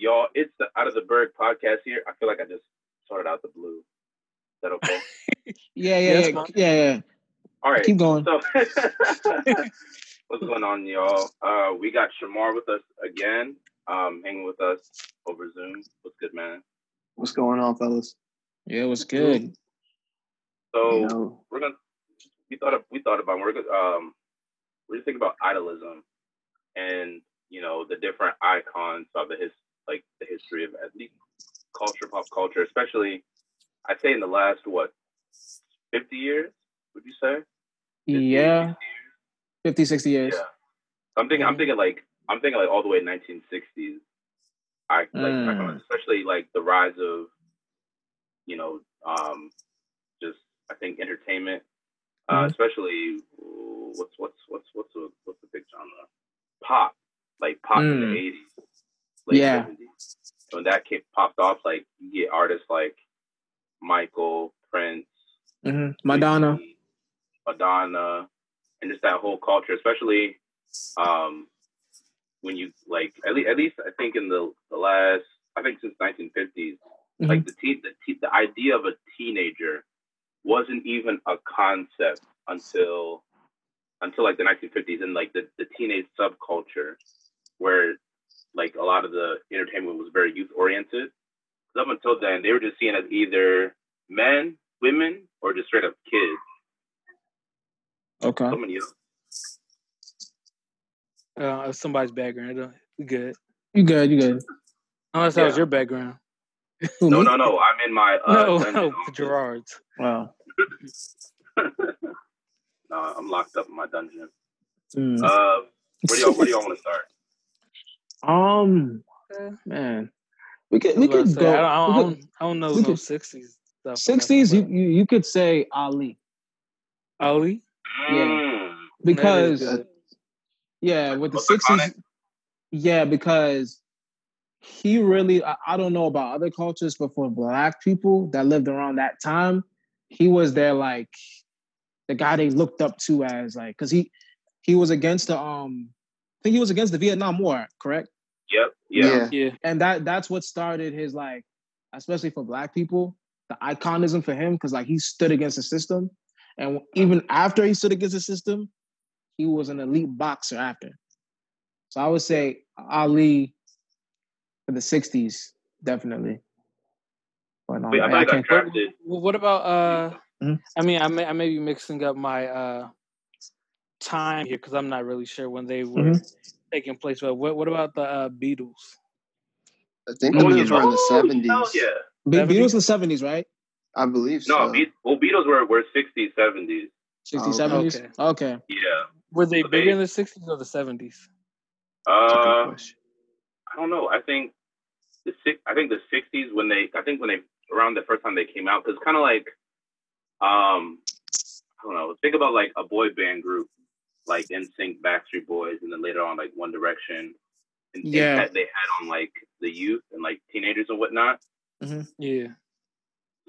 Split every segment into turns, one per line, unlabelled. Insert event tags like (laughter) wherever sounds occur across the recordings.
y'all. It's the Out of the Berg podcast here. I feel like I just sorted out the blue. Is that
(laughs)
okay?
Yeah, yeah, yeah,
That's
yeah,
fine.
yeah.
All right.
Keep going.
So, (laughs) what's going on, y'all? Uh, we got Shamar with us again, um, hanging with us over Zoom. What's good, man?
What's going on, fellas?
Yeah, it was good.
So
You know,
we're gonna we thought of- we thought about we're gonna, um we're just thinking about idolism and you know the different icons of the his like the history of at least culture, pop culture, especially I'd say in the last what fifty years would you say?
Yeah, 50, 60 years.
Yeah. I'm thinking. I'm thinking like. I'm thinking like all the way 1960s. I like,
Mm.
especially like the rise of, you know, um, just I think entertainment, uh,
Mhm.
especially ooh, what's what's what's what's the what's the big genre? Pop, like pop in the
Mm.
80s, late
Yeah.
70s. When that kid popped off, like you get artists like Michael Prince,
hmm Madonna.
Madonna, and just that whole culture, especially um, when you like at least, at least I think in the, the last I think since 1950s,
Mhm.
like the teen, the teen, the idea of a teenager wasn't even a concept until until like the 1950s and like the, the teenage subculture where like a lot of the entertainment was very youth oriented. Up until then, they were just seen as either men, women, or just straight up kids.
Okay.
Someone else.
uh, somebody's background. it don't- we Good.
You good? You good?
Unless that was
Yeah.
your background.
Who,
No,
me?
no, no. I'm in my uh,
no,
dungeon
no,
office.
Gerard's.
Wow.
No, I'm locked up in my dungeon.
Mm.
Uh, where do y'all where do y'all want to start?
(laughs) Um,
Yeah.
man, we could
I was
we
about to
could
say, I, don't, I,
go. we
don't, I don't know
we
no
could-
60s stuff.
could- Sixties, you, you you could say Ali
Ali?
Yeah.
Mm.
because
good.
yeah, with the
Most iconic.
sixties, yeah, because he really I, I don't know about other cultures, but for black people that lived around that time, he was their like the guy they looked up to as like because he he was against the um I think he was against the Vietnam War, correct?
Yep. Yeah.
Yeah.
and that that's what started his like especially for black people the iconism for him because like he stood against the system and even after he stood against the system he was an elite boxer after so i would say ali for the 60s definitely but um, no,
Wait, I
I,
thought
I
you got
can't
trapped in.
Well, what about uh?
Mhm.
I mean, I may I may be mixing up my uh time here because I'm not really sure when they were
Mm-hmm.
taking place. But what what about the uh, Beatles?
I think
Oh,
the
yeah.
Beatles were in the
Oh, Hell
seventies.
yeah.
Be-
70s?
beatles in the 70s right
I believe
No,
so.
Beat well, Beatles were were 60s, 70s.
60s
Oh,
70s okay,
okay.
Yeah.
Were they
Well,
bigger
they-
in the '60s or the '70s?
That's a good
Uh,
question.
I don't know. I think the six. I think the 60s when they. I think when they around the first time they came out because kind of like, um, I don't know. Think about like a boy band group like NSYNC, Backstreet Boys, and then later on like One Direction. And the
Yeah.
impact they had on like the youth and like teenagers and whatnot.
Yeah.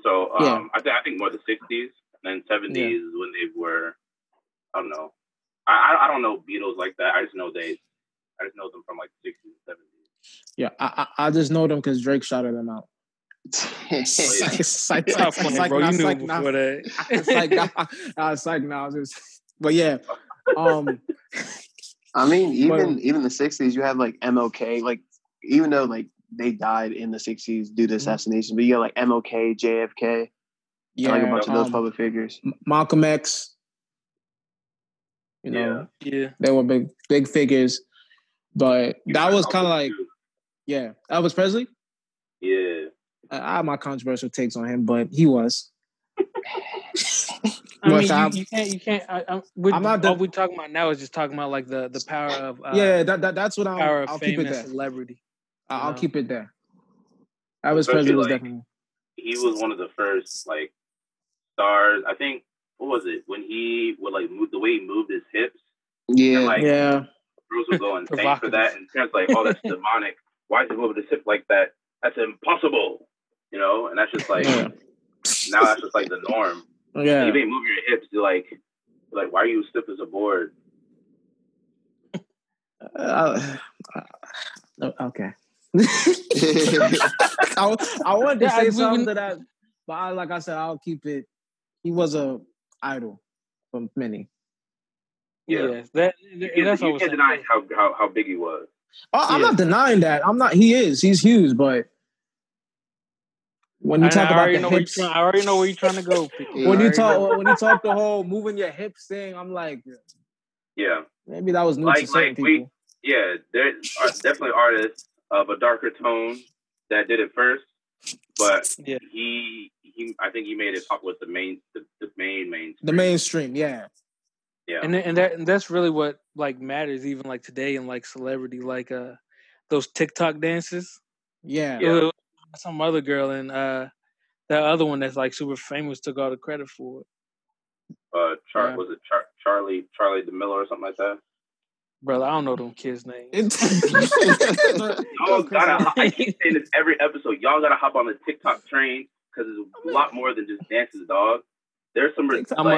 So um,
Yeah.
I, th- I think more the 60s and then 70s
Yeah.
is when they were, I don't know. I, I I don't know Beatles like that. I just know they, I just know them from like 60s and 70s.
yeah I, I I just know them because drake shouted them
(laughs)
out (laughs)
yeah.
Psych,
Tough
psych,
one,
psych,
bro.
nah,
you knew
psych, nah.
before
It's like
that.
nah, nah, it's like nah, just but yeah.
(laughs)
Um
I mean, even
Well-
even the sixties, you had like MLK, like even though like they died in the sixties due to
Mhm.
assassination, but you got like MLK, JFK,
yeah,
and, like a bunch of those
um,
public figures.
M- Malcolm X. You know,
(laughs) yeah.
they were big big figures. But that was kinda like
Too.
yeah, Elvis Presley.
Yeah.
I I have my controversial takes on him, but he
(laughs)
was.
I
Well,
mean,
so I'm-
you, you can't. You can't. I, I'm, we
I'm not the-
all we're talking about now is just talking about like the the power of uh,
yeah, that, that that's what I'm,
power of
I'll
fame
keep it
and
there.
celebrity.
I- I'll
know.
keep it there. Elvis
Especially
Presley was
like-
definitely
He was one of the first like stars. I think, what was it? When he would like move, the way he moved his hips,
Yeah, (laughs)
like-
yeah.
girls would
(laughs)
go insane for
Provocative.
that. And parents like, oh, that's demonic. Why is he moving his hip like that? That's impossible. You know? And that's just like,
Yeah.
now that's just like the norm.
Yeah.
You may move your hips. You're like, you're like, why are you stiff as a board?
Uh, uh, okay. (laughs) I, I wanted to
Yeah,
say
we- we-
something to that, but I, like I said, I'll keep it. He was a idol for many.
Yeah.
Yes, that
You
and
can't,
that's what I
you
was
can't
saying.
deny how, how, how big he was.
Oh, I'm
Yeah.
not denying that. I'm not. He is. He's huge, but when you
And
talk
I
about
already
the
know where you're
hips,
trying. I already know where you're trying
(laughs)
to go.
Yeah.
when
I
you
already
talk when you talk the whole moving your hips thing, I'm like,
Yeah.
maybe that was new to
Like-
certain
like, we-
people.
yeah, there are definitely artists of a darker tone that did it first, but
Yeah.
he he I think he made it up with the main the, the main main
The mainstream, yeah.
yeah
and th- and that and that's really what like matters even like today in like celebrity like uh those TikTok dances.
(laughs) Yeah.
Yeah.
Uh, Some other girl and uh that other one that's like super famous took all the credit for it,
uh Char
Yeah.
was it Char- Charlie Charlie DeMille or something like that.
brother. I don't know them
(laughs)
kids' names.
Y'all gotta hop- I keep saying this every episode. Y'all gotta hop on the TikTok train because it's a lot more than just dances, dog. There's some like
TikTok-
I'm a-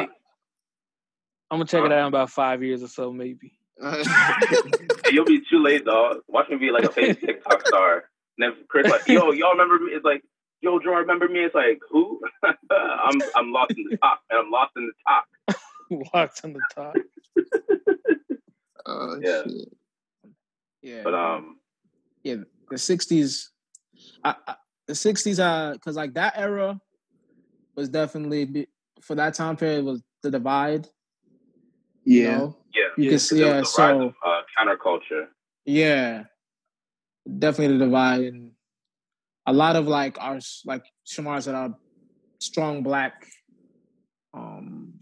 I'm gonna check it
Huh?
out in about five years or so, maybe. (laughs)
you'll be too late, dog. Watch me be like a famous TikTok star. And then Chris like, yo, y'all remember me? It's like, yo, Joe, remember me? It's like, who? (laughs) I'm I'm lost in the top, and I'm lost in the top.
Locked on the top.
(laughs) Oh,
Yeah.
shit.
yeah.
But
uh,
um,
the sixties, I, I, the sixties, uh, because like that era was definitely be- for that time period was the divide. You
Yeah.
know?
yeah,
you can
Yeah.
there
see, yeah.
was the rise
So
of uh, counterculture.
yeah, definitely the divide, and a lot of like our s- like Shamar said, our strong black um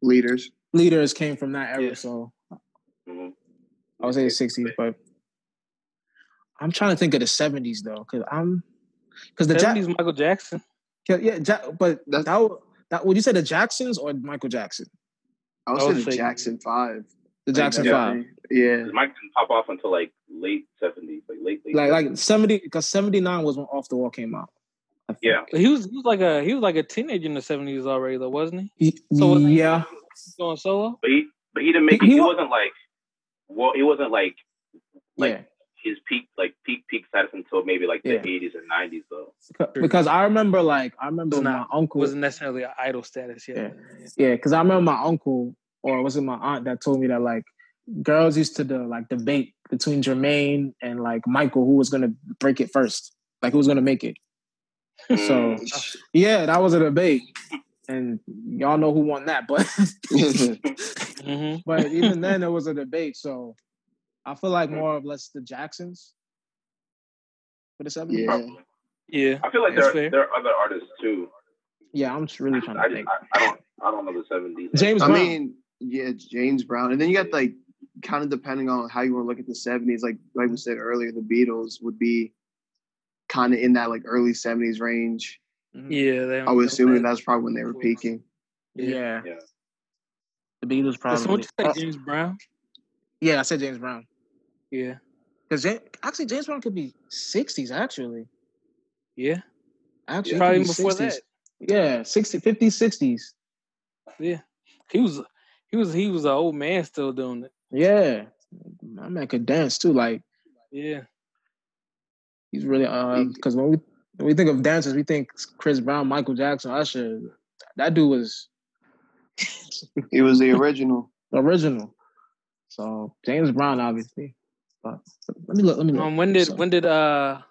Leaders.
leaders came from that era.
Yeah.
So
Mhm.
I would say the sixties, but I'm trying to think of the seventies though, because I'm because the Jack,
Seventies Michael Jackson.
'cause- yeah, Jack, but
That's-
that would- that would you say the Jacksons or Michael Jackson?
I was
I would
saying
say-
Jackson Five.
The Jackson
Yeah.
Five.
Yeah.
Mike didn't pop off until like late '70s, like late late.
Like like seventy because seventy nine was when Off the Wall came out. I think.
yeah,
He was he was like a he was like a teenager in the seventies already though, wasn't he?
Y-
So was he-
yeah.
Going solo.
but he but he didn't make
He-
it.
he
He
wa-
wasn't like well, he wasn't like like-
yeah.
his peak like peak peak status until maybe like the
Yeah.
'80s and '90s though.
Beca- Because I remember like I remember
Was
my
not-
uncle.
Wasn't necessarily an idol status yet.
Yeah. Yeah, because I remember my uncle or was it my aunt that told me that like girls used to do, like debate between Jermaine and like Michael who was gonna break it first, like who was gonna make it. So
Mm.
yeah, that was a debate, and y'all know who won
(laughs)
that. But (laughs)
hmm
but even then, it was a debate. So I feel like more of less the Jacksons for the seventies. Yeah.
Yeah.
Probably.
Yeah.
I feel like
That's
there
fair.
there are other artists too.
I'm just really trying
I,
to
just,
think.
I, I don't I don't know the '70s.
James
I
Brown.
mean, yeah, James Brown, and then you got like kind of depending on how you want to look at the seventies. Like like we said earlier, the Beatles would be kind of in that like early seventies range.
Mhm.
Yeah. They,
I would assume that's probably when they were peaking.
yeah.
Yeah.
the Beatles
Did someone
probably.
just say James Brown?
yeah, I said James Brown
Yeah.
because actually James Brown could be sixties actually.
Yeah.
Actually, he
Probably
could be
before that.
60s. Yeah, 60, 50s, 60s.
Yeah. He was he was he was an old man still doing it.
Yeah, my man could dance too. Like
Yeah.
He's really um because when we when we think of dancers, we think Chris Brown, Michael Jackson, Usher. That dude was
It
(laughs)
was the original.
original. So James Brown, obviously. But let me look. Let me look.
Um when did
So-
when did uh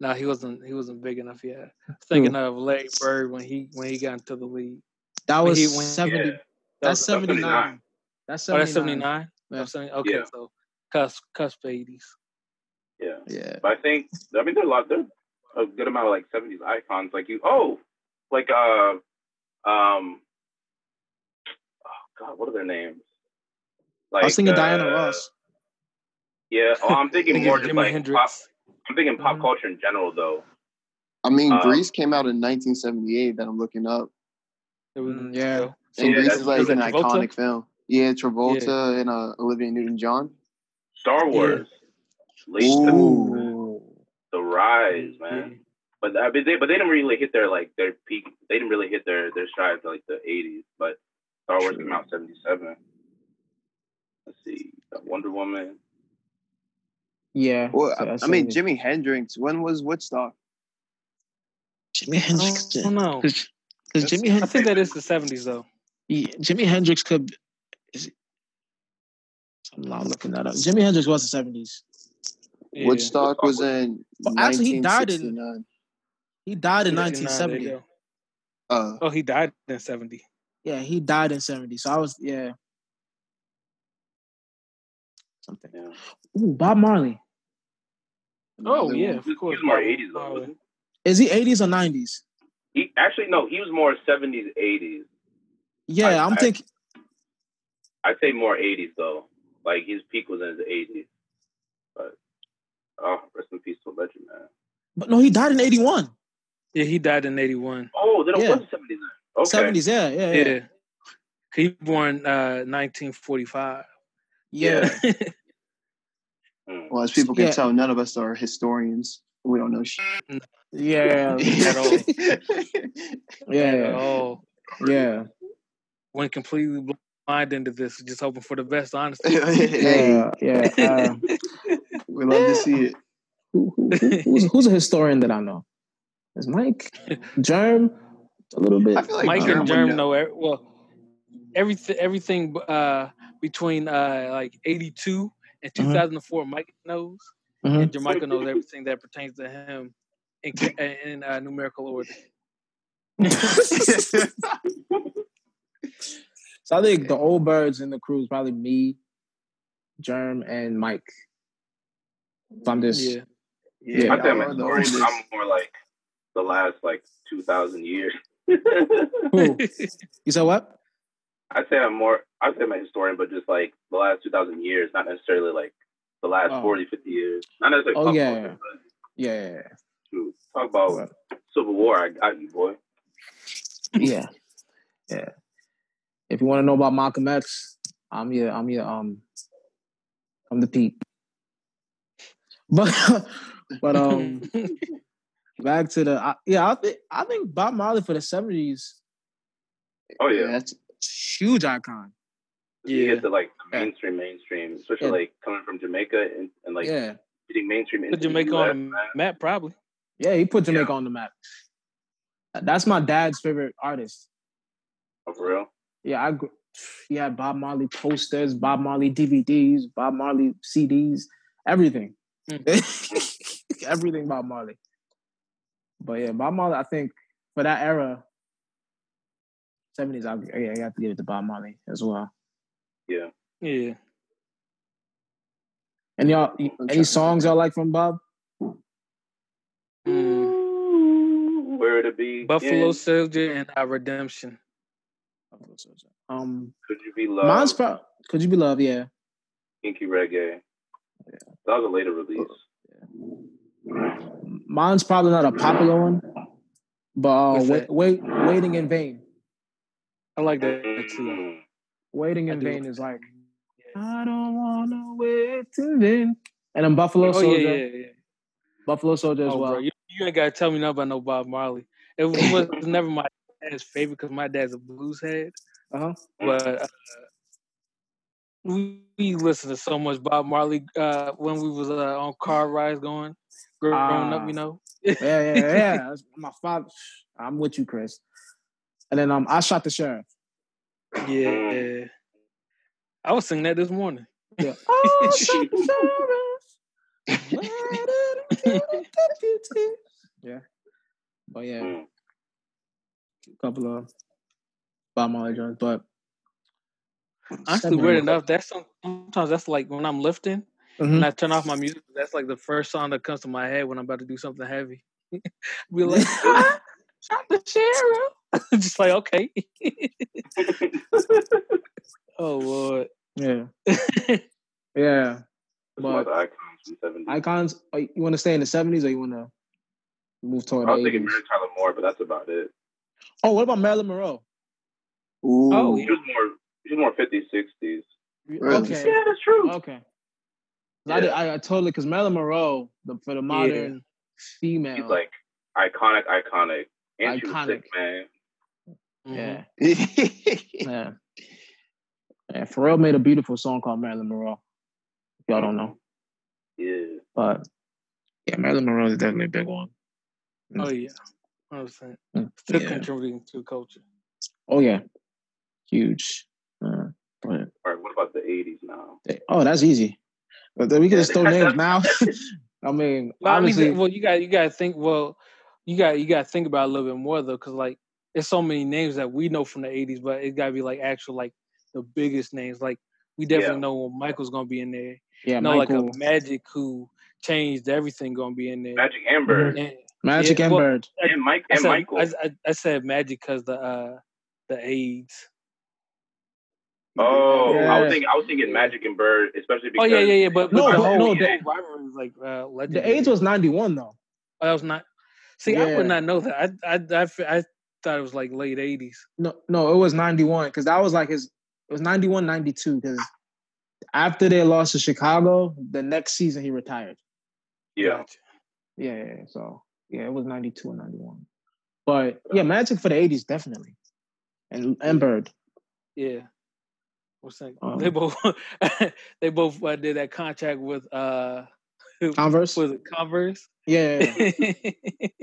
no, he wasn't. He wasn't big enough yet. I was thinking of Larry Bird when he when he got into the league.
that
when
was
he went-
seventy.
Yeah.
That
That's
was-
that was
seventy
79.
nine. That's
Oh,
seventy
that's seventy
nine.
nine.
Yeah.
Okay,
Yeah.
so cusp cusp eighties.
yeah.
Yeah.
But I think I mean there are a lot there are a good amount of like seventies icons like you oh like uh um oh god, what are their names? Like
I was thinking
uh,
Diana Ross.
Yeah, oh,
(laughs)
I'm thinking more just
Jimi
like
Hendrix.
pop I'm thinking pop
Mhm.
culture in general though.
I mean,
Uh,
Um,
Greece came out in 1978. That I'm looking up,
There was-
Mm, yeah.
so-
and
Yeah,
Greece
that's-
is like
was that
an
Travolta?
iconic film. Yeah, Travolta and uh, Olivia Newton-John.
Star Wars. Late
Ooh.
the rise, man. But I mean, they but they didn't really hit their like their peak. They didn't really hit their their stride to like the '80s. But Star Wars came out uh, '77. Let's see, Wonder Woman.
Yeah.
Well,
so
I,
that's
I mean,
it.
Jimi Hendrix. When was Woodstock?
Jimi Hendrix.
I don't know.
Because
That's-
Jimi
I
Hendrix,
think that is the seventies though.
yeah, Jimi Hendrix could. Is it, I'm not looking that up. Jimi Hendrix was the seventies.
Yeah.
Woodstock was uh, in
Well, actually, he died in-
1969.
He died in
69, there you
1970.
go.
Uh,
Oh, he died in seventy.
Yeah, he died in 70. So I was yeah. Something.
Yeah.
Ooh, Bob Marley.
Oh
another
yeah,
one.
of
He
course.
was more
Bob
80s though.
Marley.
wasn't
Is he 80s or 90s?
He He- actually no, he was more 70s, 80s.
Yeah,
I-
I, am
I-
thinking.
I'd say more 80s though. Like his peak was in his 80s. But oh, rest in peace to a legend, man.
But no, he died in 81.
Yeah, he died in eighty one.
Oh, then it
Yeah.
was 70s. Then. Okay.
70s. Yeah, yeah,
Yeah.
yeah.
He born uh nineteen forty five.
Yeah.
Mm.
Well, as people can
Yeah.
tell, none of us are historians. We don't know shit.
Yeah.
At all. At
(laughs) Yeah.
all.
Yeah.
Oh. Went completely blind into this, just hoping for the best,
(laughs)
honestly.
hey,
Yeah. Yeah. (laughs)
um,
Uh,
we love to see it.
who, who, who- who's, who's a historian that I know? Is Mike? Germ? A little bit.
I feel like
Mike
Germ
and
would
Germ
know. (laughs)
know e- well everything everything uh between uh like eighty two and
Mm-hmm.
two thousand and four Mike knows
Mhm.
and Jermichael knows everything that pertains to him in ca- in uh, numerical order.
(laughs) so I think the old birds in the crew is probably me, Germ, and Mike. If I'm just
Yeah.
Yeah.
I think
y'all
I'm,
are the
more-
oldest.
I'm more like the last like 2,000 years. (laughs)
(laughs)
(laughs) who you said what?
I'd say I'm more, I'd say I'm a historian, but just like the last 2,000 years, not necessarily like the last
Oh.
40, 50 years. Not necessarily
Oh,
pop
yeah.
culture, but
Yeah,
shoot, talk about Civil War. I got you, boy.
yeah, yeah. If you want to know about Malcolm X, I'm your, I'm your, um, I'm the Pete. But, (laughs) but um, back to the I, yeah, I think I think Bob Marley for the '70s,
Oh,
Yeah,
yeah.
that's
huge icon.
You
Yeah.
get to like the
Yeah.
mainstream, mainstream, especially
Yeah.
like coming from Jamaica and, and like
yeah,
getting mainstream into
Put
the
Jamaica
US,
on the
man.
map, probably.
yeah, he put Jamaica on the map. That's my dad's favorite artist.
Oh, for real.
Yeah, I gr- he had Bob Marley posters, Bob Marley DVDs, Bob Marley CDs, everything,
Hmm.
(laughs) everything Bob Marley. But yeah, Bob Marley. I think for that era, seventies. I yeah, I got to give it to Bob Marley as well.
Yeah.
Yeah.
And y'all, any songs y'all like from Bob?
Mm.
Where to be?
Buffalo Soldier and uh, Redemption.
Um,
Could you be loved?
mine's pro- Could you be love? Yeah,
Kinky Reggae. That was a later release.
mine's probably not a popular one, but uh,
What's
wait,
that?
wait, waiting in vain.
I like that too.
Mm.
Waiting in
I do Oh,
vain
like
is like I don't wanna wait till then. And then Buffalo
Oh
Soldier,
yeah, yeah, yeah.
Buffalo Soldier as
Oh,
well.
bro, you, you ain't gotta tell me nothing about no Bob Marley. It
(laughs)
was never my dad's favorite because my dad's a blues head.
Uh-huh.
But uh, we, we listened to so much Bob Marley uh, when we was uh, on car rides going growing
Ah.
up. You know,
Yeah, yeah, yeah.
(laughs)
That's My father, I'm with you, Chris. And then um, I shot the sheriff.
yeah. I was singing that this morning.
Yeah.
(laughs)
Oh, I shot the sheriff. Where did the deputy? Yeah. But yeah,
Mm.
a couple of Bob Marley joints, but
Honestly, weird enough, that's some- sometimes that's like when I'm lifting.
Mhm.
and I turn off my music. That's like the first song that comes to my head when I'm about to do something heavy. (laughs) Be
(laughs)
like, "Ah, shot the sheriff. (laughs) Just like, okay. oh Lord.
Yeah.
(laughs)
Yeah.
One of
But
the icons from the 70s.
icons, are- you want to stay in the 70s or you want to move toward
I
the
was thinking
80s?
Mary Tyler Moore, but that's about it.
Oh, what about Marilyn Monroe?
Ooh.
Oh,
(laughs)
She was more, she was more 50s, 60s.
Really?
Okay.
Yeah, that's true.
Oh,
Okay. 'Cause I, did, I, I totally because Marilyn Monroe the, for the modern female.
She's like iconic, iconic. And she was
Iconic.
sick, man.
yeah,
mhm.
Mm-hmm.
yeah. And Pharrell made a beautiful song called Marilyn Monroe. If y'all don't know.
Yeah.
But
Yeah, Marilyn Monroe is definitely a big one.
Oh yeah, hundred percent.
Mm,
Still
yeah.
contributing to culture.
oh yeah, huge. Uh, but
All right, what about the 80s
(laughs)
now?
they- oh, that's easy. But then we can
Yeah.
just throw names now. (laughs) I mean,
Well,
obviously,
I mean, well, you got you got to think. Well, you got you got to think about it a little bit more though, because like there's so many names that we know from the '80s, but it got to be like actual like the biggest names. Like we definitely
Yeah.
know when Michael's gonna be in there.
yeah,
know like uh,
Michael,
a Magic who changed everything gonna be in there.
Magic Amber
And-
Magic
yeah,
and
well,
Bird.
and Mike
I
and
said,
Michael.
I, I, I said Magic because the uh the AIDS.
oh, I
Yeah.
was thinking I was thinking
Yeah.
Magic and Bird, especially
Oh
because
yeah, yeah, yeah. But, but
No,
the
but
whole,
no,
the
the-
whole rivalry was like uh,
The
legendary.
AIDS was ninety one though.
Oh, that was not. See, I
Yeah.
would not know that. I I I, f- I thought it was like late '80s.
No, no, it was 91 because that was like his. It was 91, 92 because after they lost to Chicago, the next season he retired.
yeah.
Yeah, yeah, yeah. so yeah, it was 92 and 91. But yeah, Magic for the 80s definitely, and and Bird.
Yeah. What's that? (laughs)
Um,
they both they both uh, did that contract with uh
Converse.
was it Converse? (laughs)
Yeah, yeah,
and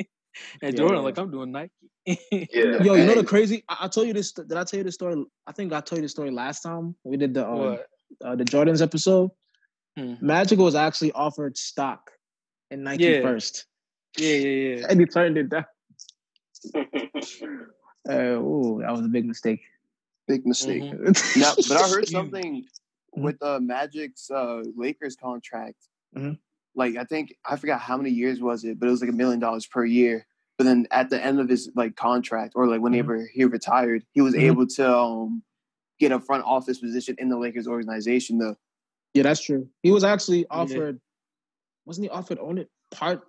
Yeah.
Jordan like I'm doing Nike. (laughs)
Yeah. (laughs)
yeah. Yo, you know the
Hey.
crazy? I, I told you this. Did I tell you this story? I think I told you the story last time we did the um,
what?
uh, the Jordans episode.
Hmm.
Magic was actually offered stock in Nike
Yeah.
first,
Yeah, yeah, yeah.
and he turned it down.
yeah.
Uh, ooh, that was a big mistake.
Big
Mm-hmm.
mistake.
Mhm.
(laughs) No, but I heard something with uh, Magic's uh, Lakers contract.
Mhm.
Like I think I forgot how many years was it, but it was like a million dollars per year. But then at the end of his like contract, or like whenever he retired, he was
Mhm.
able to um, get a front office position in the Lakers organization. Though
(laughs) Yeah, that's true. He was actually offered, wasn't he offered own it part,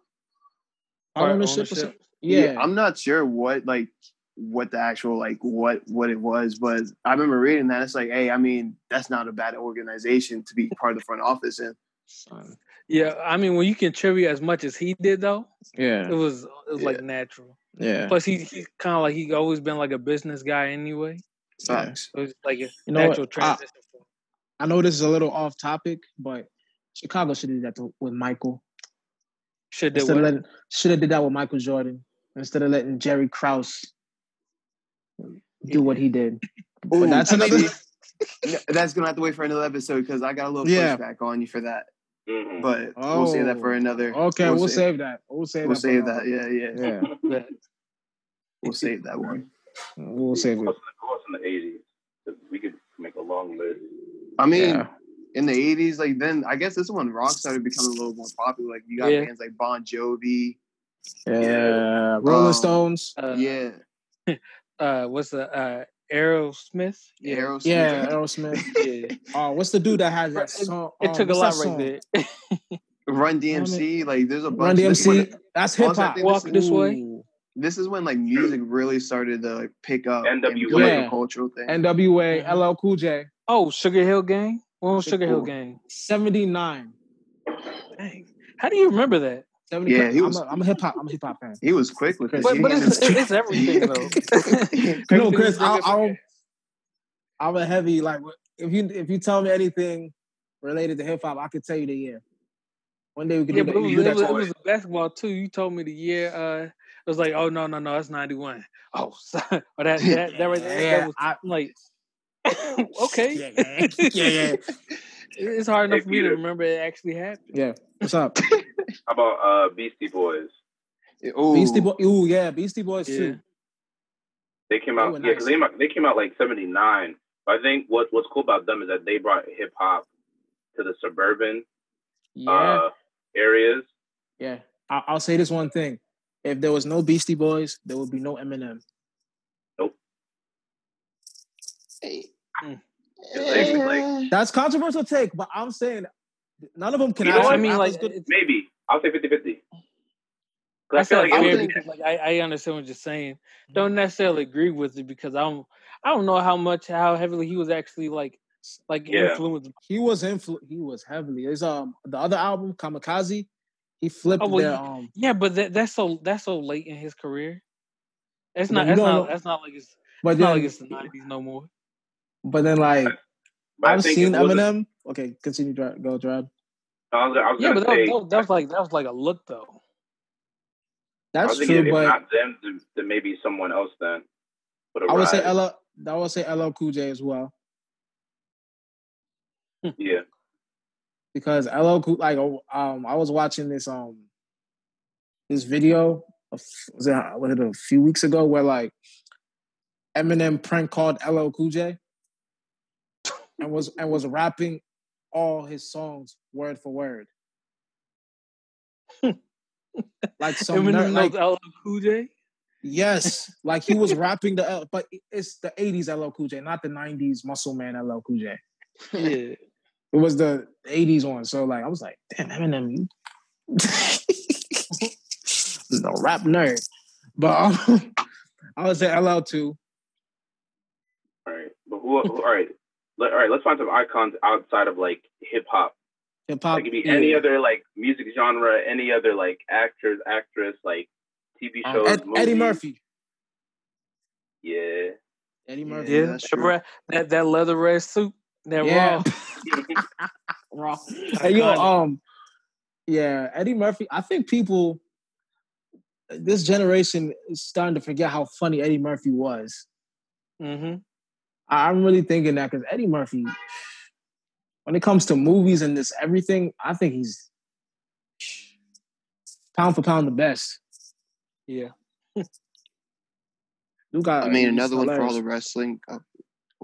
part
Part
ownership, or
ownership.
something? Yeah,
I'm not sure what like what the actual like what what it was, but I remember reading that it's like, hey, I mean, that's not a bad organization to be part of the front office in.
Son.
Yeah, I mean when you contribute as much as he did though, it
yeah,
was it was
Yeah.
like natural.
yeah.
Plus he he's kind of like he always been like a business guy anyway.
Facts.
It was like a
You know what?
natural
I-
transition. for him.
I know this is a little off topic, but Chicago should have did that to, with Michael.
Should did
Instead of
what?
letting, should have did that with Michael Jordan instead of letting Jerry Krause do what he did.
Ooh,
But that's
I
another.
see. (laughs) No, that's gonna have to wait for another episode because I got a little
Yeah.
pushback on you for that.
Mhm.
But we'll save that for
Oh.
another.
Okay, we'll,
sa-
save that. We'll save
We'll
that. for
save
another-
that. Yeah, yeah.
Yeah,
Yeah.
We'll save that one.
we'll save
Who
it.
else who else in the 80s? We could make a long list.
I mean,
Yeah.
in the '80s, like then I guess this is when rock started becoming a little more popular. Like you got
Yeah.
bands like Bon Jovi.
Yeah. Rolling
Um,
Stones.
Uh,
yeah,
uh what's the uh Aerosmith? Yeah.
Aerosmith.
Yeah, Aerosmith.
(laughs) yeah.
Oh, what's the dude that has that
Right,
song?
It
um,
took a
what's
lot
that
right
song?
there. (laughs)
Run DMC. Like there's a
Run
bunch. This is
DMC.
when-
That's hip
honestly, I
hop.
think
Walk this way.
Ooh.
This is when like music really started to like, pick up and become
NWA.
like
Yeah.
a cultural thing.
NWA,
Mhm.
LL Cool J,
Oh, Sugar Hill Gang? When was
Shit,
Sugar Hill
cool.
Gang?
79.
Dang. How do you remember that?
70
Yeah, he was-
I'm a, I'm a hip hop. I'm a hip hop
(laughs)
fan.
he was quick with this.
But-
But,
He
but
didn't
it's,
even-
(laughs)
it's everything though.
No,
Everything
Chris,
you
I,
bring up-
I'm I'm a heavy like if you if you tell me anything related to hip hop, I could tell you the year. One day we could
yeah,
do
but
that.
it
we
was,
could do that
it was, it
for-
was basketball too. You told me the year. Uh, it was like, oh no, no, no, that's ninety one. Oh, (laughs) so, or that that that right there.
Yeah,
that was,
I-
I'm (laughs) like, okay,
yeah, yeah, yeah,
(laughs)
yeah.
it's hard
Hey,
enough for me to
Peter.
remember it actually happened.
Yeah. What's up?
How about uh, Beastie Boys?
(laughs) Ooh.
Beastie Boy. Ooh, yeah, Beastie Boys
Yeah.
too.
They came
They
out,
were
yeah, 'cause
nice.
they came out, they came out like '79. But I think what what's cool about them is that they brought hip hop to the suburban
Yeah.
uh, areas.
Yeah, I- I'll say this one thing: if there was no Beastie Boys, there would be no Eminem.
Like, like
That's controversial take, but I'm saying none of them can
You know
actually
what?
I mean,
rap
like,
as good.
it's,
maybe I'll say 50-50. 'Cause I Mm-hmm.
that's
feel
not
like
I'm
it
fair
was,
thinking-
because, like, I, I understand what you're saying. Don't necessarily agree with it because I'm, I don't know how much, how heavily he was actually like, like
Yeah.
influenced.
He was influ- He was heavily. Is um the other album Kamikaze? He flipped
Oh well,
their
yeah,
um.
(laughs) yeah, but that, that's so that's so late in his career. That's
But
not
you
that's
don't
not
know-
that's not like it's
But
It's not like
then,
it's the nineties no more.
but then like
but I
I've
think it
seen
was
Eminem. Okay, continue. Dra- go, Drab.
I was, I was
Yeah,
gonna
but that,
say,
that, that was like that was like a look though.
I was
That's
thinking
true,
if
but
not them, then, then maybe someone else. Then would
I would say
arrive.
LL. I would say LL Cool J as well
yeah,
because LL Cool like um I was watching this um this video a f- was it, was it a few weeks ago where like Eminem prank called LL Cool J and was and was rapping all his songs word for
(laughs)
word. like some ner-
Eminem
like
knows LL
(laughs)
Cool J.
Yes, like he
(laughs)
was rapping the L, but it's the '80s LL Cool J, not the '90s Muscle Man LL Cool J.
Yeah,
It was the '80s one. So like, I was like, damn, Eminem, you (laughs) this is a rap nerd. But um, (laughs) I would say LL too.
all right. But who? who- all right, Let, all right. Let's find some icons outside of like hip hop.
Hip hop.
Like it could be
yeah.
any other like music genre, any other like actors, actress, like TV
Um,
shows,
Ed-
movies.
Eddie Murphy.
Yeah. (laughs)
Eddie Murphy.
yeah.
that's
That,
true.
red- that that leather red suit. That
Yeah. (laughs)
raw.
Raw. Hey, yo,
Iconic.
um, yeah, Eddie Murphy. I think people, this generation is starting to forget how funny Eddie Murphy was.
Mm-hmm.
I- I'm really thinking that because Eddie Murphy, when it comes to movies and this everything, I think he's pound for pound the best.
Yeah.
You got.
I mean,
he's
another one for all
hilarious.
the wrestling. Oh,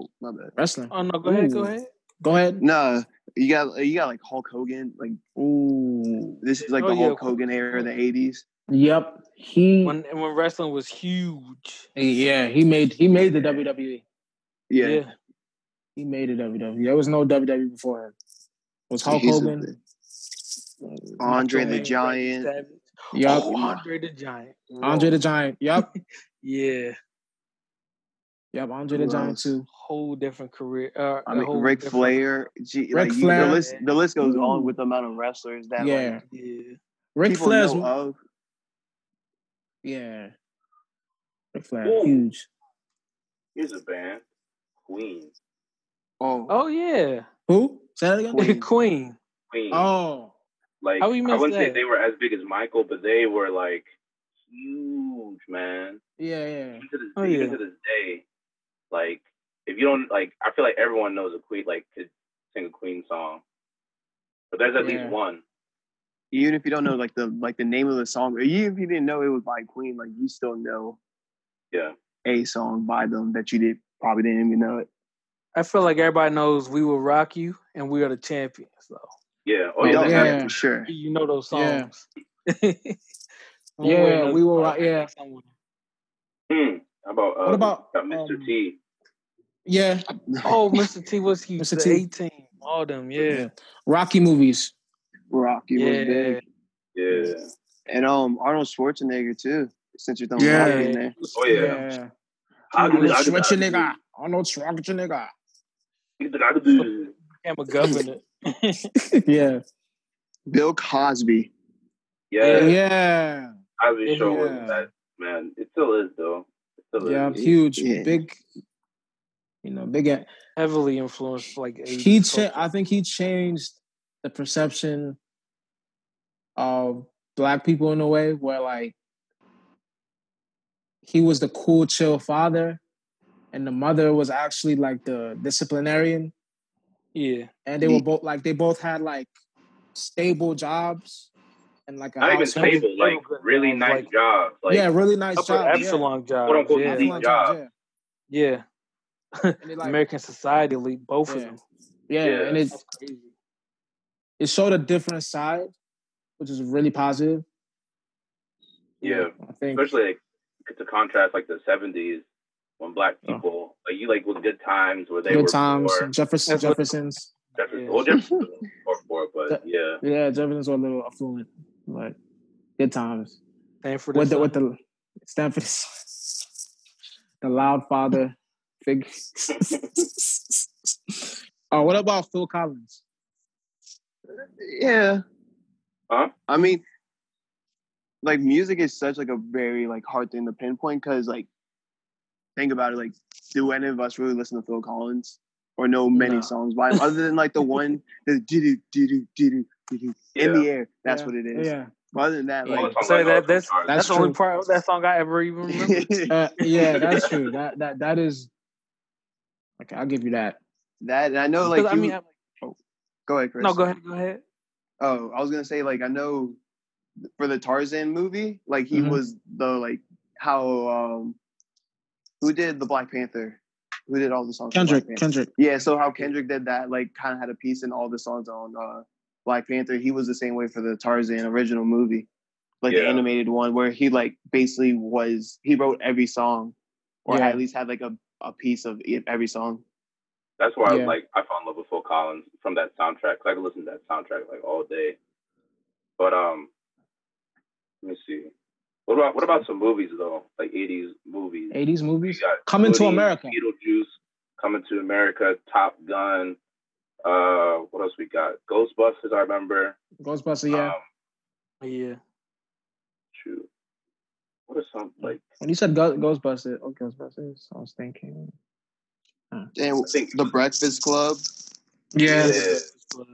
oh, my bad.
wrestling.
Oh no, go ahead, go
Ooh.
ahead.
Go ahead.
No, you got you got like Hulk Hogan. Like
Ooh.
this is like
Oh,
the
yeah,
Hulk
of course.
Hogan era, of the '80s.
Yep. He.
When and when wrestling was huge.
yeah. He made. He made the WWE.
Yeah,
He made the WWE. There was no WWE before him. It was Hulk
He's a-
Hogan.
Andre
Macho
the
Man.
Giant.
Savage.
Yup.
Oh, Andre the Giant.
Andre
Whoa.
the Giant. Yup.
Yeah.
Yup. Andre
Who
the Giant
else?
too.
whole different career. Uh,
I
a
mean,
whole
Ric
different-
Flair. Gee,
Ric
like you-
Flair.
the list, the list goes on
Ooh.
with the amount of wrestlers that
Yeah.
like
Yeah.
Ric
people
Flair's.
know of.
Yeah. Ric Flair.
Ooh.
Huge.
Here's a band, Queen.
Oh,
Oh yeah.
Who? Say that again.
Queen.
(laughs) Queen.
Queen.
Oh.
like
How we
I
missed
wouldn't say
that?
they were as big as Michael, but they were like huge, man.
Yeah. Yeah.
Even to this,
Oh,
even
yeah.
to this day, like if you don't like, I feel like everyone knows a Queen, like could sing a Queen song, but there's at
Yeah.
least one.
even if you don't know like the like the name of the song, or even if you didn't know it was by Queen, like you still know
Yeah,
a song by them that you did probably didn't even know it.
I feel like everybody knows we will rock you and we are the champions. So
yeah. Oh,
Oh,
yeah,
yeah,
they
yeah.
have
for sure.
you know those
Yeah.
songs. (laughs) Yeah,
Oh, Yeah, We Will Rock- (laughs) yeah.
Hmm. How about uh,
What about,
got Mr.
um,
T?
Yeah.
Oh, Mr. T was he
Mr.
the
T.
eighteen? All them, yeah.
Rocky movies.
(laughs) Rocky was
Yeah.
big,
Yeah.
and um Arnold Schwarzenegger too. Since you're throwing
Yeah.
Rocky in there,
Oh yeah.
Yeah.
I could,
Arnold
I could, I could,
Schwarzenegger. Arnold Schwarzenegger.
do- I could do.
Became a governor.
(laughs) yeah.
Bill Cosby.
Yeah,
Yeah.
I was
Yeah.
sure was
Yeah.
that man. It still is though. It still is.
Yeah. Huge.
Yeah.
Big. You know, big. a-
Heavily influenced like 80s
He. Cha-
culture.
I think he changed the perception of black people in a way where, like, he was the cool, chill father, and the mother was actually like the disciplinarian,
Yeah.
and they were both like they both had like stable jobs and like a
Not even
house.
They were-
stable,
they
like
were good
really
jobs,
nice
like-
jobs. Like
yeah, really nice
upper
job. Yeah.
Epsilon
quote
jobs,
unquote
yeah.
elite
Epsilon
job.
jobs, yeah.
Yeah.
And it like
American Society League, both of
Yeah.
them.
yeah,
Yeah.
and it
That's crazy.
it showed a different side, which is really positive. You
Yeah.
know, I think
especially like it's a contrast like the seventies when black
Yeah.
people like you like with good times where they
Oh. good
were
times.
poor.
Jefferson,
That's what-
Jefferson's,
Jefferson,
Yeah.
well, Jefferson
(laughs)
was poor, poor, but
That-
yeah,
yeah, Jefferson's were a little affluent, but good times.
Stanford
with
and
the with
Son.
the Stanford (laughs) is the loud father figure. (laughs) oh, what about Phil Collins?
Yeah.
Huh?
I mean, like music is such like a very like hard thing to pinpoint because like think about it, like do any of us really listen to Phil Collins or know many
No. (laughs)
songs by him other than like the one that do do do do do in
Yeah.
the air. That's
Yeah.
what it is.
Yeah,
But other than that,
Yeah.
like,
All the songs
So
I oh, know
that-
are from
that's-
Charlie.
that's
That's, the only
true.
part that song I ever even
(laughs)
remember.
uh, yeah, that's true. That that that is okay. I'll give you that.
(laughs) that and I know, like,
Because,
you,
I mean, I'm like,
go ahead, Chris.
no, go ahead, go ahead.
Oh, I was gonna say like I know for the Tarzan movie, like he
Mhm.
was the like how um who did the Black Panther? Who did all the songs? for
Kendrick,
Black Panther?
Kendrick.
Yeah, so how Kendrick did that, like kind of had a piece in all the songs on uh Black Panther. He was the same way for the Tarzan original movie, like the
Yeah.
animated one, where he like basically was he wrote every song, or
Yeah.
at least had like a a piece of e- every song.
That's why I
Yeah.
was like, I fell in love with Phil Collins from that soundtrack. 'cause I could listen to that soundtrack like all day. But um, let me see. What about what about some movies though? Like '80s movies.
Eighties
We
movies.
got
Coming to
Woody,
America.
Beetlejuice, Coming to America, Top Gun. Uh, what else we got? Ghostbusters. I remember.
Ghostbusters. Yeah.
Um,
Yeah.
shoot. What are some like?
when you said Go- Ghostbusters, oh Ghostbusters, I was thinking.
And
I think-
the Breakfast Club.
Yeah.
Yeah.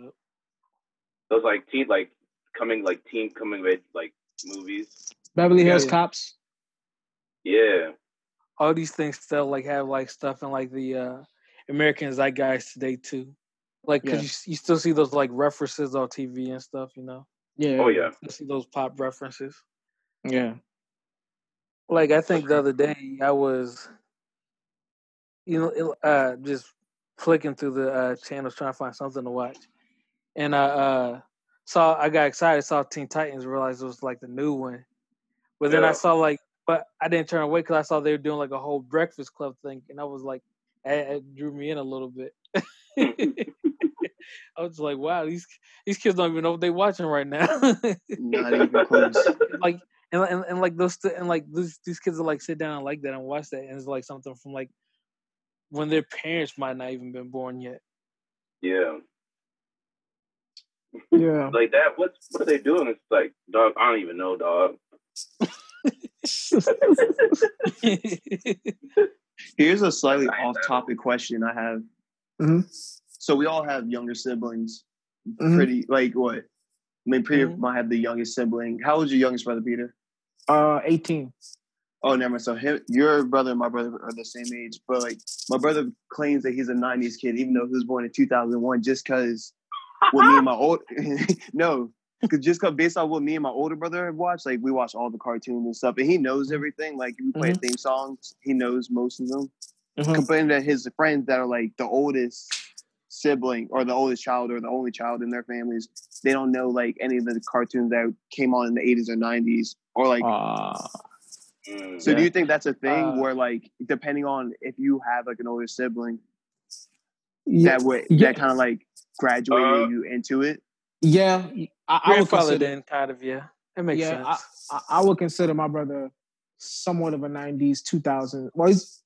uh,
Those like teen like coming like teen coming of age like movies.
Beverly
Yeah.
Hills Cops.
Yeah.
All these things still like have like stuff in like the uh American zeitgeist today too. Like, cause
Yeah.
you, you still see those like references on TV and stuff, you know.
Yeah.
Oh yeah.
You see those pop references.
Yeah.
Like I think the other day I was, you know, it- uh, just flicking through the uh, channels trying to find something to watch, and I uh, saw I got excited, saw Teen Titans, realized it was like the new one, but then I
Yeah.
saw like, but I didn't turn away because I saw they were doing like a whole Breakfast Club thing, and I was like, it, it drew me in a little bit. (laughs) I was like, wow, these these kids don't even know what they're watching right now. (laughs)
Not even close.
like and, and, and like those th- and like these these kids will like sit down and like that and watch that and it's like something from like when their parents might not even been born yet. (laughs)
yeah.
Yeah.
Like that. What's what are they doing? It's like dog. I don't even know, dog.
Here's a slightly
I have-
off-topic question I have.
Mhm.
So we all have younger siblings.
Mhm.
Pretty like what? I mean, Peter
Mhm.
might have the youngest sibling. How old's your youngest brother, Peter?
Uh, eighteen.
Oh, never mind. So him, your brother and my brother are the same age, but like my brother claims that he's a '90s kid, even though he was born in 2001. Just because (laughs) what
Ah!
me and my old (laughs) no, because just cause based on what me and my older brother have watched, like we watch all the cartoons and stuff, and he knows
Mm-hmm.
everything. Like if we play
Mhm.
theme songs, he knows most of them.
Mhm.
Compared to his friends that are like the oldest sibling or the oldest child or the only child in their families, they don't know like any of the cartoons that came on in the 80s or 90s or like
Uh,
Mm.
so do you think that's a thing
Uh,
where like depending on if you have like an older sibling
yeah.
that way
yeah.
that kind of like graduated
Uh,
you into it?
Yeah. I, I would
Grandfather
consider.
then kind of yeah. That makes
Yeah. I,
sense.
I, I would consider my brother somewhat of a '90s, 2000. Well, he's.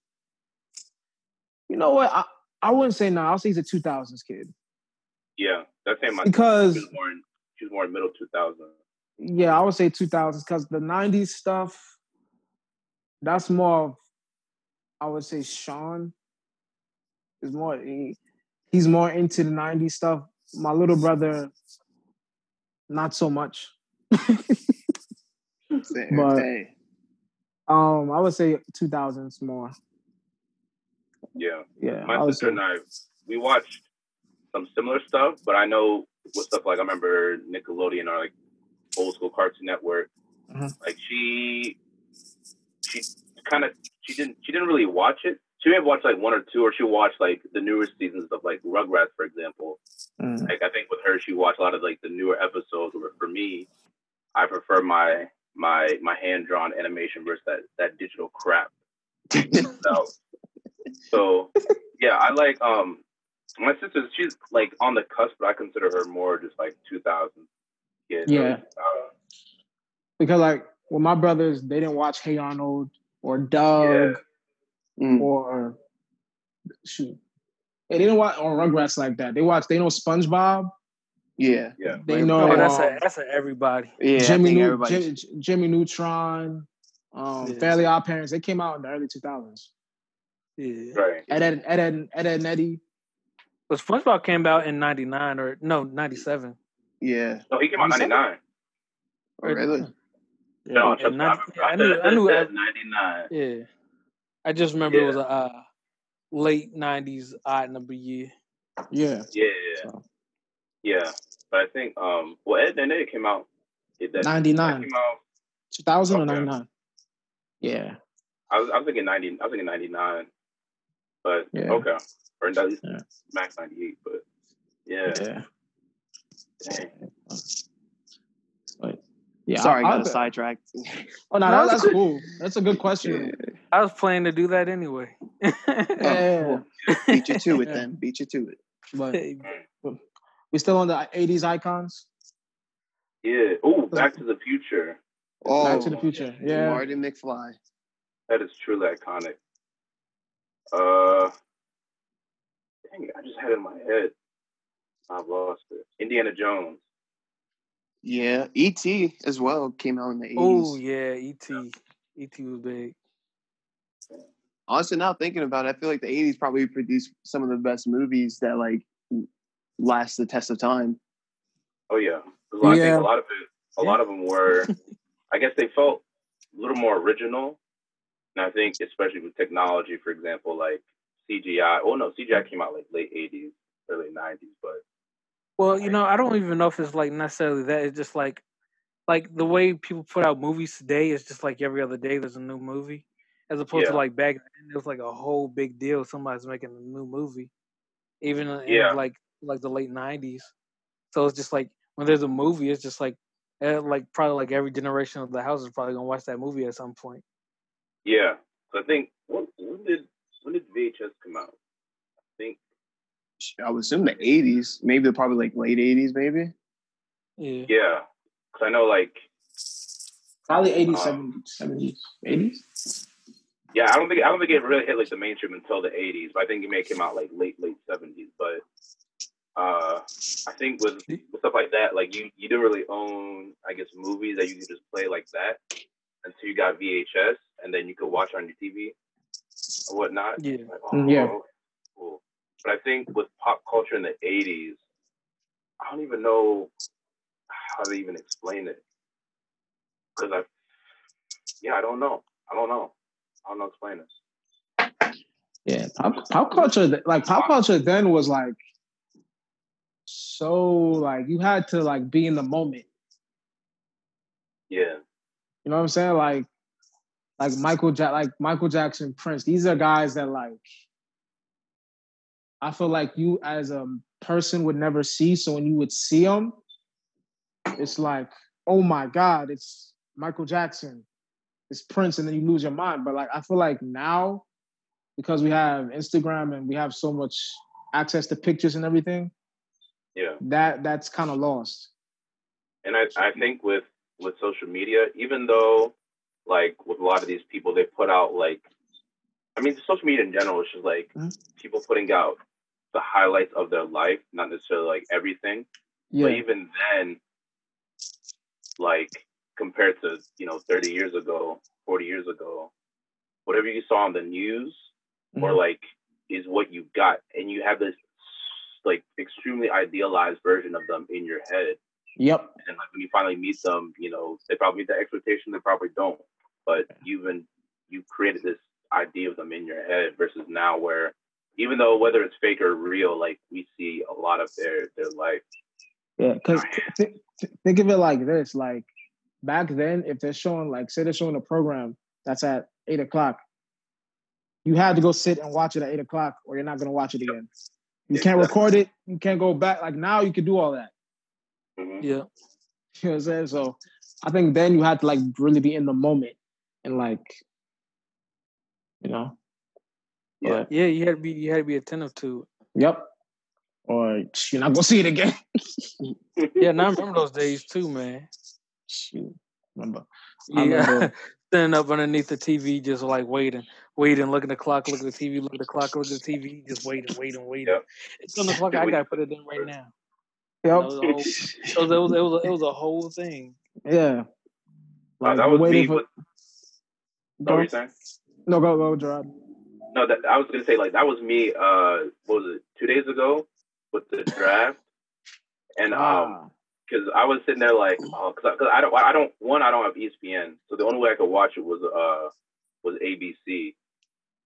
You know what? I I wouldn't say no. I'll say he's a 2000s kid
yeah. That's saying my
because.
she was born. She was born middle two thousand.
yeah, I would say 2000s because the 90s stuff, that's more of, I would say Sean is more, he- he's more into the 90s stuff. My little brother, not so much.
Fair,
But-
fair.
Um, I would say 2000s more.
Yeah.
Yeah, I
My
would
sister
say.
and I we watched some similar stuff, but I know what stuff like I remember Nickelodeon or like old school Cartoon Network.
Mm-hmm.
Mhm.
Like she, she kind of she didn't she didn't really watch it. She may have watched like one or two, or she watched like the newer seasons of like Rugrats, for example.
Mm.
Like I think with her, she watched a lot of like the newer episodes. Where for me, I prefer my my my hand drawn animation versus that that digital crap. So, so yeah, I like um my sister. She's like on the cusp, but I consider her more just like two thousand.
Yeah.
Uh,
Because, like, with my brothers, they didn't watch Hey Arnold or Doug
Mm.
or shoot. They didn't watch or Rugrats like that. They watch. They know SpongeBob.
Yeah,
yeah.
They
Like,
know.
Oh, that's
um,
a that's a everybody.
yeah. I
Jimmy,
think
Neu-
everybody's
Jim- Jimmy Neutron, um,
Yeah.
Fairly Odd Parents. They came out in the early 2000s.
Yeah.
Right.
Ed, Ed, Ed, Ed, Ed, Ed and Eddie.
But SpongeBob came out in ninety nine or no ninety seven.
Yeah.
No, he came out
You said-
ninety nine.
Oh, really?
No,
Yeah,
I,
and not-
I,
I knew, I knew, I,
ninety nine.
yeah. I just remember it was a uh, late '90s odd number year.
Yeah.
Yeah, yeah,
So,
yeah. But I think um, well, Ed and Ed came out. It, that, That
99.
came out.
2000 or
Okay.
99? Yeah.
I was, I was thinking ninety. I was thinking ninety nine. But
Yeah.
okay, or that is
Yeah.
max ninety eight. But yeah,
Yeah.
dang.
But, yeah.
Sorry,
I-
I
I-
got sidetracked.
(laughs) Oh, no,
No,
that-
that's
that's cool. That's a good question.
I was planning to do
(laughs)
that anyway. (laughs)
Yeah.
well, beat
(laughs)
you to it
Yeah.
then. Beat you to it.
But we still on the 80s icons?
yeah. Oh, Back to the Future.
Oh,
Back to the Future. Yeah.
Marty McFly.
That is truly iconic. Uh, dang it! I just had it in my head. I've lost it. Indiana Jones.
Yeah, E.T. as well came out in the 80s.
oh yeah, ET. ET was big.
Honestly, now thinking about it, I feel like the 80s probably produced some of the best movies that like last the test of time.
Oh yeah, 'Cause I
Yeah.
think a lot of it, a lot of them were. I guess they felt a little more original, and I think especially with technology, for example, like CGI. Oh no, CGI came out like late '80s, early '90s, but
Well, you know, I don't even know if it's like necessarily that. It's just like, like the way people put out movies today is just like every other day there's a new movie, as opposed to
Yeah.
like back then it was like a whole big deal. Somebody's making a new movie, even in
Yeah.
like like the late '90s. So it's just like when there's a movie, it's just like, eh, like probably like every generation of the house is probably gonna watch that movie at some point.
yeah. So I think when, when did when did VHS come out? I think
I would assume the 80s, maybe probably like late 80s, maybe.
Yeah.
yeah, because I know like
Probably 80s,
Um,
70s, 70s, 80s.
yeah, I don't think I don't think it really hit like the mainstream until the '80s, but I think it may came out like late late '70s, but. uh, I think with, with stuff like that, like you, you didn't really own, I guess, movies that you could just play like that until you got VHS, and then you could watch on your TV and whatnot.
Yeah.
Like, oh,
Yeah.
okay, cool. But I think with pop culture in the '80s, I don't even know how to even explain it because I, yeah, I don't know. I don't know. I don't know how to explain it.
Yeah, pop, pop culture, th- like pop culture, then was like so like you had to like be in the moment.
Yeah.
You know what I'm saying? Like, like Michael, ja- like Michael Jackson, Prince. These are guys that like I feel like you as a person would never see. So when you would see them, it's like, oh my god, it's Michael Jackson, it's Prince, and then you lose your mind. But like I feel like now, because we have Instagram and we have so much access to pictures and everything.
Yeah.
that that's kind of lost.
and I, I think with with social media, even though like with a lot of these people, they put out like, I mean, social media in general is just like
Mhm.
people putting out the highlights of their life, not necessarily like everything. But
Yeah,
even then, like compared to you know thirty years ago, forty years ago, whatever you saw on the news or
Mhm.
like is what you got, and you have this like extremely idealized version of them in your head
yep,
and like when you finally meet them, you know, they probably meet the expectation, they probably don't. But you've been you've created this idea of them in your head versus now where even though whether it's fake or real, like we see a lot of their their life.
yeah. Because think of it like this: like back then, if they're showing, like, say they're showing a program that's at eight o'clock, you had to go sit and watch it at eight o'clock, or you're not gonna watch it again. You can't
Exactly.
record it. You can't go back. Like now, you can do all that. (laughs)
Mhm.
Yeah.
You know what I'm saying? So, I think then you had to like really be in the moment and like, you know,
Yeah.
But,
Yeah. You had to be. You had to be attentive to.
yep. Or you're not gonna see it again.
It. Yeah. And I remember those days too, man.
Shoot, remember? I
Yeah.
remember.
(laughs) Standing up underneath the TV, just like waiting, waiting, looking at the clock, looking at the TV, looking at the clock, looking at the TV, just waiting, waiting, waiting.
Yep.
It's on the clock. I gotta put it in right now. You know,
Yep.
it was
(laughs)
a whole- it was, it was, it was, a- it was a whole thing.
Yeah.
Uh,
Like
that
you're
was me
waiting for
with oh,
go,
you're saying?
no go go Gerard.
No, that I was gonna say like that was me uh what was it, two days ago with the draft. And um
Ah,
because I was sitting there like, oh, because I, I don't, I don't, one, I don't have E ESPN, so the only way I could watch it was uh was ABC,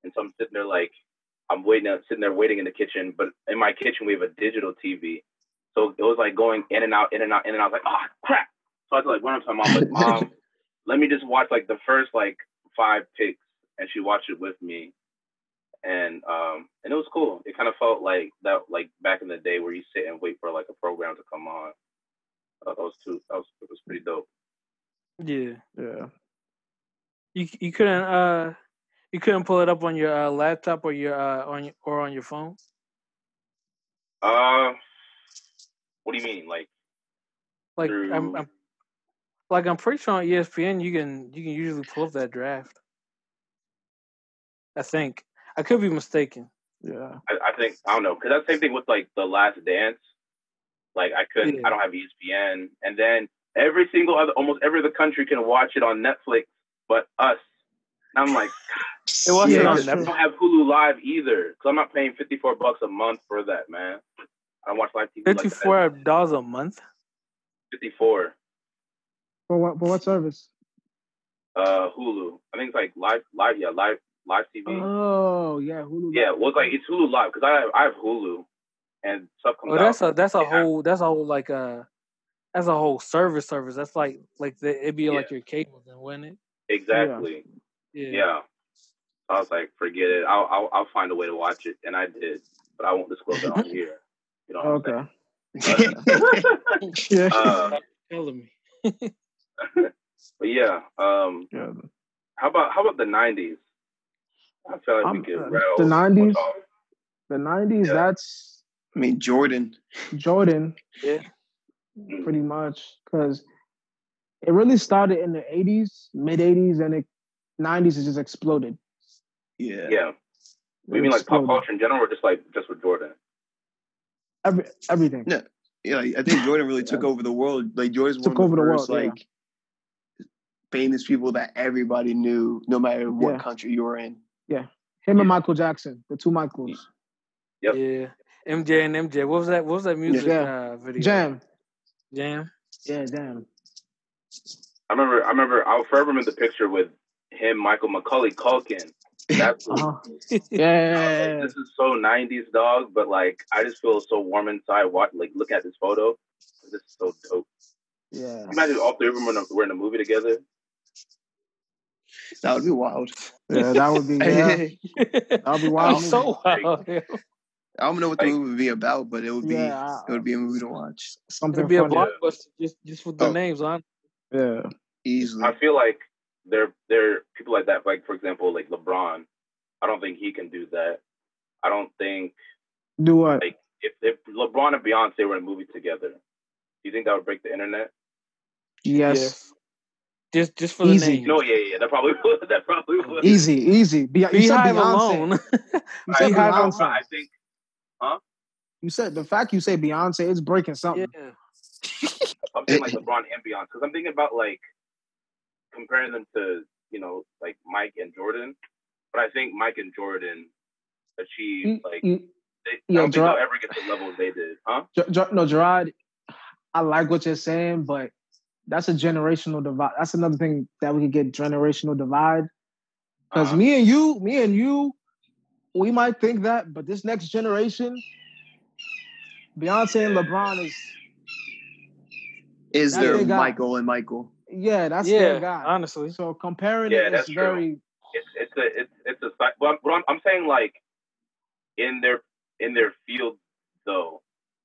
and so I'm sitting there like, I'm waiting, I'm sitting there waiting in the kitchen, but in my kitchen we have a digital TV, so it was like going in and out, in and out, in and out, like, oh crap! So I was like, when I'm talking, mom, like, mom, let me just watch like the first like five picks, and she watched it with me. And um and it was cool. It kind of felt like that, like back in the day where you sit and wait for like a program to come on. Uh, that was too. That was, it was pretty dope.
Yeah,
Yeah.
you you couldn't uh you couldn't pull it up on your uh, laptop or your uh on your, or on your phone.
Uh, what do you mean? Like
Like
through?
I'm, I'm like I'm pretty sure on E ESPN you can you can usually pull up that draft. I think I could be mistaken.
Yeah.
I, I think I don't know because that's the same thing with like the Last Dance. Like I couldn't.
Yeah.
I don't have E ESPN, and then every single other, almost every other country can watch it on Netflix, but us. And I'm like,
It wasn't
Yeah,
on
that's
I
Netflix.
don't have Hulu Live either, so I'm not paying 54 bucks a month for that, man. I don't watch live TV. like that.
Fifty four dollars a month.
54.
For what? For what service?
Uh, Hulu. I think it's like live, live, yeah, live, live TV.
Oh yeah, Hulu.
Yeah, well, it's like it's Hulu Live because I have, I have Hulu, and stuff comes
Oh,
out.
that's a that's a
Yeah.
whole that's a whole like uh that's a whole service service. That's like like the, it'd be
Yeah.
like your cable then, wouldn't it?
exactly. Yeah. I was like, forget it. I'll, I'll I'll find a way to watch it, and I did, but I won't disclose it on here. You know. What
Okay. (laughs)
(laughs)
I'm saying? (laughs)
Yeah.
uh,
Telling me.
but yeah. Um.
yeah.
How about how about the '90s? I feel like we
I'm-
could
uh,
rattle
the
some
90s?
off.
The nineties.
Yeah.
That's
I mean, Jordan.
Jordan,
Yeah.
Mm.
pretty much, because it really started in the eighties, mid eighties, and it nineties it just exploded.
Yeah.
Yeah.
It
We mean like pop
exploded.
culture in general, or just like just with Jordan?
Every, everything.
No. Yeah, like, I think Jordan really took over the world. Like Jordan's one
Took
of the
over the
first
world, yeah.
like famous people that everybody knew, no matter what
Yeah.
country you were in.
Him
Yeah.
and Michael Jackson, the two Michaels.
Yep.
Yeah. MJ and MJ. What was that? What was that music
Yeah.
uh, video?
Jam.
Jam. (laughs)
(laughs)
Yeah, damn.
I remember. I remember. I'll forever remember the picture with him, Michael McCully Culkin. That's what-
Uh-huh.
(laughs)
I
Yeah,
was
yeah,
like,
yeah,
this is so '90s, dog. But like, I just feel so warm inside. What, like, look at this photo. This is so dope.
yeah. yeah.
Imagine all three of them were in a, were in a movie together.
That would be wild.
Yeah, that
(laughs)
would be yeah. That would be
Wow.
wild.
He's so wild. yo.
I don't know what the
Like-
movie would be about, but it would be
Yeah, I-
it would be a movie to watch
Something
It'd be a
funny.
blockbuster just just with the
Oh.
names on.
Yeah.
easily.
I feel like there there are people like that. Like for example, like LeBron. I don't think he can do that. I don't think
Do what?
Like- if if LeBron and Beyonce were in a movie together, do you think that would break the internet?
Yes.
Yeah. Just just for the
Easy.
names.
No, yeah, yeah, that probably (laughs) would. That probably would.
Easy, easy. Be- you said
Beehive
Beyonce.
alone. (laughs)
You said
I,
Beehive
Beyonce.
I think
You said the fact you say Beyonce, it's breaking
yeah.
something.
I'm thinking like LeBron and Beyonce because I'm thinking about like comparing them to you know like Mike and Jordan, but I think Mike and Jordan
You-
achieved
Mm,
like they,
you-
I don't
yeah,
think
Gerard-
they'll ever get to the level they did, huh?
Ger- Ger- no, Gerard, I like what you're saying, but that's a generational divide. That's another thing that we could get generational divide. Because
Uh-huh.
me and you, me and you, we might think that, but this next generation, Beyonce and LeBron is
Is
That's
there
their guy.
Michael and Michael?
yeah, that's their
yeah.
guy.
Honestly.
So comparing
Yeah,
it
that's
is
true.
very
it's it's a it's it's a sci- but I'm, but I'm, I'm saying like in their in their field though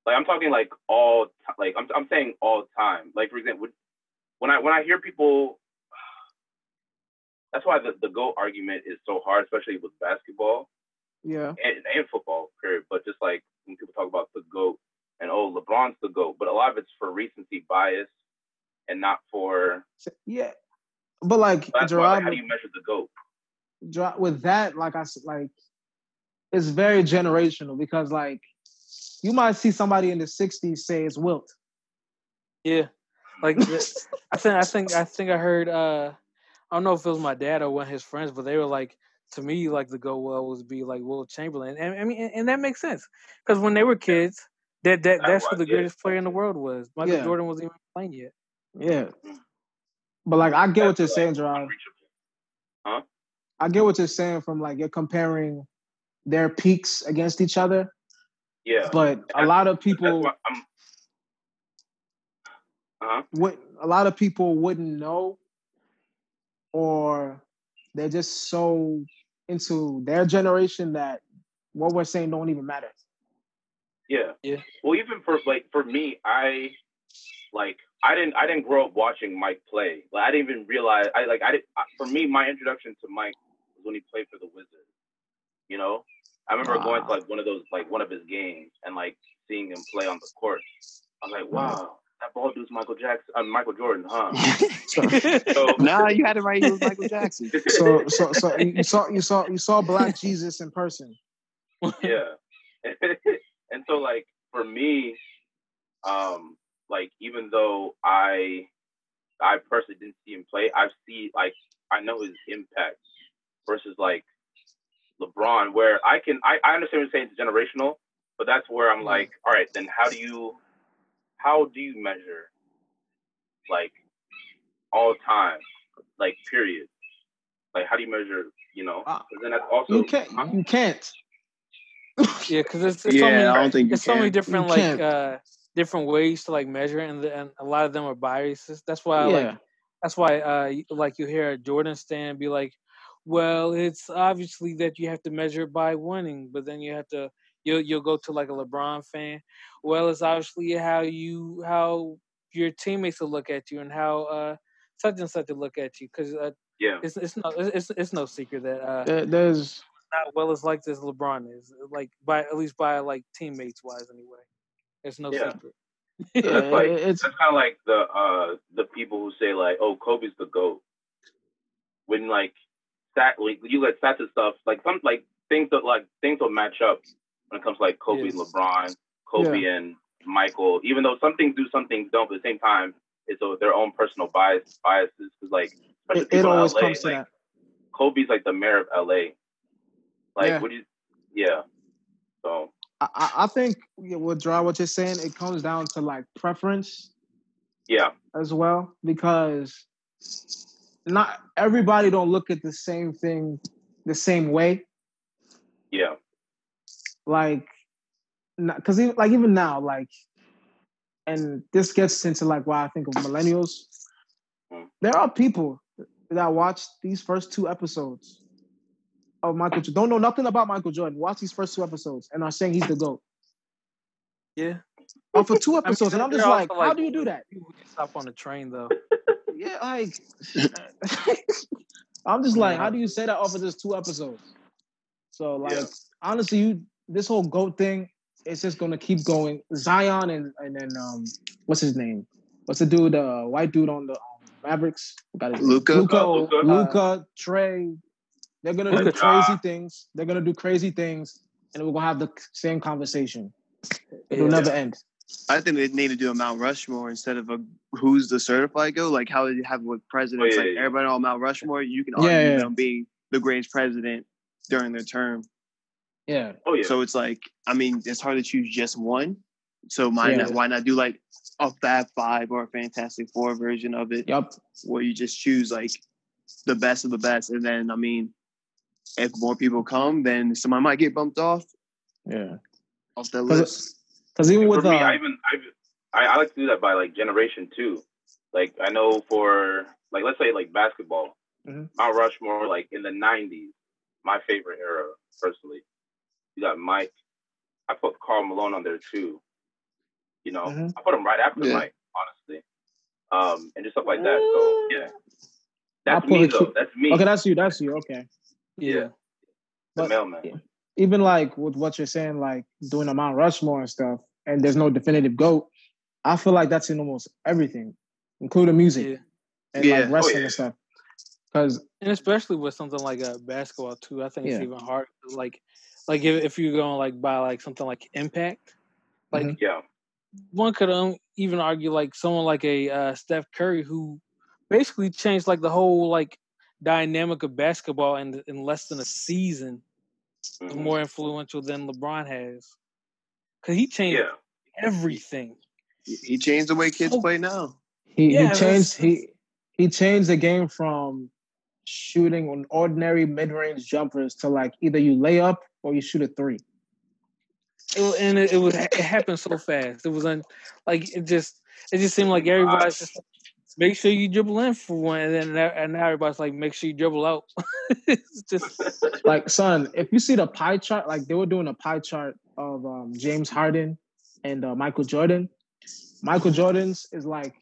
like I'm talking like all ti- like I'm I'm saying all time like for example when I when I hear people (sighs) that's why the the goat argument is so hard especially with basketball
yeah,
and, and football period but just like when people talk about the goat and oh LeBron's the goat but a lot of it's for recency bias and not for
yeah. But like
that's why, like,
Gerard,
how do you measure the goat
dra- with that, like I s- like, it's very generational because like you might see somebody in the '60s say it's Wilt.
Yeah. Like
(laughs)
the- I think I think I think I heard uh I don't know if it was my dad or one of his friends, but they were like to me like the go well was be like Will Chamberlain. And I mean and, and that makes sense. Because when they were kids, That that
That
that's who
was
the
it.
greatest player in the world was. Michael
Yeah.
Jordan wasn't even playing yet.
Yeah. But like I get what
That's
you're
like
saying, Gerard.
unreachable.
I get what you're saying from like you're comparing their peaks against each other.
Yeah.
But a lot of
That's
people
why I'm. Uh-huh.
would a lot of people wouldn't know or they're just so into their generation that what we're saying don't even matter.
Yeah.
Yeah.
Well, even for like for me, I like I didn't I didn't grow up watching Mike play. Like I didn't even realize I like I didn't for me my introduction to Mike was when he played for the Wizards. You know, I remember
Wow.
going to like one of those like one of his games and like seeing him play on the court. I'm like, wow, that ball dude's Michael Jackson, uh, Michael Jordan,
(laughs)
huh?
So
Oh,
So,
nah, you had it right. He was Michael (laughs) Jackson.
so so so you you saw you saw you saw Black Jesus in person.
yeah. (laughs) and so like for me, um, like even though I I personally didn't see him play, I've seen like I know his impact versus like LeBron, where I can I, I understand what you're saying it's generational, but that's where
Mm-hmm.
I'm like, all right, then how do you how do you measure like all time, like period? Like how do you measure, you know?
Uh,
'Cause then that's also
You can't you can't.
(laughs) Yeah, because it's, it's so many
Yeah, I don't think you
it's so many
can.
You
different like
can't.
uh different ways to like measure it, and, the, and a lot of them are biases. That's why Uh, like
Yeah.
that's why uh you- like you hear Jordan stand be like, well, it's obviously that you have to measure it by winning, but then you have to you'll you'll go to like a LeBron fan. Well, it's obviously how you how your teammates will look at you and how uh such and such will look at you because uh,
yeah.
it's it's no it's it's no secret that uh
There- there's
not well as liked as LeBron is, like by at least by like teammates wise anyway. There's no
Yeah.
secret.
yeah,
That's like-
it's
That's kind of like the uh the people who say like, oh, Kobe's the goat. When like stat, like you get stats and stuff, like some like things that like things don't match up when it comes to like Kobe and
Yes.
LeBron, Kobe and Michael. Even though some things do, some things don't. But at the same time, it's uh, their own personal bias biases. 'Cause, like especially
it, it
people in
always
LA,
comes to
like,
that.
Kobe's like the mayor of LA. Like,
Yeah.
what do you? Yeah. So
I- I, I think yeah, what draw what you're saying, it comes down to like preference
yeah,
as well because not everybody don't look at the same thing the same way.
yeah,
Like, because even, like even now, like, and this gets into like why I think of millennials.
Mm.
There are people that watch these first two episodes of Michael. Jo- Don't know nothing about Michael Jordan. Watch these first two episodes and are saying he's the goat.
Yeah.
Or for
(laughs)
two
mean,
episodes, and I'm
they're
just
also
like, how
like-
do you do that?
People can stop on the train though.
Yeah, like (laughs) I'm just like, how do you say that off of just two episodes? So like
Yeah.
honestly, you this whole goat thing, it's just gonna keep going. Zion and and then um what's his name? What's the dude, uh white dude on the um, Mavericks? Got his
Luka?
Luca,
Uh, Luka?
Luca, Trey. They're gonna do
Luka.
crazy things. They're gonna do crazy things, and we're gonna have the same conversation. It'll
Yeah.
never end.
I think they need to do a Mount Rushmore instead of a who's the certified go. Like how you have with presidents,
Oh, yeah,
like
yeah.
everybody on Mount Rushmore, you can
Yeah,
argue
yeah.
them being the greatest president during their term.
Yeah,
oh yeah,
So it's like, I mean, it's hard to choose just one. So why
Yeah.
not? Why not do like a Fab Five or a Fantastic Four version of it,
yep.
where you just choose like the best of the best, and then I mean, if more people come, then somebody might get bumped off
Yeah,
off the list.
because even
And
with
for me,
uh,
I even I, even- I I like to do that by like generation too. Like I know for like let's say like basketball,
Mhm.
Mount Rushmore like in the '90s, my favorite era personally. You got Mike. I put Carl Malone on there too. You know,
Mhm.
I put him right after
Yeah.
Mike, honestly, um, and just stuff like that. So yeah, that's
put
me
a
though.
cute-
That's me,
okay, that's you. That's you. Okay.
Yeah.
the
But
mailman.
yeah. even like with what you're saying, like doing a Mount Rushmore and stuff, and there's no definitive goat. I feel like that's in almost everything, including music
Yeah.
and
Yeah.
like wrestling
Oh, yeah.
and stuff. Because
And especially with something like uh, basketball too, I think it's
Yeah.
even hard. Like, like if, if you're going like by like something like impact, like
Mhm.
Yeah,
one could um, even argue like someone like a uh, Steph Curry who basically changed like the whole like dynamic of basketball in in less than a season.
Mhm.
is more influential than LeBron has. Cause he changed
yeah,
everything.
He changed the way kids
Oh.
play now.
He,
Yeah,
he
that's-
changed he he changed the game from shooting on ordinary mid range jumpers to like either you lay up or you shoot a three.
It, wa- and it, it was it happened so fast. It was un, like it just it just seemed like everybody's just like, make sure you dribble in for one, and then now- and now everybody's like make sure you dribble out. (laughs) it's just
Like son, if you see the pie chart, like they were doing a pie chart of um, James Harden and uh, Michael Jordan. Michael Jordan's is like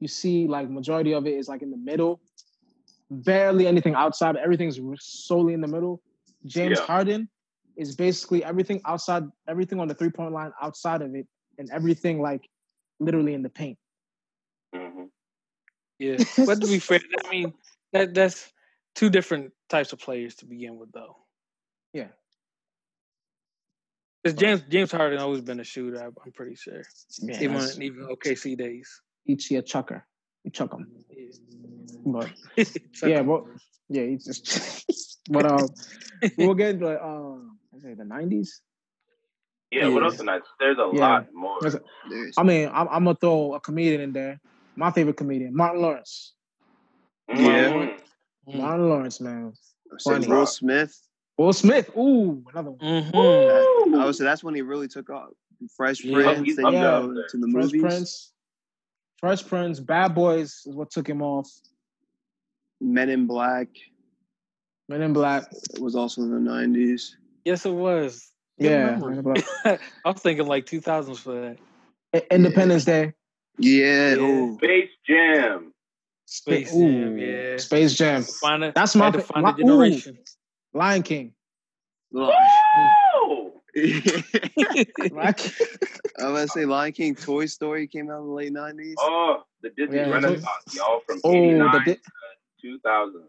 you see like majority of it is like in the middle, barely anything outside. Everything's solely in the middle. James
Yeah.
Harden is basically everything outside, everything on the three point line outside of it, and everything like literally in the paint.
Mhm.
yeah. But to be fair, I mean that that's two different types of players to begin with, though.
Yeah.
'Cause James James Harden always been a shooter. I- I'm pretty sure.
Yeah,
even
that's-
even OKC days.
each year chucker, you chuck them. But
(laughs)
yeah,
yeah,
well, yeah, you just. (laughs) but um, we'll get like um, I say the nineties.
Yeah,
Yeah.
What else tonight? There's a
Yeah.
lot more.
There's a-
There's
I mean, I'm, I'm gonna throw a comedian in there. My favorite comedian, Martin Lawrence.
Yeah.
Mhm.
Mm.
Martin Lawrence, man.
since
funny.
Will Smith.
Will Smith. Ooh, another one.
hmm
I would say that's when he really took off. Fresh
Yeah.
Prince,
He's
they
up
go
there.
to the
Fresh
Mm, movies.
Prince. Fresh Prince. Bad Boys is what took him off.
Men in Black
Men in Black.
was also in the nineties.
Yes, it was. Good
Yeah. Men
memory.
in Black.
(laughs) I was thinking like 2000s for that.
I- Independence Day.
Yeah,
Yeah.
ooh.
Space Jam.
Spa-
Space Jam,
ooh,
yeah.
Space Jam.
Find a,
That's my
had to
fa-
find
my- (laughs)
a generation.
Lion King.
Little-
Woo!
(laughs)
(laughs)
Lion King.
I was gonna say Lion King, Toy Story came out in the late nineties.
Oh, the Disney
Yeah.
Renaissance, y'all, from
Oh,
89
the di-
2000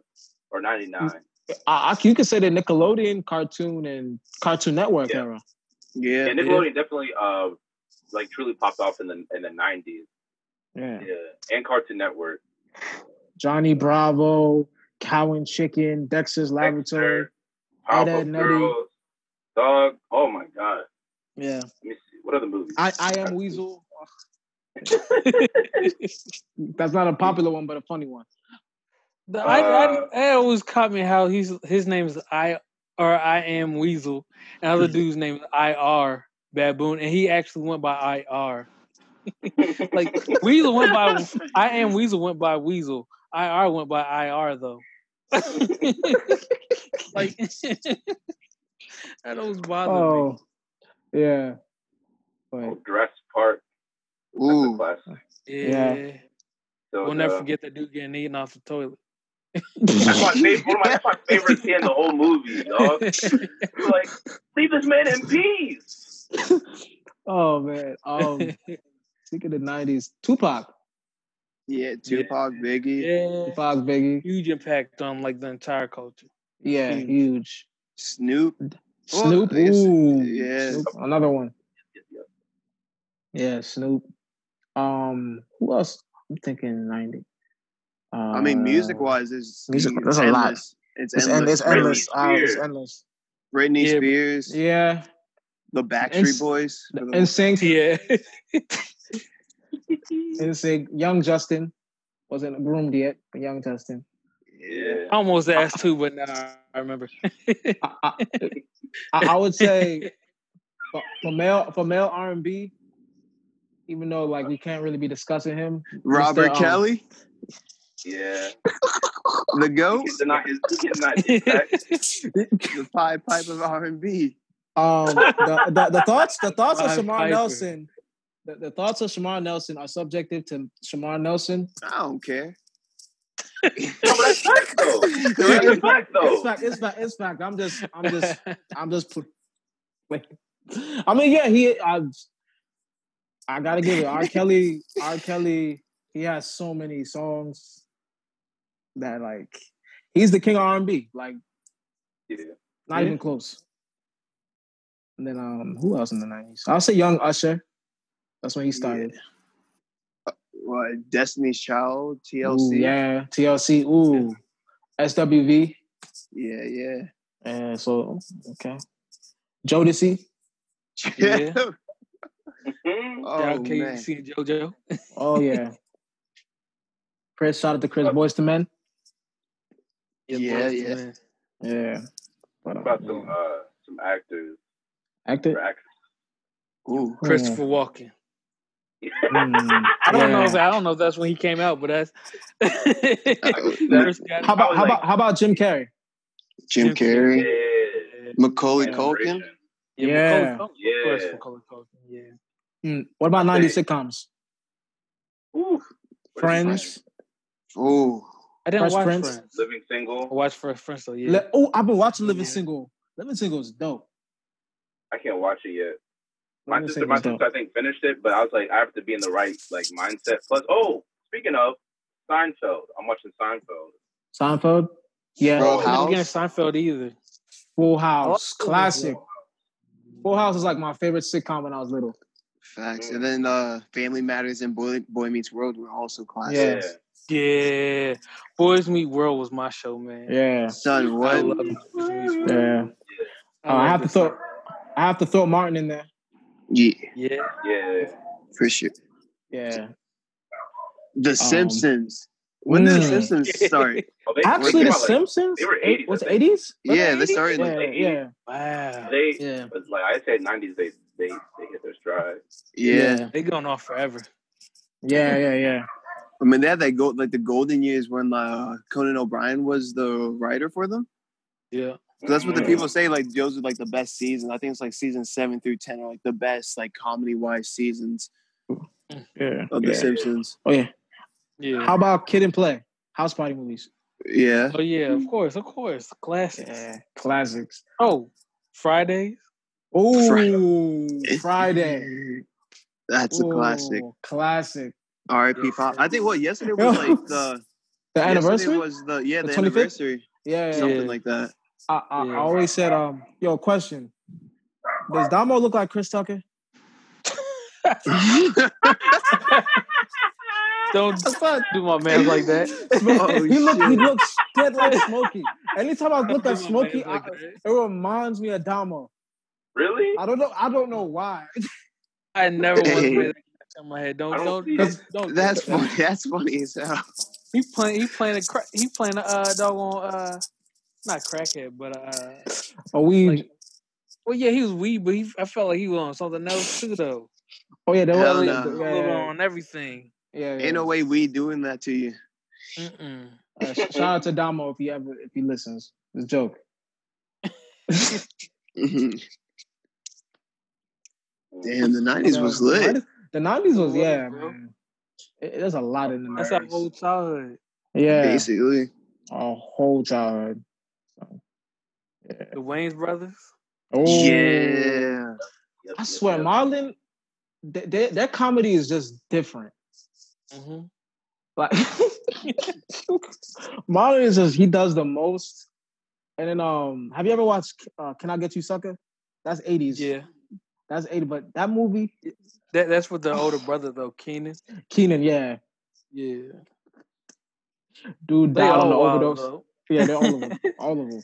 or 99.
I, I, you could say the Nickelodeon cartoon and Cartoon Network
Yeah.
era.
Yeah,
Yeah, Nickelodeon definitely uh like truly popped off in the in the 90s.
Yeah.
Yeah, and Cartoon Network.
Johnny Bravo, Cow and Chicken, Dexter's Laboratory.
Dexter, Powerpuff
Ed, Ed, Nettie.
Girls, Dog. Oh my God.
Yeah.
Let me see. What are the movies?
I, I am
(laughs)
Weasel. That's not a popular one, but a funny one.
The- I, I,
Uh,
I always caught me how he's his name is I or I am Weasel, and
Mm-hmm.
other dude's name is I R Baboon, and he actually went by I R. Like Weasel went by I am Weasel went by Weasel. I R went by I R though. (laughs) like that always bothered me.
Oh, yeah. But
(laughs)
oh, Dress Park. That's a
Ooh,
classic.
Yeah.
So
We'll
the-
never forget that dude getting eaten off the toilet.
That's my favorite. One of my, that's my favorite scene in the whole movie, dog.
(laughs)
like, leave this man in peace.
oh man.
(laughs)
Um, speaking of the '90s, Tupac,
yeah, Tupac, Biggie,
yeah.
Tupac, Biggie.
Huge impact on like the entire culture.
Yeah,
Huge.
huge.
Snoop. Well,
Snoop.
I guess-
Ooh,
yeah.
Snoop, another one. Yeah, Snoop. Um, who else? I'm thinking '90. Uh,
I mean, music wise, is
music- there's a lot.
It's
it's, en-
endless.
it's
Britney-
endless. Uh, it's
Spears.
endless.
Britney
Yeah, but-
Spears,
Yeah,
the
Ins-
Backstreet Boys, for the-
and sync.
(laughs) (laughs) Yeah.
And say young Justin wasn't groomed yet, but young Justin.
Yeah.
I almost asked too, but now I remember. (laughs)
I, I, I I would say for, for male for male R and B, even though like we can't really be discussing him.
Robert
Mr., um,
Kelly,
Yeah. You (laughs)
the Goat,
can't deny his. You can't deny his facts. (laughs)
the Pied Pipe of R and B.
Um, the, the, the thoughts the thoughts of
Clive
Shamar
Piper.
Nelson, the, the thoughts of Shamar Nelson are subjective to Shamar Nelson.
I don't care.
No, but that's facts though.
Right.
That's facts
It's
though.
fact. It's fact. It's fact. I'm just. I'm just.
(laughs)
I'm just put. Wait. I mean, yeah, he. I. I gotta give it. R. Kelly. R. Kelly. He has so many songs that like he's the king of R and B. Like
Yeah.
not even close. And then um, who else in the nineties? I'll say Young Usher. That's when he started.
What Destiny's Child,
Ooh,
TLC.
yeah. TLC. Ooh. SWV.
yeah, yeah.
And so okay. Jodeci.
(laughs)
Yeah.
Mhm.
Oh
okay,
man,
see JoJo.
Oh yeah. Chris, shout out to Chris Boys to Men.
Yeah,
boys,
yeah.
man.
Yeah. But,
What
um,
about
yeah.
some uh some actors or
Actor.
actors?
ooh,
Christopher Walken.
Hmm.
I don't know.
Yeah.
If, I don't know if that's when he came out, but that's. (laughs) Chris got
How about
was
how
like-
about how about Jim Carrey?
Jim
Jim
(laughs)
Carrey.
yeah.
Carrey, Macaulay
Like
Culkin.
Operation.
Yeah,
Yeah.
Macaulay Culkin, of course,
Yeah.
Macaulay Culkin, yeah.
Hmm. What about
I
'90s
think-
sitcoms?
Ooh. What is he
Friends.
Ooh,
I didn't
Fresh
watch
Prince.
Friends.
playing? Living
I
single.
watched Fresh Prince though. Yeah,
Le- oh, I've been watching Living
Yeah.
Single. Living Single is dope.
I can't watch it yet. My
Living
sister,
Single
my
is dope.
sister, I think finished it, but I was like, I have to be in the right like mindset. Plus, oh, speaking of Seinfeld, I'm watching Seinfeld.
Seinfeld. Yeah.
Full
Oh.
I never
House.
get in Seinfeld either.
Full House.
I like Full House,
Classic. Full House is like my favorite sitcom when I was little.
Facts. And then uh, Family Matters and Boy, Boy Meets World were also classics.
Yeah.
Yeah.
Yeah, Boys Meet World was my show, man.
Yeah.
Son,
I
what?
love Boys Meet World.
Yeah. Oh, I
loved
have to
it.
throw. I have to throw Martin in there.
Yeah,
Yeah,
Yeah.
for sure.
Yeah.
The Simpsons. When did The
Mm.
(laughs)
Simpsons start?
Oh, they, they
Actually, The
about, like,
Simpsons.
they were 80s,
Was
I
it
think.
80s?
yeah, they started.
Yeah.
Yeah. Yeah.
wow,
they
Yeah.
but like I say, nineties they they they hit their stride.
yeah.
Yeah.
they going on forever.
Yeah. Yeah. Yeah.
I mean, they had that gold, like the golden years when uh, Conan O'Brien was the writer for them.
Yeah,
So that's what the
Mm.
Yeah.
people say. Like those are like the best seasons. I think it's like season seven through ten are like the best, like comedy wise seasons
Yeah.
of The
yeah.
Simpsons.
Oh yeah.
yeah.
How about Kid and Play? House party movies.
Yeah.
oh yeah, of course, of course, classics.
Yeah. Classics.
Oh, Fridays.
Oh, Friday.
(laughs) That's a classic.
Oh, classic.
R.I.P.
Yeah,
Pop. I think what yesterday
Yo,
was like the
the
yesterday
anniversary.
was the yeah
The
the
25th?
anniversary
yeah. yeah.
Yeah.
something like
(laughs)
that. (laughs)
I, I, I
Yeah.
always said, um, yo, question. Does Damo look like Chris
(laughs)
Tucker?
Don't
I said,
do my man like that.
man,
Oh,
he look, he
shit.
looks dead like
(laughs)
Smokey. Anytime I
Don't
look
do
at
my man
Smokey, I,
like that.
it reminds me of Damo.
Really?
I don't know. I don't know why.
I never once
Hey.
made that connection in my head. Don't
I don't
don't
see
don't, don't do
That's
that.
funny. That's funny as hell.
He playing he playing a cra- he playing a uh, doggone uh not crackhead but uh
Oh, we.
like well yeah he was weed but he I felt like he was on something else too though.
oh yeah, they were.
Hell
yeah,
no.
A
yeah,
little on everything.
yeah, yeah, yeah.
Ain't no way we doing that
(laughs)
to you.
Mm-mm.
Uh, sh- shout out to Damo if he ever if he listens. It's a joke.
Damn,
Mm.
the nineties was
the
lit.
90s, the 90s was
It was,
yeah,
bro.
man. It- it- there's a lot in the
That's our
90s.
whole childhood.
Yeah,
Basically,
our whole childhood. Yeah.
The Wayne's brothers.
Oh,
yeah.
Yep,
I
yep,
swear,
yep.
Marlon, th- th- their comedy is just different.
Mm-hmm.
Like (laughs) Marlon is just he does the most. And then um, have you ever watched uh, Can I Get You Sucker? That's 80s.
Yeah.
That's 80. But that movie,
That that's with the older brother though, Keenan.
Keenan, yeah,
Yeah.
dude
They
died on the
all wild
overdose.
though.
Yeah, they're all of
(laughs)
them. All of them.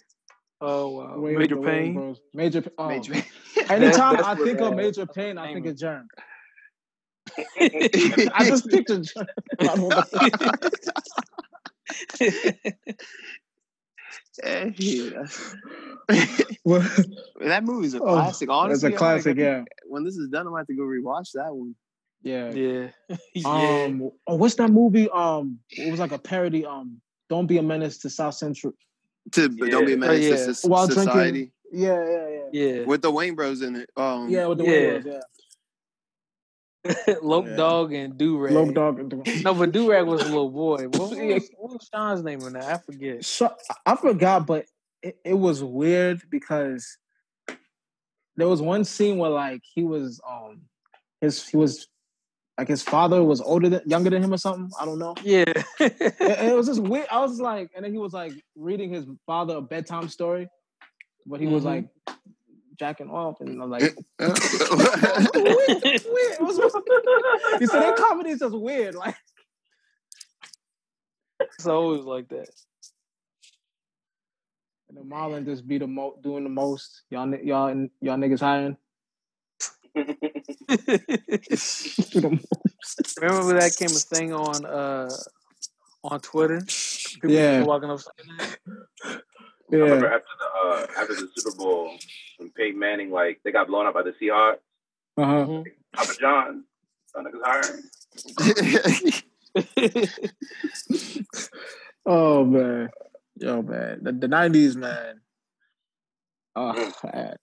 Oh wow.
Way
Major
the way,
Pain.
bros. Major. Pa- Oh,
Major.
anytime
that's
I
what,
think
uh,
of Major Pain, I
name
think
is.
of Germ. (laughs) I
(laughs)
just pictured (laughs) Germ. I don't know what the-
Hey, that's-
What?
(laughs) that movie's a
Oh,
classic.
That's a
Honestly, I'm like, I
classic.
think
Yeah.
when this is done, I'm gonna have to go rewatch that one.
Yeah.
(laughs) yeah. yeah.
Um. Oh, what's that movie? Um. It was like a parody. Um. Don't be a menace to South Central
To but don't be
Yeah.
a menace
yeah.
to s-
Oh, while
society
drinking. Yeah. Yeah. Yeah.
Yeah.
with the Wayne Bros in it. Um, (laughs)
Yeah. With the
Yeah.
way it was. Yeah.
(laughs) Loke
Yeah.
Dog and Do
Low
Rag.
dog. and the-
No, but Do Rag was a little boy. What was,
Yeah.
what was Sean's name in that? I forget.
So I forgot, but it, it was weird because there was one scene where like he was um his he was like his father was older than younger than him or something. I don't know. (laughs)
Yeah. (laughs)
It, it was just weird. I was just like, and then he was like reading his father a bedtime story, but he was
Mhm.
like jacking off, and I'm like,
yeah.
weird, weird.
(laughs)
What's- what's- you said that comedy is just weird. (laughs) Like,
it's always like that.
and then Marlon
(laughs)
just be the mo- doing the most. Y'all, ni- y'all, y'all niggas hiring.
Remember that came a thing on uh on Twitter? People
Yeah.
just
(laughs)
walking up saying that.
I
yeah.
remember after the uh, after the Super Bowl when Peyton Manning like they got blown out by the Seahawks.
Uh-huh.
Papa John, son niggas hiring.
Oh man. Yo man. The the nineties, man. Oh,
Mm.
I,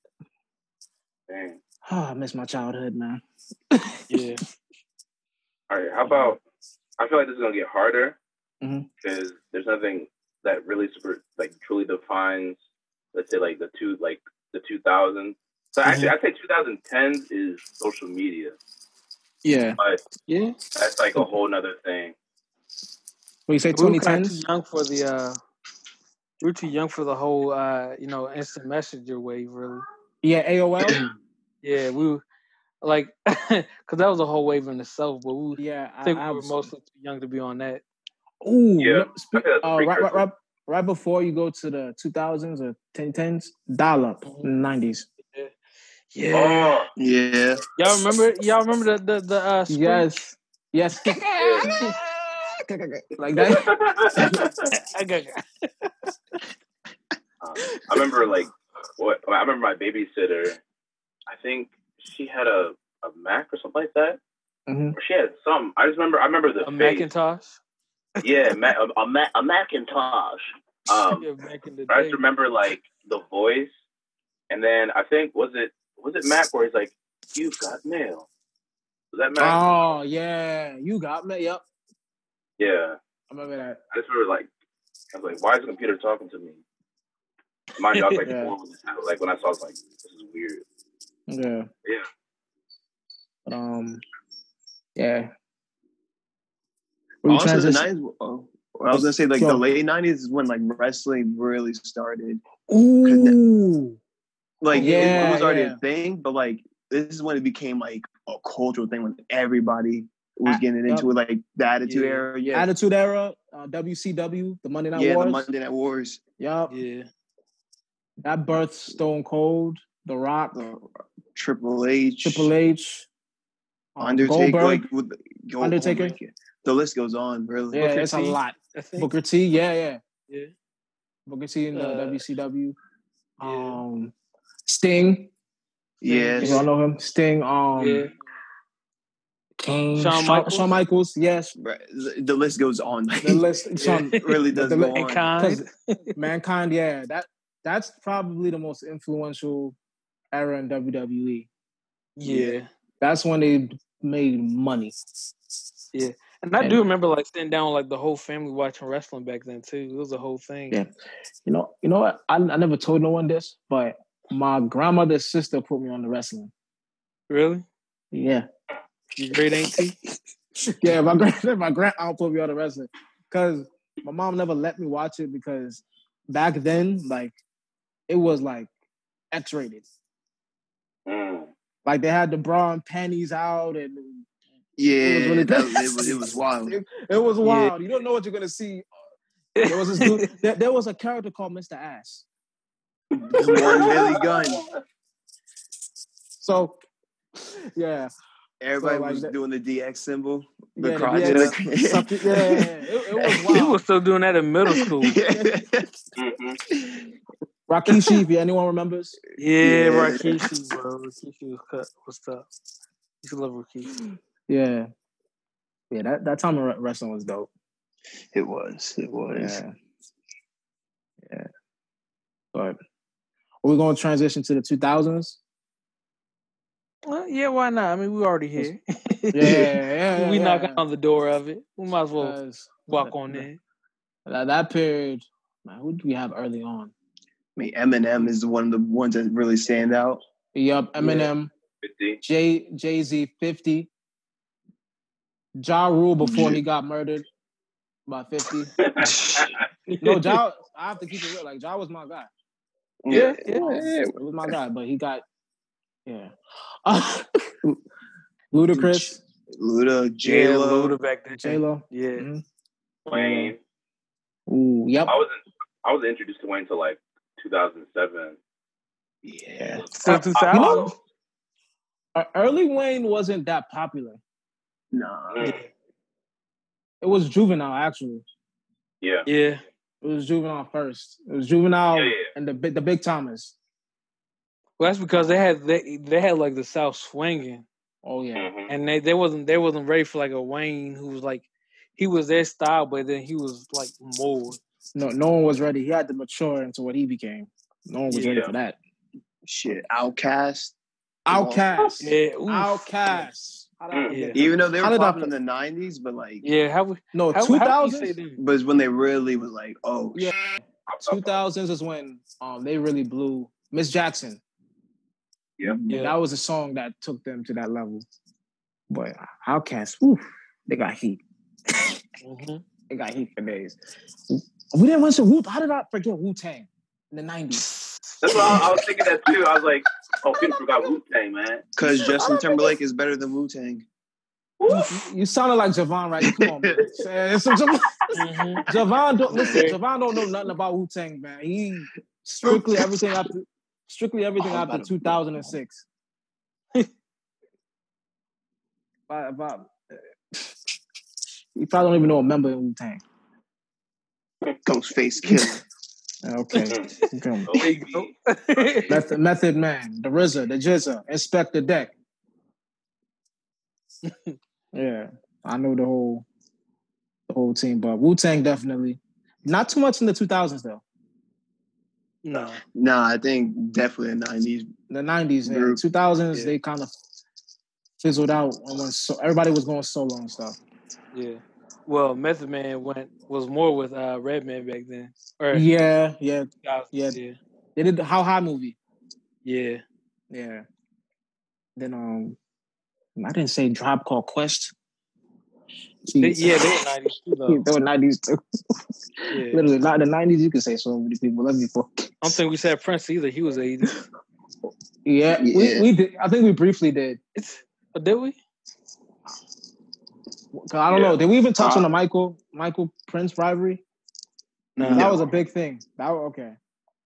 Dang.
oh, (sighs) I miss my childhood, man.
yeah.
All right, how about? I feel like this is gonna get harder because
Mhm.
there's nothing that really super like truly defines. Let's say like the two like the 2000s. So actually, I'd say 2010s is social media.
(laughs) Yeah.
Yeah.
That's like a whole nother thing.
When you say
We were
twenty
kind of too
tens?
young for the uh we were too young for the whole uh, you know, instant messenger wave really.
Yeah, AOL?
Yeah, we were like (laughs) cause that was a whole wave in itself, but we
yeah,
I think we were
abs-
mostly too young to be on that.
Ooh,
Yeah,
no, spe-
I think that's a
uh, right, right,
precursor.
right, right before you go to the 2000s or 1010s, dial up,
Mhm.
90s.
Yeah.
Oh,
yeah.
Y'all remember y'all remember the the, the uh screech?
Yes, yes,
Oh.
like
(laughs)
that.
(laughs) Um, I remember like what I remember my babysitter. I think she had a, a Mac or something like that,
Mhm.
or she had some. I just remember. I remember the
A
face.
Macintosh?
yeah, Ma- a, a, Ma- a Macintosh.
(laughs)
Um,
Yeah, back in the
I
day.
just remember like the voice, and then I think was it was it Mac where he's like, "You've got mail." Was that Mac?
Oh yeah, you got me. Yep,
yeah,
I remember that.
I just remember like I was like, "Why is the computer talking to me?" Mind you, I was like,
(laughs) Yeah.
four when this happened. like when I saw, it, I was like, "This is weird."
Yeah,
Yeah.
But, um, yeah. Were you
Also, the
transition-
nineties. Oh, I was gonna say like
Go
the
on.
late nineties is when like wrestling really started.
Ooh,
Like, it- it,
Yeah,
was already
yeah.
a thing, but like this is when it became like a cultural thing when everybody was
Ah,
getting into it, like the Attitude
Yeah.
Era. Yeah,
Attitude Era, uh, WCW, the Monday Night
yeah,
Wars.
the Monday Night Wars.
Yup,
Yeah.
that birthed Stone Cold, The Rock,
the Triple H,
Triple H, um,
Undertaker,
Goldberg.
like with yo, oh my
Undertaker.
God. the list goes on, really.
yeah,
Booker
it's a
T.
lot.
I think.
Booker T, yeah, yeah.
Yeah.
Booker T in the
Uh,
WCW.
yeah.
Um, Sting,
Yes,
if y'all know him. Sting, um,
yeah.
Kane,
Shawn
Shawn,
Michaels?
Shawn Michaels, yes.
Bruh, the the list goes on.
(laughs)
Like, (laughs)
The list, Shawn,
it really does
the
go
li-
on.
And (laughs) kind.
'cause Mankind, yeah, that that's probably the most influential era in WWE.
Yeah.
That's when they made money.
And I
And-
do remember like sitting down with, like the whole family watching wrestling back then too. It was a whole thing.
Yeah. You know, you know what? I, I never told no one this, but my grandmother's sister put me on the wrestling.
Really?
Yeah.
You great (laughs) auntie?
yeah, (laughs) my grand my grand aunt put me on the wrestling because my mom never let me watch it because back then, like, it was like X rated.
Mm.
Like they had the bra and panties out, and
Yeah,
it was really
that, it, was, it was wild.
It, it was
Yeah.
wild. You don't know what you're gonna see. There was this dude.
(laughs)
there, there was a character called Mr. Ass.
One
(laughs)
Billy Gunn.
So, yeah,
Everybody
So, like,
was
that-
doing the DX symbol, the
yeah, the
crotch,
DX
and the- (laughs)
something- yeah, yeah, yeah. It, it was
(laughs) He was
wild.
still doing that in middle school. (laughs) Yeah,
Mm-hmm.
(laughs)
Rakishi, if anyone remembers,
Yeah.
Rikishi, bro. Rikishi was cut. What's up? You love Rikishi.
yeah, yeah. That that time of wre- wrestling was dope.
It was. It was.
Yeah. Yeah. But we're going to transition to the 2000s.
Well, yeah, why not? I mean, we already here. (laughs)
Yeah. (laughs) yeah, yeah
we
yeah.
knocking on the door of it. We might as well
Because
walk on
that,
in.
that, that period, man, who do we have early on?
I mean, Eminem is one of the ones that really stand out.
Yup, Eminem, (laughs)
Fifty.
Jay Jay Z 50. Ja Rule before he got murdered by 50. No, Ja, I have to keep it real. Like, Ja was my guy.
(laughs) Yeah,
Um,
yeah.
It was my guy, but he got, yeah. (laughs) Ludacris,
Luda,
Yeah,
J Lo.
Luda back then.
J-Lo.
Yeah.
Mm. Wayne.
Ooh, yep.
I was in, I was introduced to Wayne to like 2007.
Yeah.
So
I, I
2000?
followed.
Uh, early Wayne wasn't that popular.
Nah.
Mm,
It was Juvenile actually.
yeah.
Yeah.
It was Juvenile first. It was Juvenile
Yeah, yeah.
and the Big- the Big Thomas.
Well, that's because they had they they had like the South swinging,
Oh yeah,
Mhm.
and they they wasn't they wasn't ready for like a Wayne who was like he was their style, but then he was like more.
no no one was ready. He had to mature into what he became. No one was ready
Yeah.
for that.
Shit. Outcast.
Outcast.
Yeah. oof.
Outcast.
Mm.
Yeah. Oh,
Even though they
How
were
did I
popular in the '90s, but like,
Yeah. How we
No,
how,
two
how we say
thousands.
them?
but it's when they really was like, oh,
Yeah.
yeah.
Two thousands is when um they really blew Miss Jackson.
Yep.
Yeah.
That was a song that took them to that level. But Outcast, oof, they got heat.
Mhm.
They got heat for days. We didn't mention Wu. How did I forget Wu Tang in the nineties?
That's why I, I was thinking that too. I was like, oh, people forgot Wu Tang, man.
because Justin Timberlake is better than Wu Tang.
You sounded like Javon right. Come on, man. Say- it's a Javon,
(laughs) Mhm.
Javon don't listen.
Yeah.
Javon don't know nothing about Wu Tang, man. He strictly everything after strictly everything
Oh,
after
about a-
two thousand and six. (laughs) Bob, Bob, you eh, probably don't even know a member in Wu Tang.
Ghostface Killer.
Okay,
(laughs) Mm.
okay.
Oh,
There you go.
baby.
Mm-hmm.
Method, Method Man, the RZA, the Jizza, Inspector Deck. (laughs) yeah, I know the whole the whole team, but Wu Tang definitely. Not too much in the two thousands though.
no.
(laughs) nah, I think definitely the '90s.
The nineties, yeah.
Group.
Two thousands,
Yeah.
they kind of fizzled out and went so everybody was going solo and stuff.
Yeah. Well, Method Man went was more with uh Redman back then. Or
Yeah, yeah.
yeah.
Yeah.
Yeah.
They did the How High movie.
Yeah.
Yeah. Then um I didn't say Drop Call Quest.
They,
Jeez.
yeah, they uh, were nineties too though.
They were nineties too.
Yeah.
Literally, not the nineties. You could say so many people. Let's be for.
I don't think we said Prince either. He was eighties.
Yeah, we,
Yeah.
we did. I think we briefly did.
But Oh, did we?
'Cause I don't
Yeah.
know. Did we even touch
Uh,
on the Michael Michael Prince rivalry?
No.
That was a big thing. That was- okay.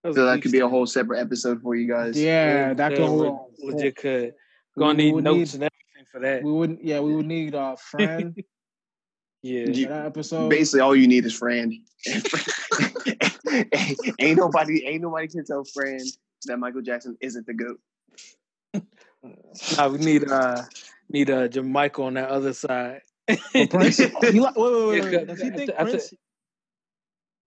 was
So
a
that
huge
could be a
thing.
whole separate episode for you guys.
Yeah, that could
Yeah,
hold
we
on.
legit could.
We
Gonna need
would
notes and everything for that.
We would. Yeah, we would need
(laughs)
uh friend
Yeah.
for
You-
that episode.
Basically, all you need is Fran. (laughs) ain't nobody, ain't nobody can tell Fran that Michael Jackson isn't the goat.
Nah, we need uh need uh Jermichael on that other side.
For
(laughs)
Prince. You like, wait, wait, wait.
Yeah,
wait. Does he
I
think
th- I th-
Prince?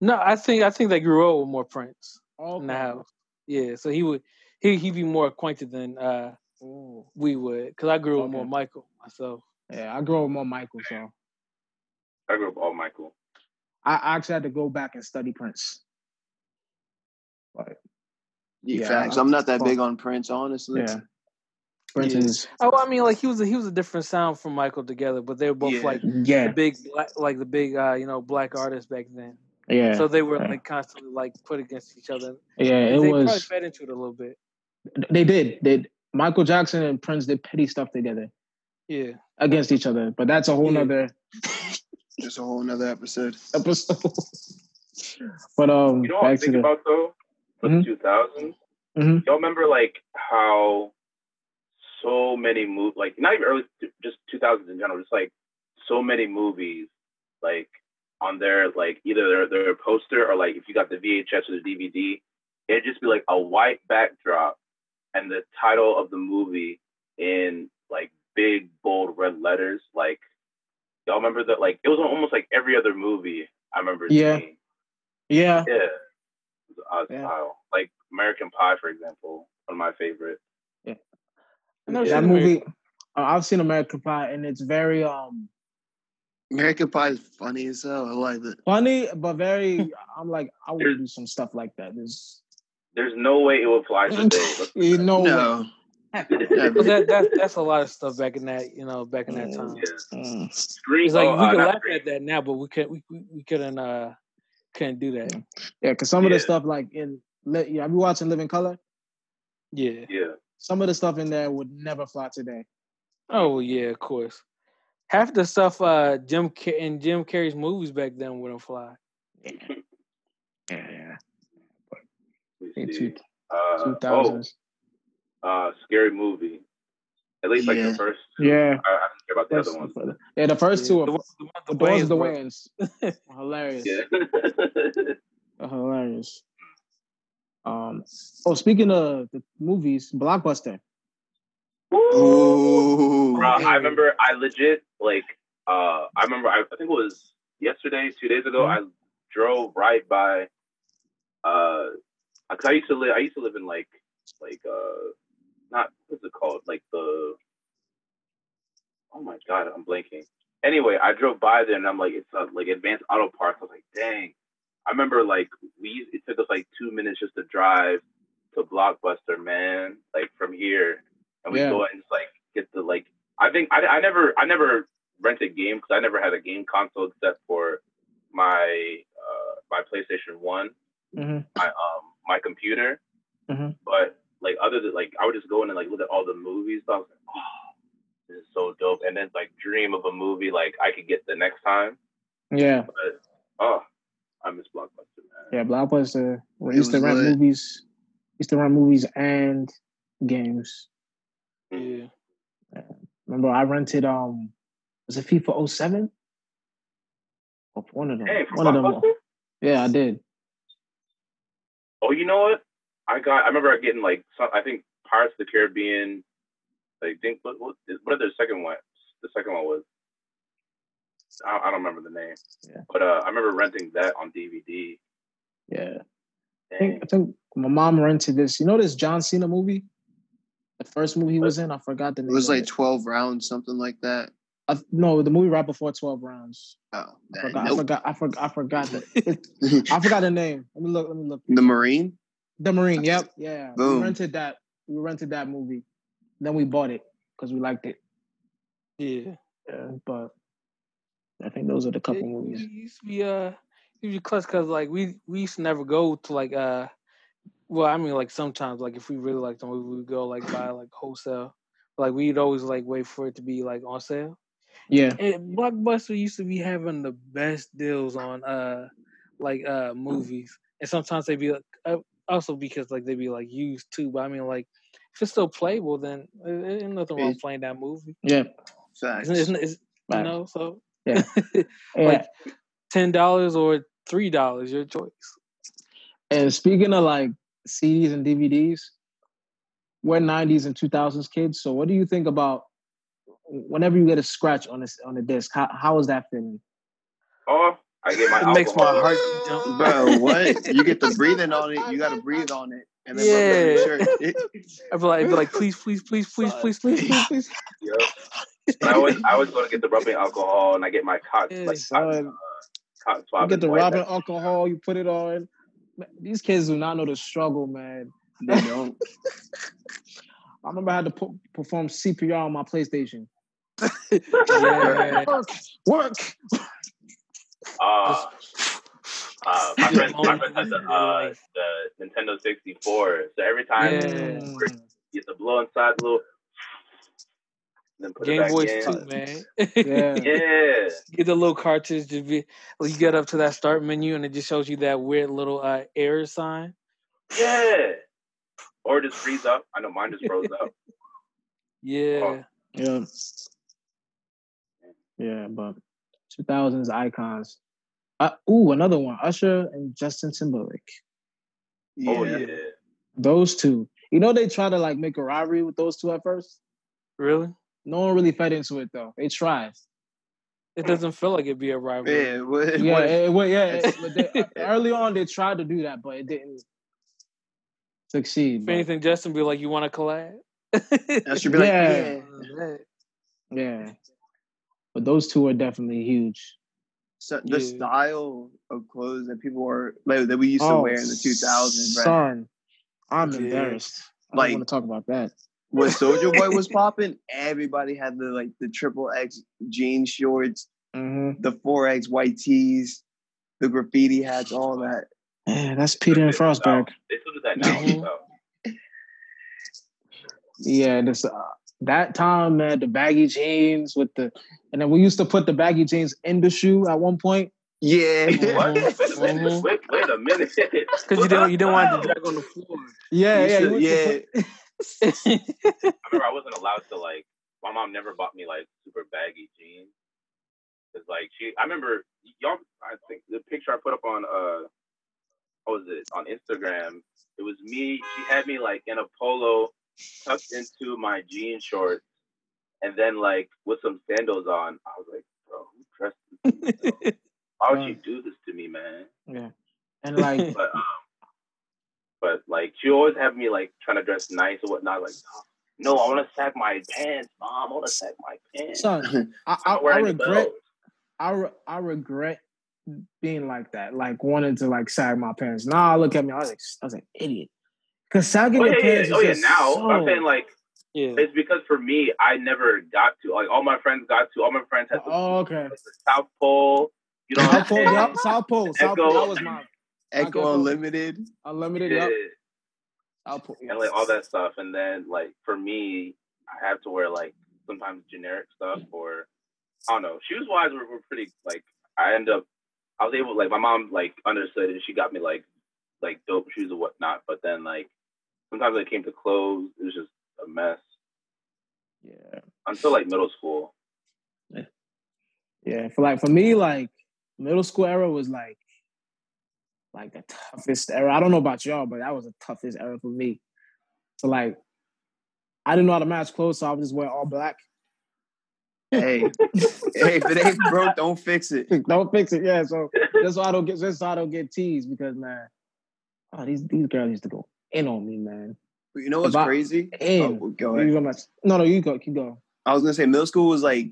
no, I think I think they grew up with more Prince
Oh,
in the house. Yeah, so he would he he'd be more acquainted than uh
Ooh.
we would because I grew up
Okay.
more Michael myself.
Yeah, I grow up more Michael, so
I grew up all Michael.
I I actually had to go back and study Prince. But
Yeah,
Yeah,
facts.
I-
I'm not that
fuck.
big on Prince, honestly.
yeah, Prince
Yeah.
is
Oh, I mean, like he was a, he was a different sound from Michael together, but they were both
Yeah.
like the
yeah,
big black, like the big uh you know black artists back then.
yeah.
So they were
yeah.
like constantly like put against each other.
Yeah, it
they probably
was.
fed into it a little bit.
They did. They Michael Jackson and Prince did petty stuff together
Yeah.
against each other, but that's a whole
Yeah.
nother
Just a whole nother episode.
(laughs)
episode. but um,
You know what I
back
was
to
thinking
the
about though? The
Mhm.
2000s.
Mhm.
Y'all remember like how so many movies, like not even early, just 2000s in general, just like so many movies, like on their like either their, their poster or like if you got the VHS or the DVD, it'd just be like a white backdrop and the title of the movie in like big bold red letters. Like y'all remember that? Like it was almost like every other movie I remember
Yeah.
seeing.
yeah,
Yeah. It's an odd
Yeah.
style. Like American Pie, for example, one of my favorite.
I never
that
seen American
movie. Uh, I've seen American Pie, and it's very um
American Pie is funny as hell. I like it.
funny, but
(laughs)
very. I'm like, I want to do some stuff like that. There's
There's no way it will fly
(laughs)
today.
you know,
no,
(laughs)
Well,
never.
that, that that's a lot of stuff back in that you know back in that time.
yeah.
mm,
Scream.
It's like
oh,
we
uh,
could
not
laugh
Scream.
at that now, but we could we, we, we couldn't uh couldn't do that.
yeah, because some of the
Yeah.
stuff like in Li- yeah, I be watching Living Color.
Yeah.
Yeah.
Some of the stuff in there would never fly today.
Oh yeah, of course. Half the stuff uh Jim Car- in Jim Carrey's movies back then wouldn't fly.
Yeah, yeah.
Let me
In
see.
two
Uh,
two
oh,
thousands.
uh, scary movie. At least like
Yeah.
the first. two.
Yeah.
I, I don't care about the
First-
other ones.
yeah, the first two
The
are
one- the one- the
the those are
Wayans
the
brothers.
wins. (laughs) hilarious.
Yeah. (laughs)
They're Hilarious. Um oh speaking of the movies, Blockbuster.
Woo!
Ooh.
Bruh, Uh, I remember I legit like uh I remember I, I think it was yesterday, two days ago, I drove right by uh 'cause I used to live I used to live in like like uh not what's it called? Like the Oh my god, I'm blanking. Anyway, I drove by there and I'm like it's uh, like advanced auto parts. I was like, dang. I remember like we it took us like two minutes just to drive to Blockbuster, man. Like from here. And we
Yeah.
go and just like get the like I think I, I never I never rented games because I never had a game console except for my uh, my PlayStation One,
Mhm.
my um my computer.
Mhm.
But like other than like I would just go in and like look at all the movies. So I was like, oh, this is so dope. And then like dream of a movie like I could get the next time.
Yeah.
Oh, I miss Blockbuster, man.
Yeah, Blockbuster. We
It
used to
was
rent
lit.
movies. Used to rent movies and games.
Yeah.
Remember, I rented um, was it FIFA 07? Oh, One of them.
Hey, from
one of them.
Blockbuster?
Yeah, I did.
Oh, you know what? I got. I remember getting like some, I think Pirates of the Caribbean. I think what what what the second one? The second one was. I, I don't remember the name.
Yeah.
But uh, I remember renting that on DVD.
Yeah, I
Dang.
think, I think my mom rented this. You know this John Cena movie? The first movie he was in, I forgot the
It
name.
was
of
like 12 rounds, something like that.
I- no, the movie right before Twelve Rounds.
Oh,
I
that-
forgot. I
nope.
forgot. I forgot. I forgot. The, I forgot the name. Let me look. Let me look.
(laughs) the Marine?
The Marine. Yep. Yeah.
Boom.
We rented that. We rented that movie. Then we bought it because we liked it.
Yeah.
Yeah, but I think those are the couple movies.
It used to be uh, it used to be clutch because like we we used to never go to like uh, well I mean like sometimes like if we really liked the movie we'd go like buy like wholesale, like we'd always like wait for it to be like on sale.
Yeah.
And Blockbuster used to be having the best deals on uh like uh movies, and sometimes they'd be like uh, also because like they'd be like used too. But I mean like if it's still playable, then uh, ain't nothing wrong
It's-
playing that movie.
Yeah.
Facts.
Isn't, isn't, is you
Right.
know so (laughs)
Yeah. Yeah.
like ten dollars or three dollars, your choice.
and speaking of like CDs and DVDs, we're '90s and 2000s kids. So what do you think about whenever you get a scratch on this on a disc? How how is that feeling?
Oh, I get my
It makes my
alcohol.
heart jump.
Bro, what? You get to breathing on it. You got to breathe on it. And then rub it on your shirt.
(laughs) I'd be like, I'd be like, please, please, please, please, please, please, please,
(laughs)
please.
Yep. And I always I always go to get the rubbing alcohol and I get my cock
Yeah,
like
son.
cotton, uh, cotton swab.
You get
and
the
wipe
Robin
that.
alcohol, you put it on. Man, These kids do not know the struggle, man.
They don't.
I remember I had to pu- perform CPR on my PlayStation.
Yeah.
Work, work.
(laughs) Uh, uh, my
Just
friends, my
long
friends had the,
in your
uh,
life.
the Nintendo 64. So every time
Yeah.
Mm.
you get the blow inside a little, then put it
Game
back
Boys
in.
too, man.
(laughs) Yeah.
Yeah.
(laughs) Get the little cartridge. Just be, like, you get up to that start menu, and it just shows you that weird little uh, error sign.
Yeah. Or just freeze up. I know mine just froze
(laughs)
up.
Yeah,
Yeah. Yeah, but 2000s icons. Uh, ooh, another one. Usher and Justin Timberlake.
(laughs)
Yeah.
Oh yeah.
Those two. You know they try to like make a rivalry with those two at first.
really.
No one really fed into it though. They tried.
It doesn't feel like it'd be a rivalry.
Yeah, what,
yeah,
what-
it, well, yeah. (laughs) it- but they, uh, early on, they tried to do that, but it didn't succeed.
If
but-
anything, Justin be like, "You want to collab?" (laughs)
that should be like,
Yeah.
yeah.
yeah, but those two are definitely huge.
So the
Yeah.
style of clothes that people were like, that we used to wear in the 2000s, right?
Oh, son, I'm
Yeah.
embarrassed. I
Like-
don't want to talk about that.
When Soldier Boy was popping, everybody had the like the triple X jean shorts,
hmm
the four X white tees, the graffiti hats, all that.
Yeah, that's Peter and Frostberg.
They still do that now.
Mhm.
so.
Yeah, this uh, that time, man, the baggy jeans with the, and then we used to put the baggy jeans in the shoe at one point.
Yeah, (laughs)
What? Wait a minute.
Mhm.
Wait, wait a minute.
(laughs) Because you didn't, you didn't want it to drag on the floor.
Yeah,
You
yeah,
should-
you used to
yeah.
put-
(laughs)
I remember I wasn't allowed to like. My mom never bought me like super baggy jeans. Cause like she, I remember y'all. I think the picture I put up on uh, what was it on Instagram? It was me. She had me like in a polo tucked into my jean shorts, and then like with some sandals on. I was like, bro, who dressed this? to me, bro? Why would
Wow.
you do this to me, man?
and
(laughs)
like
But um, but like she always had me like trying to dress nice or whatnot. Like, no, I want to sag my pants, mom. I want to sag my pants.
son, I, I,
I don't wear
I
any
regret
clothes.
I, re- I regret being like that, like wanting to like sag my pants. Nah, look at me. I was like, I was an idiot. Cause sagging
Oh
your
yeah, yeah,
pants
oh
is
yeah.
just
Now
so.
I'm saying like
yeah.
it's because for me, I never got to. Like all my friends got to. All my friends had the,
oh, okay.
the South Pole. You know,
South
what
Pole,
I'm
yeah,
saying?
South Pole, South
Echo.
Pole. That was my
Echo
Okay, cool.
Unlimited.
unlimited.
Yeah,
Yep, South Pole.
and like all that stuff. And then like for me, I have to wear like sometimes generic stuff or I don't know. Shoes wise, we're, we're pretty like I end up. I was able like my mom like understood and she got me like like dope shoes and whatnot. But then like sometimes when it came to clothes, it was just a mess
Yeah,
until like middle school.
yeah. For like for me, like middle school era was like like the toughest era. I don't know about y'all, but that was the toughest era for me. So like, I didn't know how to match clothes, so I was just wearing
(laughs)
all black.
hey, (laughs) hey, if it ain't broke, don't fix it.
(laughs) don't fix it. Yeah, so that's why I don't get that's why I don't get teased because man, oh these these girls used to go in on me, man.
But you know what's
About-
crazy? Oh,
In.
well, go
You
ahead.
go, Max. no, no, you go, keep going.
I was gonna say middle school was like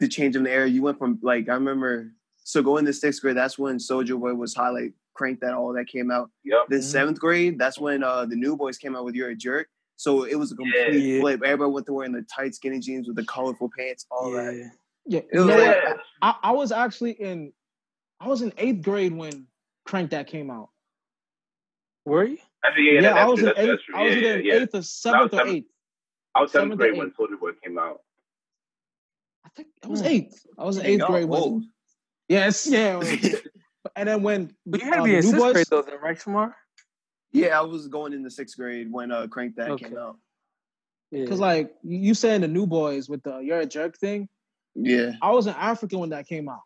the change in the era. You went from like I remember so going to sixth grade, that's when Soldier Boy was high, like crank that all that came out.
Yep.
Then
Mhm.
seventh grade, that's when uh the new boys came out with You're a Jerk. So it was a complete
Yeah.
flip. Everybody went to wearing the tight skinny jeans with the colorful pants, all that.
yeah.
Yeah,
It
you
was
know
like-
what?
Yeah.
I, I was actually in I was in eighth grade when Crank That came out.
Were you?
Actually, yeah,
Yeah,
yeah, that's
I was
true.
in
That's,
eighth
that's true.
I was
yeah,
either in
yeah, yeah.
eighth or seventh or
seventh.
eighth.
I was seventh
seventh
grade
or
when
eighth.
Soldier Boy came out.
I think I was
Hmm.
eighth. I was in
Hey, oh,
eighth
y'all
grade when
old.
Yes, yeah.
(laughs)
and then when
But you had to
uh,
be
the
in
new
sixth
boys
grade though, then right, Shamar?
yeah, I was going into sixth grade when uh Crank That
Okay.
came out.
Yeah.
Cause like you you saying the new boys with the you're a jerk thing.
Yeah.
I was in Africa when that came out.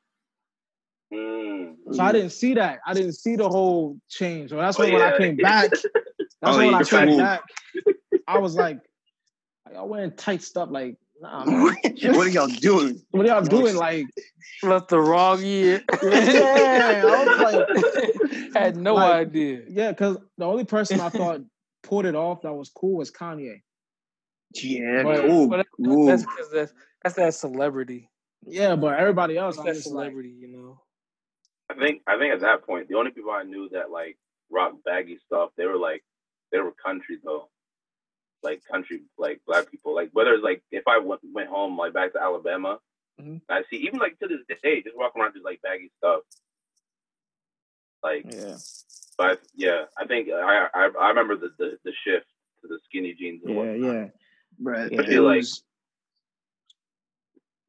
Mm.
So I didn't see that. I didn't see the whole change. So that's
Oh,
why when I
yeah.
came
(laughs)
back, that's
Oh,
why when
you
I
can
came
fool.
back, I was like, like y'all wearing tight stuff. Like, nah, man.
(laughs)
(laughs) what are y'all doing?
What y'all doing?
Y'all-
Like,
Left the wrong (laughs) year.
yeah, I was like,
(laughs) had no
Like-
idea.
yeah, because the only person I thought pulled it off that was cool was Kanye.
Yeah.
But-
ooh,
But
ooh.
that's because that's that's that celebrity.
Yeah, but everybody else, I'm
That's that
just like,
celebrity, you know.
I think I think at that point, the only people I knew that like rock baggy stuff, they were like they were country though, like country like black people. Like whether it's like if I went, went home like back to Alabama,
Mhm.
I see even like to this day just walking around just like baggy stuff. Like,
yeah,
but yeah, I think I I, I remember the, the the shift to the skinny jeans and
yeah,
whatnot.
yeah,
Bruh,
yeah.
I
It
feel like-
was,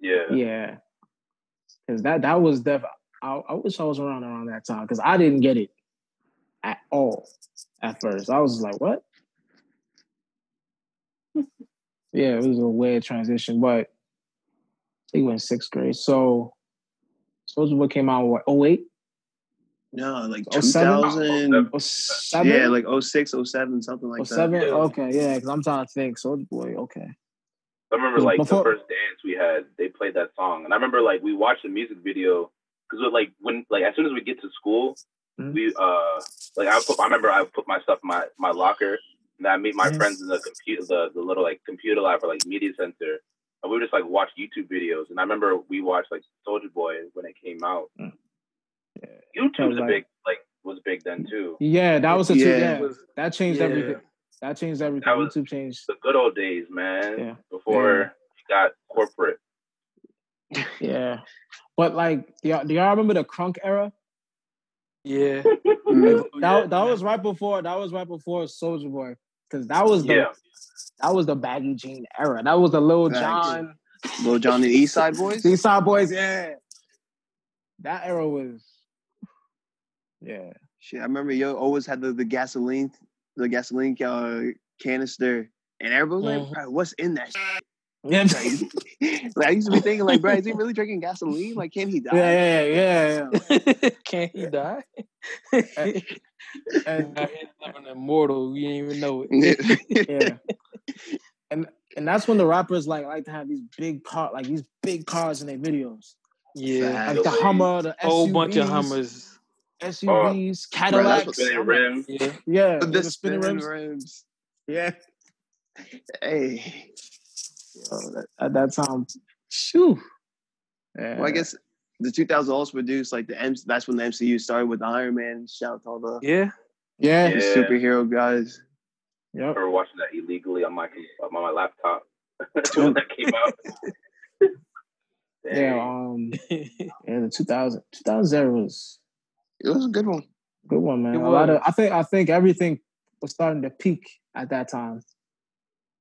Yeah,
yeah, because that that was def. I, I wish I was around around that time because I didn't get it at all at first. I was like, what? (laughs) Yeah, it was a weird transition, but I think we're in sixth grade. So Soldier Boy came out what, 08?
No, like
Oh,
2000.
07?
07?
Yeah, like 06, 07, something like
Oh,
that.
seven?
Yeah.
Okay, yeah, because I'm trying to think. Soldier Boy, okay.
I remember like
Before-
the first dance we had, they played that song, and I remember like we watched the music video because like when like as soon as we get to school,
Mhm.
we uh like I put I remember I put my stuff in my my locker, and I meet my
Mhm.
friends in the computer the, the little like computer lab or like media center, and we would just like watch YouTube videos, and I remember we watched like Soldier Boy when it came out.
Mm.
YouTube was a
Like-
big like was big then too.
Yeah, that was a two.
Yeah.
Yeah,
Was-
that changed
yeah.
everything. That changed everything.
That was-
YouTube changed.
The good old days, man.
Yeah.
Before you got corporate.
Yeah, but like, do y'all, do y'all remember the Crunk era?
Yeah.
Mm.
Mm-hmm.
(laughs) Oh,
That that was right before. That was right before Soldier Boy, because that was the
Yeah.
that was the baggy jean era. That was the Little
Baggy.
John,
Lil John and East Side Boys.
These Side Boys. Yeah, that era was. Yeah,
Shit, I remember yo always had the, the gasoline, the gasoline uh, canister And everyone was
Mhm.
like,
Uh-huh.
"Bro, what's in that? shit?"
(laughs) Yeah,
like, (laughs) I used to be thinking, like, bro, is he really drinking gasoline? Like, can he die?
yeah, yeah, yeah, yeah.
(laughs) Can't he die?
And,
(laughs) Nah, he's living immortal. You didn't even know it.
(laughs) Yeah.
yeah. And and that's when the rappers like like to have these big car like these big cars in their videos.
Yeah,
Like the
Absolutely.
Hummer, the SUVs,
whole bunch of Hummers.
SUVs,
Bro, that's
Cadillacs.
what-
Spinning rim.
Yeah,
Yeah,
With
with
the spinning rims.
Yeah.
Hey.
At that time. Shoo. Yeah.
Well, I guess the 2000 also produced like the M. That's when the MCU started with Iron Man. Shout out to all the,
yeah.
Yeah.
the
Yeah.
superhero guys.
I
Yep.
remember watching that illegally on my on my laptop (laughs) when that came out.
Yeah. Um. Yeah. The 2000 2000 era was
It was a good one.
a good one, man.
It
A lot of
was.
I think I think everything was starting to peak at that time.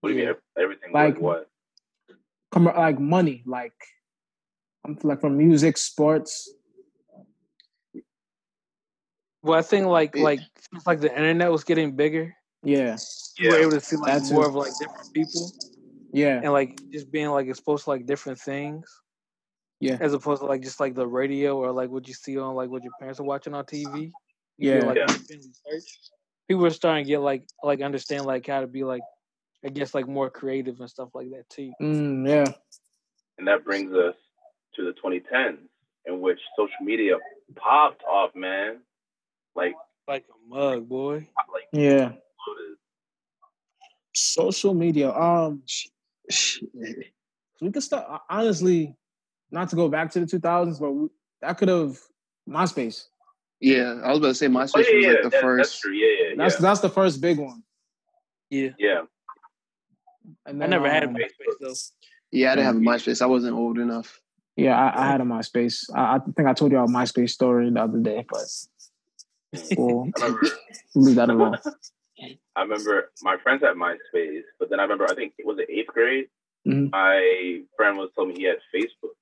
what do you
Yeah.
mean? Everything
Like-
was what?
Come like money, like I'm like from music, sports.
Well, I think like
Yeah.
like since like the internet was getting bigger,
Yeah.
we were
Yeah.
able to see like
That too.
more of like different people
Yeah.
and like just being like exposed to like different things.
Yeah.
As opposed to like just like the radio or like what you see on like what your parents are watching on TV. You do,
Yeah.
like
Yeah.
independent research. People are starting to get like like understand like how to be like I guess like more creative and stuff like that too.
Mm, yeah.
And that brings us to the 2010s, in which social media popped off, man. Like,
Like a mug, boy.
like
Yeah. Social media. Um we could start honestly, not to go back to the 2000s, but we, that could have MySpace.
yeah, I was about to say MySpace
Oh, yeah,
was
yeah,
like the
that- that's
first.
true. Yeah, yeah, yeah.
That's that's the first big one.
Yeah.
yeah.
And
I
then,
never had a
um,
MySpace though.
Yeah, I didn't have
Mm-hmm.
a MySpace. I wasn't old enough.
Yeah, I, I had a MySpace. I, I think I told you all MySpace story the other day, but
(laughs)
we'll
mm. I remember,
leave that alone.
I remember my friends had MySpace, but then I remember, I think it was the eighth grade.
Mhm.
My friend was telling me he had Facebook.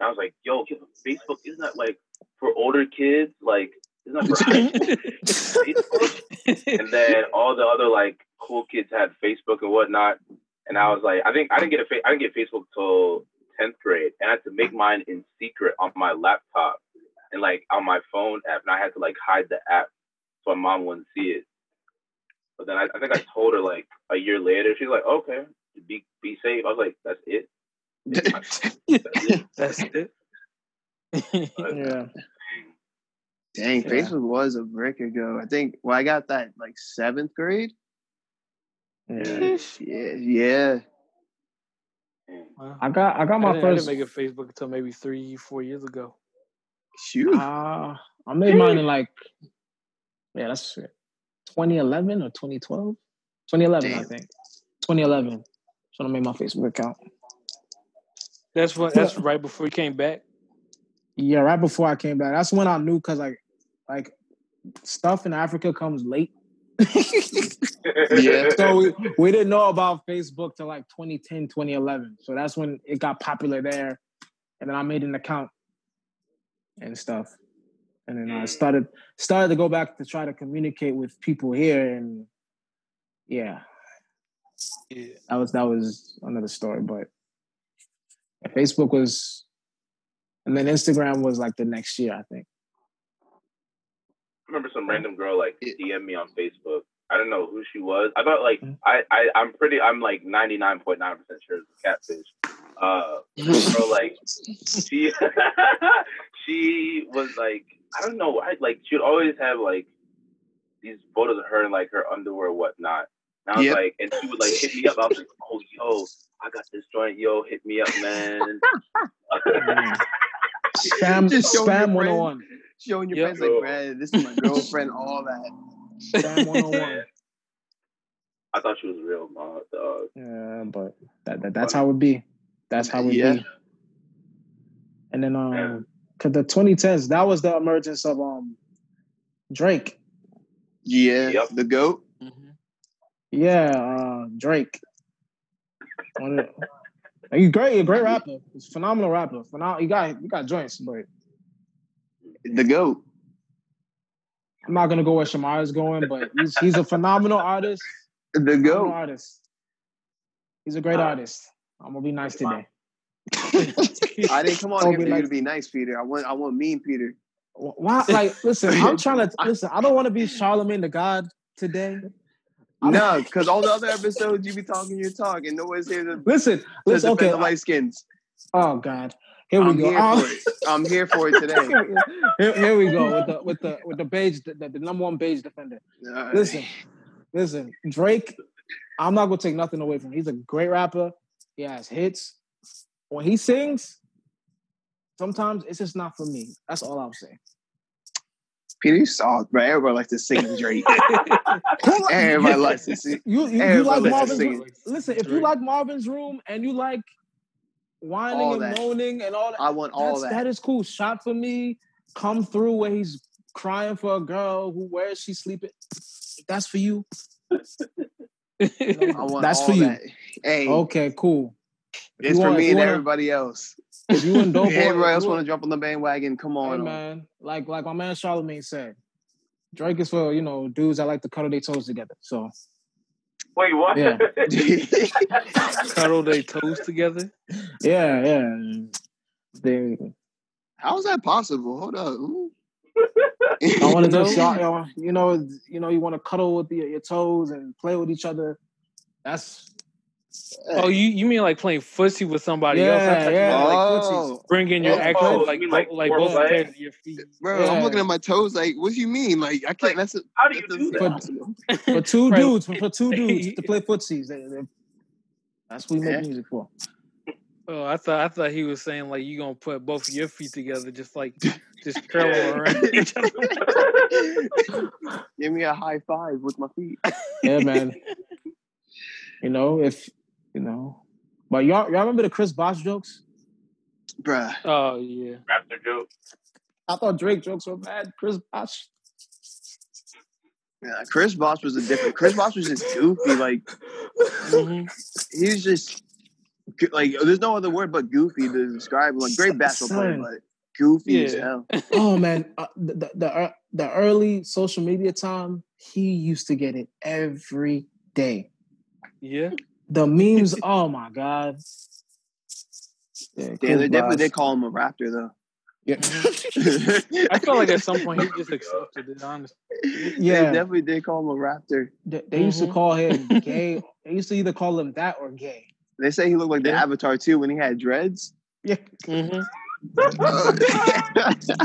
And I was like, yo, Facebook isn't that like for older kids? Like, isn't that for high school? Facebook? and then all the other like cool kids had Facebook and whatnot. And I was like, I think I didn't get a fa- I didn't get Facebook till tenth grade, and I had to make mine in secret on my laptop and like on my phone app, and I had to like hide the app so my mom wouldn't see it. But then I, I think I told her like a year later. She's like, okay, be be safe. I was like, that's it.
(laughs)
That's it.
That's it. (laughs)
Yeah,
Dang,
Yeah.
Facebook was a brick ago. I think when I got that like seventh grade.
yeah.
Yeah, yeah.
Wow.
I got I got
I
my
didn't,
first.
I didn't make a Facebook until maybe three, four years ago.
Shoot.
uh, I made mine in like yeah, that's it. 2011 or 2012, 2011 I
Damn.
think. 2011. That's when I made my Facebook account.
That's
(laughs)
what. That's right before he came back.
Yeah, right before I came back. That's when I knew because like like stuff in Africa comes late. (laughs)
(laughs)
Yeah.
so
(laughs)
we, we didn't know about Facebook till like 2010, 2011. So that's when it got popular there. And then I made an account and stuff. And then I started started to go back to try to communicate with people here and yeah,
Yeah.
that was that was another story, but Facebook was and then Instagram was like the next year, I think.
I remember some random girl like
It-
DM me on Facebook. I don't know who she was. I thought like
Mm-hmm.
Mhm.
I, I I'm pretty I'm like 99.9% sure it's a catfish. Uh so
(laughs)
like she (laughs) she was like I don't know I like she'd always have like these photos of her in like her underwear and whatnot. And I was
Yep.
like and she would like hit me up. I was like, Oh yo, I got this joint, yo, hit me up, man.
(laughs)
Spam
Just show
spam
your friends.
101.
Showing your
Yep.
friends like, Brad, this is my
(laughs)
girlfriend, all that.
Spam 101.
I thought she was real, mom, dog.
Yeah, but that, that that's how it be. That's how it
Yeah.
be. And then
Yeah.
um, cause the 2010s, that was the emergence of um Drake.
Yeah.
Yep.
The goat.
Mhm.
Yeah, uh, Drake. One of the- He's great, he's a great rapper. He's a phenomenal rapper. Phenom- you got you got joints, but
The goat.
I'm not gonna go where Shamar is going, but he's he's a phenomenal artist.
The
Phenomenal
goat.
artist. He's a great
Uh,
artist. I'm gonna be nice today.
I didn't come on
Don't
here
be
for you
like-
to be nice, Peter. I want I want mean Peter.
Why?
(laughs)
Like, listen, I'm trying to listen. I don't want to be Charlemagne the God today. I don't-
No, because all the
(laughs)
other episodes you be talking your talk and no one's here to, to
Listen, listen.
defend
Okay.
the light skins.
Oh God. Here we
I'm
go.
here
Oh.
for it. I'm here for it today.
(laughs) here, here we go with the with the with the beige the, the number one beige defender.
Alright.
Listen, listen, Drake. I'm not gonna take nothing away from. him. He's a great rapper. He has hits. When he sings, sometimes it's just not for me. That's all I'm saying.
Peter, you soft, bro. Everybody likes to sing
(laughs)
Drake. (laughs) Everybody likes to sing.
You you, you
Everybody
like
likes to
Marvin's?
sing.
Room? Listen, if you like Marvin's Room and you like whining
All
and
that.
moaning and all that,
I want all
that's,
that.
that is cool. Shot for me. Come through where he's crying for a girl who where is she sleeping. If That's for you. Mm-hmm.
(laughs)
I want
That's
all
for you.
that. Hey,
Okay, cool. If
it's
you
for
want- if
me
you
and
wanna-
everybody else.
If you
(laughs)
and Dope
If
Boy,
everybody else
you-
want to jump on the bandwagon, come
hey
on.
man, like like my man Charlemagne said, Drake is for you know dudes that like to cuddle their toes together. So
Wait, what?
Yeah.
Cuddle their toes together.
yeah, yeah. They,
(laughs) How is that possible? Hold up. Ooh.
I
(laughs)
want to
No.
just y'all, y'all- you know, you know, you want to cuddle with your, your toes and play with each other. (laughs) That's
Oh, you you mean like playing footsie with somebody else? I
Yeah,
thought you
yeah.
meant like
oh,
bringing your
Oh,
actual
you
like
mean,
bo-
like,
like
four
both
legs?
pairs of your feet.
bro, I'm
Yeah.
looking at my toes. Like, what you mean? Like, I
Like,
can't. (laughs) that's a,
(laughs) How do you
that doesn't
do
seem
that?
possible.
for two
Right.
dudes, for, for two dudes to play (laughs) footsies. They, they, that's what we make
Yeah.
music for.
Oh, I thought I thought he was saying like you gonna put both of your feet together, just like just curl
(laughs)
them around (laughs) each other.
(laughs) Give me a high five with my feet.
Yeah, (laughs) man. you know, if you know, but y'all, y'all remember the Chris Bosh jokes?
Bruh.
Oh yeah.
Raptor joke.
I thought Drake jokes were bad. Chris Bosh.
Yeah, Chris Bosh was a different. Chris Bosh was just goofy. Like,
hmm
he was just like there's no other word but goofy to describe him. like great basketball player,
Son.
but goofy as
Yeah.
hell.
oh man, uh, the the, the, ear- the early social media time, he used to get it every day.
Yeah.
The memes. oh my god. Yeah,
Damn,
Chris
they
Bosh.
definitely did call him a raptor though.
Mhm. (laughs) I feel like at
(laughs)
some point he just accepted it, honestly.
They
Yeah.
definitely did call him a raptor.
They, they used to
Mhm.
call
(laughs)
him gay. they used to either call him that or gay. (laughs)
They say he looked like the
Yeah.
Avatar too when he
(laughs)
had dreads. (laughs)
Yeah. Mm-hmm.
hmm
Oh,
Uh,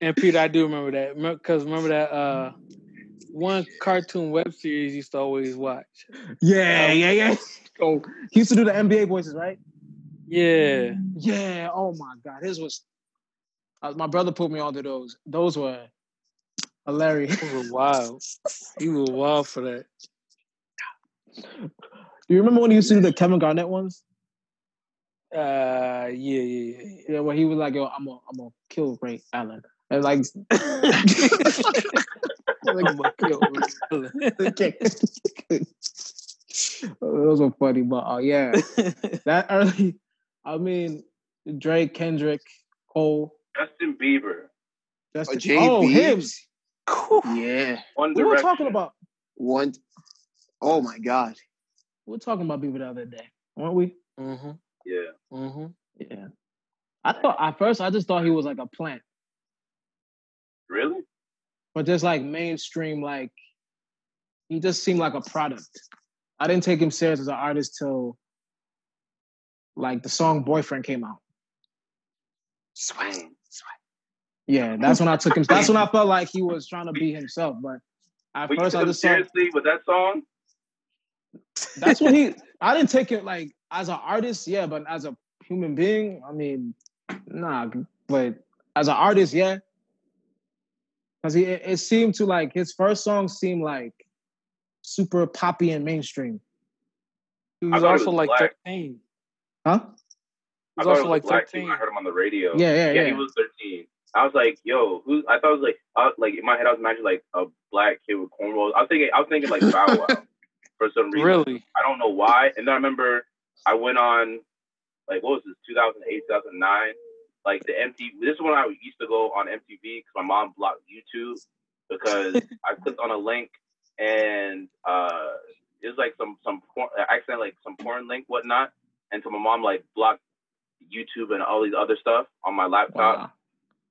And Peter, I do remember that because remember that uh one cartoon web series you used to always watch.
Yeah, yeah, yeah. So he used to do the NBA voices, right?
Yeah.
Yeah. Oh my God, his was. Uh, my brother put me onto those. Those were hilarious. (laughs)
He was wild. He was wild for that.
do you remember when he used to do the Kevin Garnett ones?
Uh yeah, yeah, yeah, yeah.
Yeah, where he was like, "Yo, I'm gonna, I'm gonna kill Ray Allen," and
(laughs)
like,
I'm gonna kill Ray
those were funny. But uh, yeah,
Allen.
that early. I mean, Drake, Kendrick, Cole,
Justin Bieber.
Justin.
Jay
oh, him.
Biebs?
Cool.
Yeah.
One
We were
Direction.
talking about.
One oh my god.
We were talking about Bieber the other day, weren't we?
Mm-hmm.
Yeah.
Mm-hmm.
Yeah. I thought at first I just thought he was like a plant,
Really?
but just like mainstream, like he just seemed like a product. I didn't take him serious as an artist till like the song Boyfriend came out.
Swag.
Mm.
Yeah, that's when I took him. That's when I felt like he was trying to be himself. But at
But you
first
took
I
him
just saw
seriously with that song?
that's when he I didn't take it like as an artist, yeah, but as a human being, I mean, nah, but as an artist, yeah. Cause he it it seemed to like his first song seemed like super poppy and mainstream.
He
I
was
thought it
also
was
like
black.
thirteen.
Huh?
He was
I thought
also
it was
like
a black thing.
thirteen.
I heard him on the radio.
Yeah, yeah,
Yeah, he
yeah.
was 13. I was like, yo, who? I thought it was like, I, like in my head, I was imagining like a black kid with cornrows. I was thinking, I was thinking like Bow Wow
(laughs)
for some reason.
Really?
I don't know why. And then I remember I went on, like, what was this, 2008, 2009? Like the MTV. This is when I used to go on MTV because my mom blocked YouTube because I clicked on a link and uh, It's like some some porn, accident like some porn link whatnot, and so my mom like blocked YouTube and all these other stuff on my laptop.
Wow.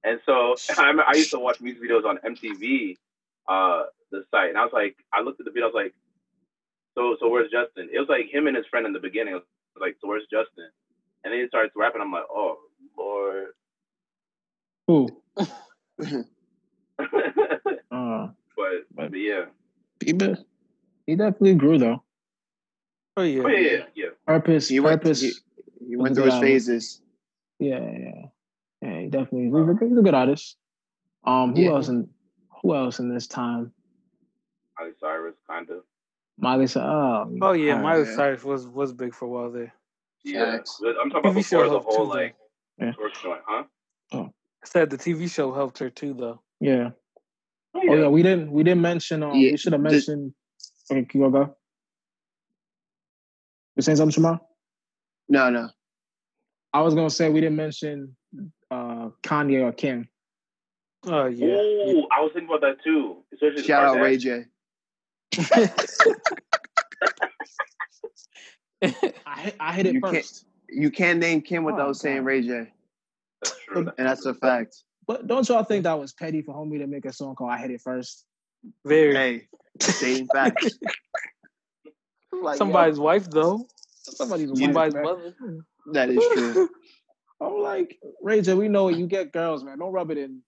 And so (laughs) I, remember I used to watch music videos on MTV, uh, the site, and I was like, I looked at the video, I was like, so so where's Justin? It was like him and his friend in the beginning. I was like, so where's Justin? And then he starts rapping. I'm like, oh lord. (laughs)
Who?
but,
Uh,
but yeah,
Bieber. He definitely grew though.
Oh yeah.
oh, yeah, yeah, yeah.
Purpose.
He went,
purpose.
he, he went through his phases.
Yeah, yeah, yeah. He definitely he's a, he's a good artist. Um, who
Yeah.
else in who else in this time?
Miley Cyrus, kind of.
Miley said, "Oh,
Oh yeah,
alright.
Miley
yeah.
Cyrus was was big for a while there.
Yeah,
Facts.
but I'm talking about
TV show
before the
helped
whole
too, though.
like
Yeah.
twerk joint, huh?
I said the TV show helped her too, though.
yeah." Oh yeah, we didn't we didn't mention. Um,
Yeah,
we should have
the-
mentioned. okay, can you go go? You saying something, Shamar?
No, no.
I was gonna say we didn't mention uh Kanye or Kim.
Oh
Ooh,
yeah. yeah.
I was thinking about that too. Especially the
Shout out
Kardashians.
Ray J.
I hit, I hit it
You can't-
1st
You can't name Kim without
Oh,
saying
God.
Ray J,
That's true.
and that's a fact.
But don't y'all think that was petty for homie to make a song called "I Hit It First?
Very.
Hey,
(laughs)
stating facts. Like, yo,
Somebody's wife though.
Somebody's wife,
Somebody's
man.
mother. (laughs)
that is
(laughs)
true. (laughs)
I'm like, Ray J, we know it. You get girls, man. Don't rub it in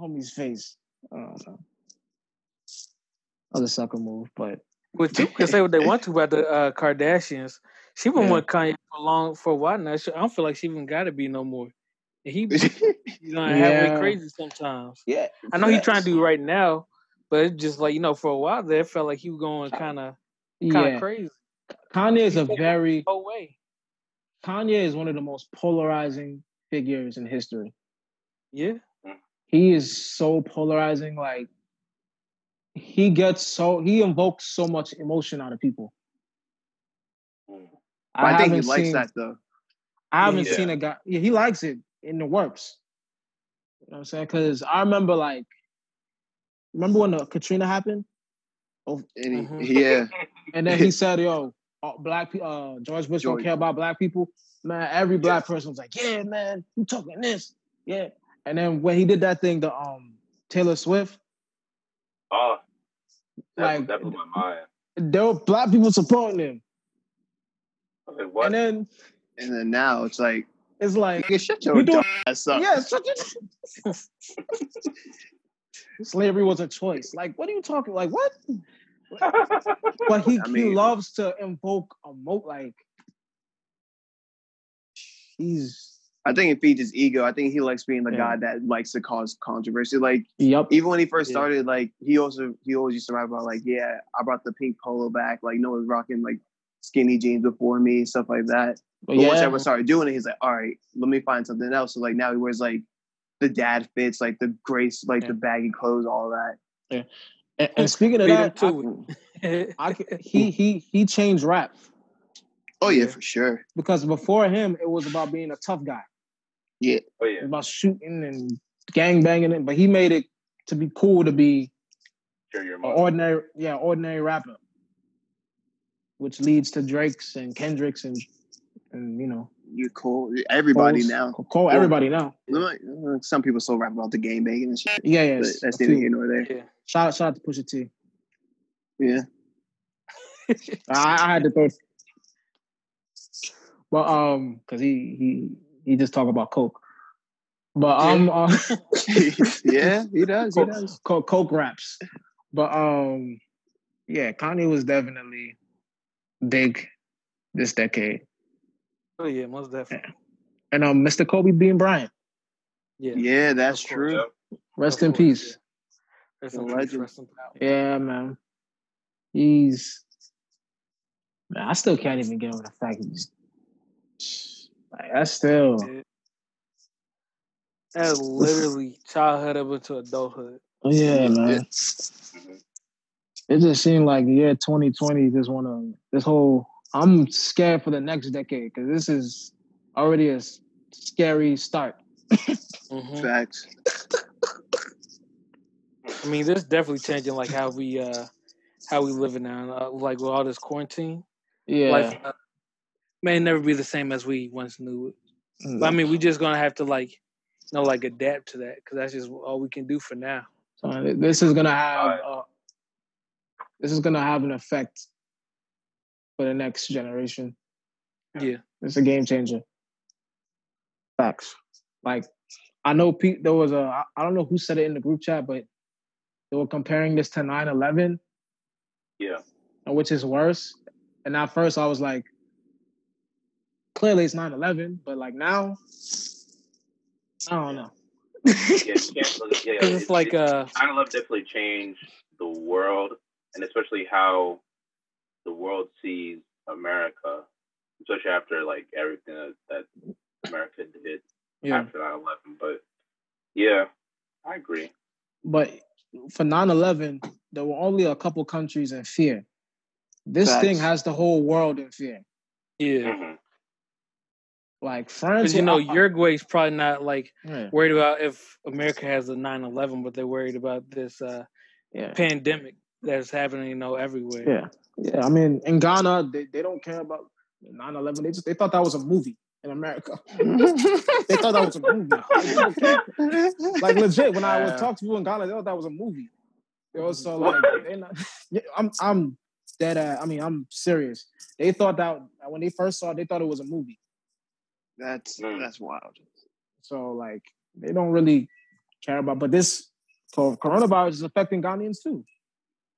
homie's face. I don't know. Other sucker move, but
Which people can say what they want to about the uh, Kardashians. She been
Yeah.
with Kanye for long for a while now. She, I don't feel like she even got to be no more. And he,
(laughs)
you know, halfway
Yeah.
crazy sometimes.
yeah,
I know he trying to do right now, but it's just like you know, for a while there, it felt like he was going kind of kind of
yeah.
crazy.
Kanye is a very
No way.
Kanye is one of the most polarizing figures in history.
Yeah.
He is so polarizing. Like he gets so he invokes so much emotion out of people.
Mm.
But I, think he
haven't
likes
seen-
that though.
I haven't
Yeah.
seen a guy. Yeah, he likes it in the works. You know what I'm saying? Because I remember, like, remember when the Katrina happened, Oh,
And he,
Mhm.
uh-huh.
yeah,
and then he said, "Yo, all black people, uh, George Bush
George.
don't care about black people." Man, every black person was like, "Yeah, man, you talking this? Yeah." And then when he did that thing, the um Taylor Swift,
Oh, that,
like
that blew my mind.
there were black people supporting him,
I was like, what?
and then
and then now it's like,
it's like,
nigga, shut your
You doing-
dumb ass up.
yeah, shut your- (laughs) slavery was a choice. Like, what are you talking? Like, what? But he,
(laughs) I
he
mean-
loves to invoke a mo like he's
I think it feeds his ego. I think he likes being the
Yeah.
guy that likes to cause controversy. Like
yep
even when he first
Yeah.
started, like he also he always used to rap about like, yeah, I brought the pink polo back. Like no one's rocking like skinny jeans before me, stuff like that. But once
yeah
everyone started doing it, he's like, all right, let me find something else. So like now he wears like the dad fits, like the grace, like
Yeah.
the baggy clothes, all that. Mm.
and, and speaking of
Beat him
that
to (laughs) it.
I, I can- he he he changed rap
Oh yeah,
Yeah.
for sure.
because before him it was about being a tough guy
oh
it
yeah,
was about shooting and gang banging it but he made it to be cool to be
share your
an
mom.
ordinary yeah ordinary rapper which leads to Drake's and Kendrick's and and you know
You're cool. Everybody
Cole's-
now.
Cole everybody now
Like, Some people still rap about the game banging and shit.
yeah yeah
But
it's
that's
a
neither
few.
here nor there.
(laughs) yeah.
shout out shout out to Pusha T
Yeah.
I, I had to throw. But um, cause he he he just talk about coke. But um, uh,
yeah, he does. He does.
coke, coke, coke raps. But um, yeah, Kanye was definitely big this decade.
Oh yeah, most definitely.
And um, Mr. Kobe Bean Bryant,
Yeah.
Yeah, that's
Of course.
true.
Yep.
rest
Of
in
course,
peace.
Rest
The
in peace,
legend.
rest in power.
Yeah, man. He's man, I still can't even get over the fact that he's like that's still
Yeah. That's literally childhood up into adulthood.
yeah, man.
Mhm.
It just seemed like the year 2020 just want to this whole. I'm scared for the next decade because this is already a s- scary start.
Mhm.
Facts.
I mean, this definitely changing like how we uh how we living now, uh, like with all this quarantine.
Yeah.
Life uh, may never be the same as we once knew it.
Mm.
But I mean, we just gonna have to like, you know, like adapt to that because that's just all we can do for now.
So th- this is gonna have
Right.
uh, this is gonna have an effect for the next generation.
Yeah.
It's a game changer. Facts. Like I know Pete there was a I- I don't know who said it in the group chat, but they were comparing this to 9-11,
Yeah.
and which is worse. And at first I was like, clearly it's 9-11, but like now I don't know.
Yeah, you can't look at, yeah,
Because it's like uh,
9 11 definitely changed the world and especially how the world sees America, especially after like everything that, that America did
Yeah.
after 9 11. But yeah, I agree.
But for 9-11, there were only a couple countries in fear. This
Facts.
thing has the whole world in fear.
yeah,
Mhm.
Like France,
because you know
I- I-
Uruguay's probably not like
yeah,
worried about if America has a 9/11, but they're worried about this uh
yeah,
pandemic that's happening, you know, everywhere.
yeah, yeah. I mean, in Ghana, they, they don't care
(laughs)
about 9-11. They just they thought that was a movie in
(laughs)
America. They thought that was a movie. Like, people care. Like, legit. When I would
Wow.
talk to people in Ghana, they thought that was a movie. They were so like, they not, yeah, I'm I'm dead. Ass, I mean, I'm serious. They thought that when they first saw it, they thought it was a movie.
That's
Mm.
that's wild.
So like, they don't really care about. But this so coronavirus is affecting Ghanaians too.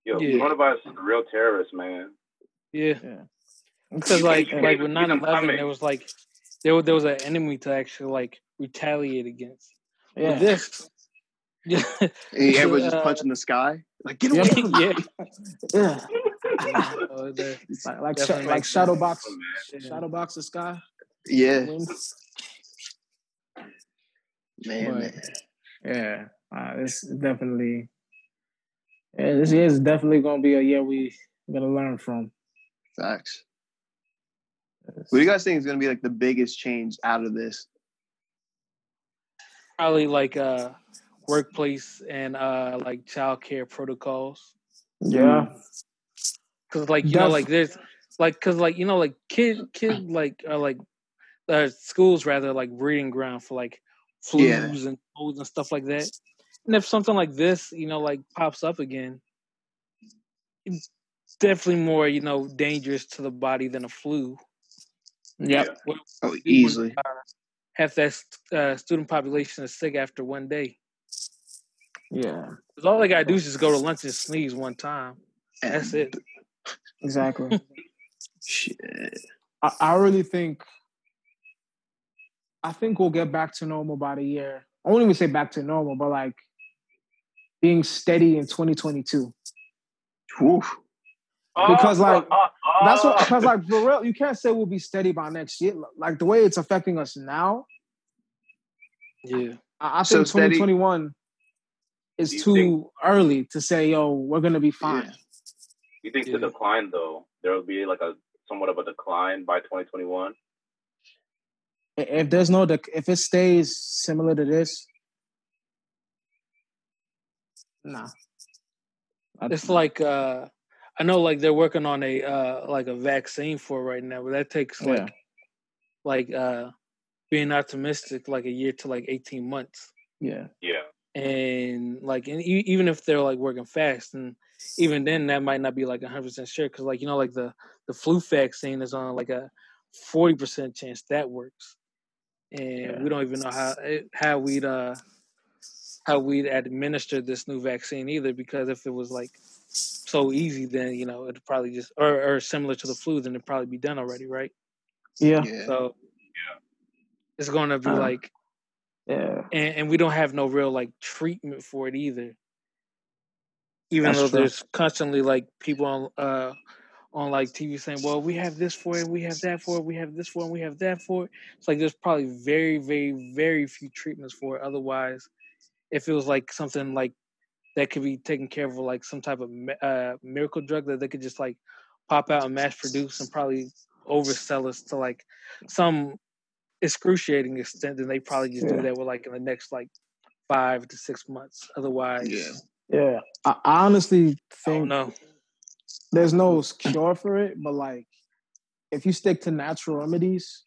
Yo,
Yeah.
coronavirus is a real terrorist, man.
(laughs) Yeah,
Yeah.
because like
Yeah.
like with
See them
9/11,
coming.
there was like there was there was an enemy to actually like retaliate against. (laughs)
Yeah.
With this, yeah,
Hey, everyone's just
Uh,
punching the sky. Like get
Yeah.
away
Yep.
from me.
yeah.
Yeah.
Oh, that-
(laughs) Like like,
Definitely
sh- like
makes
shadow
sense.
box,
yeah.
shadow box the sky.
Yeah,
Win.
man.
But- Yeah, uh, it's definitely. Yeah, this year is definitely gonna be a year we gonna learn from.
Facts. What do you guys think is going to be like the biggest change out of this?
Probably like uh, workplace and uh, like childcare protocols.
Yeah,
Cause like you know
Def-
like there's like cause like you know like kid kid like are like uh, schools rather like breeding ground for like
Yeah.
flus and colds and stuff like that. And if something like this you know like pops up again, it's definitely more you know dangerous to the body than a flu.
Yep.
Oh,
We wouldn't,
easily.
uh, half that st- uh, student population is sick after one day.
yeah,
Cause all they gotta do is just go to lunch and sneeze one time. That's it.
exactly.
Shit.
(laughs) I, I really think. I think we'll get back to normal by the year. I won't even say back to normal, but like being steady in 2022.
Whew.
Because,
Oh,
like,
oh, oh.
That's what because like for real, you can't say we'll be steady by next year. Like the way it's affecting us now,
Yeah.
I, I
So
think
steady-
2021 is
Do you
too
think-
early to say, yo, we're gonna be fine.
Yeah.
You think the
Yeah.
decline though? There will be like a somewhat of a decline by 2021.
I- If there's no dec- if it stays similar to this, nah. I-
It's like uh I know like they're working on a uh like a vaccine for it right now, but that takes like
yeah.
like uh being optimistic like a year to like 18 months.
Yeah.
Yeah.
And like and e- even if they're like working fast and even then that might not be like 100% sure cuz like you know like the the flu vaccine is on like a 40% chance that works. And
Yeah.
we don't even know how how we'd uh how we'd administer this new vaccine either because if it was like so easy then you know it'd probably just or, or similar to the flu then it'd probably be done already right
Yeah.
Yeah. Uh-huh.
so it's gonna be
Uh.
like
Yeah.
and, and we don't have no real like treatment for it either even
That's
though
true.
there's constantly like people on uh on like tv saying well we have this for it we have that for it we have this for it we have that for it it's like there's probably very very very few treatments for it otherwise if it was like something like that could be taken care of with like some type of mi- uh, miracle drug that they could just like pop out and mass produce and probably oversell us to like some excruciating extent, then they probably just
Yeah.
do that with like in the next like five to six months. Otherwise,
Yeah.
Yeah. I, I honestly
I don't
think
know.
there's no cure for it, but like if you stick to natural remedies,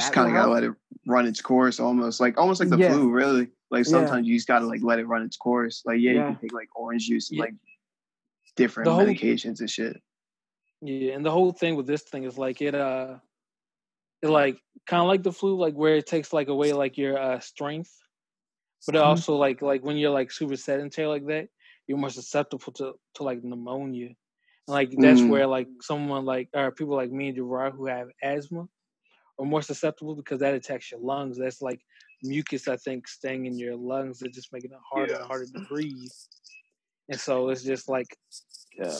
Just
That
kind of
will
gotta
help.
let it run its course, almost like almost like the
Yeah.
flu. Really, like
Yeah.
sometimes you just gotta like let it run its course. Like yeah,
Yeah.
you can take like orange juice and
Yeah.
like different
The whole-
medications and shit.
Yeah, and the whole thing with this thing is like it uh it like kind of like the flu like where it takes like away like your uh strength but it
Mhm.
also like like when you're like super sedentary like that you're more susceptible to to like pneumonia and like that's
Mm.
where like someone like or people like me and Gerard who have asthma are more susceptible because that attacks your lungs that's like mucus i think staying in your lungs that just making it harder
Yeah.
and harder to breathe and so it's just like
Yeah,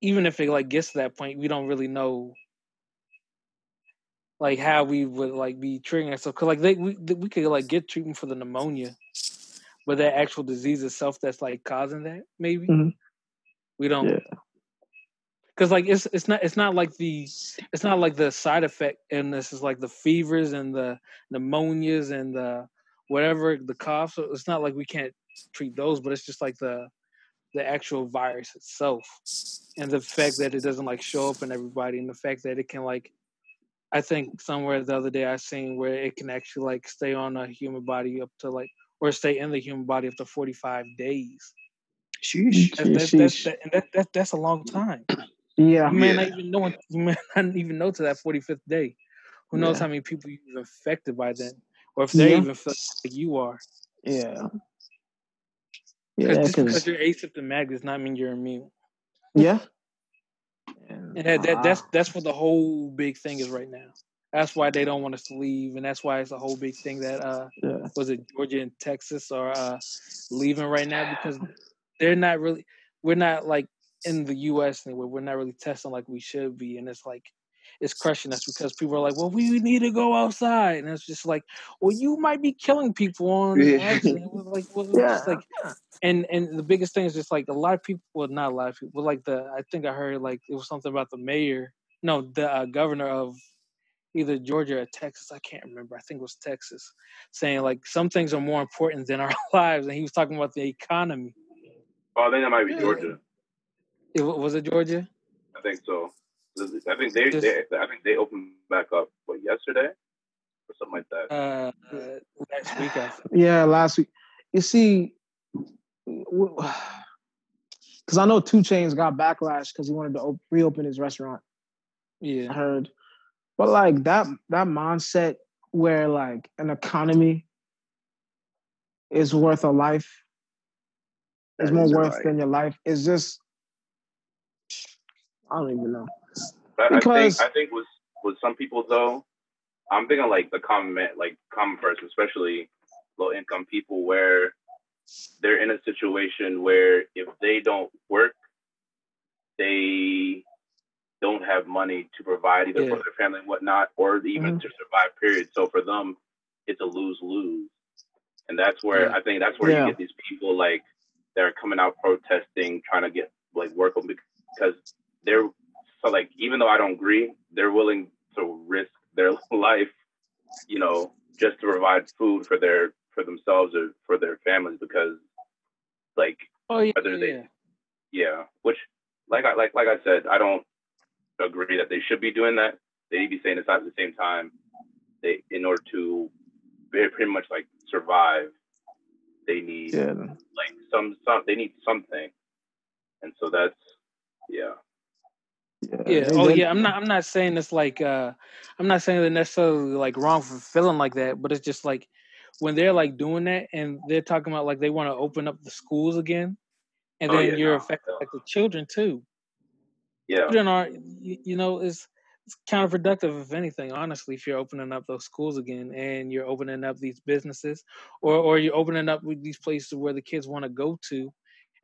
even if it like gets to that point, we don't really know like how we would like be treating ourselves. Cause like they we th- we could like get treatment for the pneumonia, but that actual disease itself that's like causing that maybe
Mhm.
we don't.
Yeah.
Cause like it's it's not it's not like the it's not like the side effect and this is like the fevers and the pneumonias and the whatever the coughs. So It's not like we can't treat those, but it's just like the the actual virus itself and the fact that it doesn't like show up in everybody and the fact that it can like i think somewhere the other day i seen where it can actually like stay on a human body up to like or stay in the human body up to 45 days
sheesh.
that's that's that's, that, and that, that, that's a long time
Yeah.
you may not
Yeah.
even know (laughs) you may not even know to that 45th day who knows
Yeah.
how many people you've infected by then or if they
Yeah.
even feel like you are
Yeah. Yeah,
because just because
because
you're asymptomatic does not mean you're immune
yeah,
And that, that
Ah.
that's that's what the whole big thing is right now. That's why they don't want us to leave, and that's why it's a whole big thing that uh
yeah,
was it Georgia and Texas are uh leaving right now because they're not really we're not like in the US anyway, we're not really testing like we should be and it's like it's crushing us because people are like, Well, we need to go outside and it's just like, Well, you might be killing people on
Yeah.
accident. It was like well, it's
Yeah.
just like and and the biggest thing is just like a lot of people well not a lot of people but like the i think i heard like it was something about the mayor no the uh, governor of either georgia or texas i can't remember i think it was texas saying like some things are more important than our (laughs) lives and he was talking about the economy
Oh, I think that might be
Yeah.
Georgia.
it, wa- was it georgia
I think so. I think they,
Just-
they I think they opened back up what yesterday or something like that.
(laughs) uh, uh last week i think
yeah. Last week, you see, because I know Two Chains got backlash because he wanted to op- reopen his restaurant. I
yeah
heard, but like that that mindset where like an economy is worth a life is
That
more
is
worth
right.
than your life is just. I don't even know.
But
Because-
I think I think with with some people though, I'm thinking like the common man, like common person, especially low income people, where they're in a situation where if they don't work, they don't have money to provide either for
Yeah. Mm-hmm.
their family and whatnot, or even
Mhm.
to survive. Period. So for them, it's a lose lose, and that's where
Yeah.
I think that's where
Yeah.
you get these people like that are coming out protesting, trying to get like work on because they're so like even though I don't agree, they're willing to risk their (laughs) life, you know, just to provide food for their for themselves or for their families because like
(laughs) oh yeah,
Whether they- (laughs)
yeah.
yeah, which like I like like I said, I don't agree that they should be doing that. They need to be saying this at the same time. They in order to very pretty much like survive, they need
Yeah.
like some some they need something. And so that's yeah.
Yeah.
they-
oh
they-
yeah. I'm not. I'm not saying it's like. Uh, I'm not saying they're necessarily like wrong for feeling like that, but it's just like when they're like doing that and they're talking about like they want to open up the schools again, and
Oh,
then
yeah,
you're
no,
affecting
no.
like the children too.
Yeah.
Children are, you, you know, it's, it's counterproductive if anything. Honestly, if you're opening up those schools again and you're opening up these businesses, or or you're opening up with these places where the kids want to go to,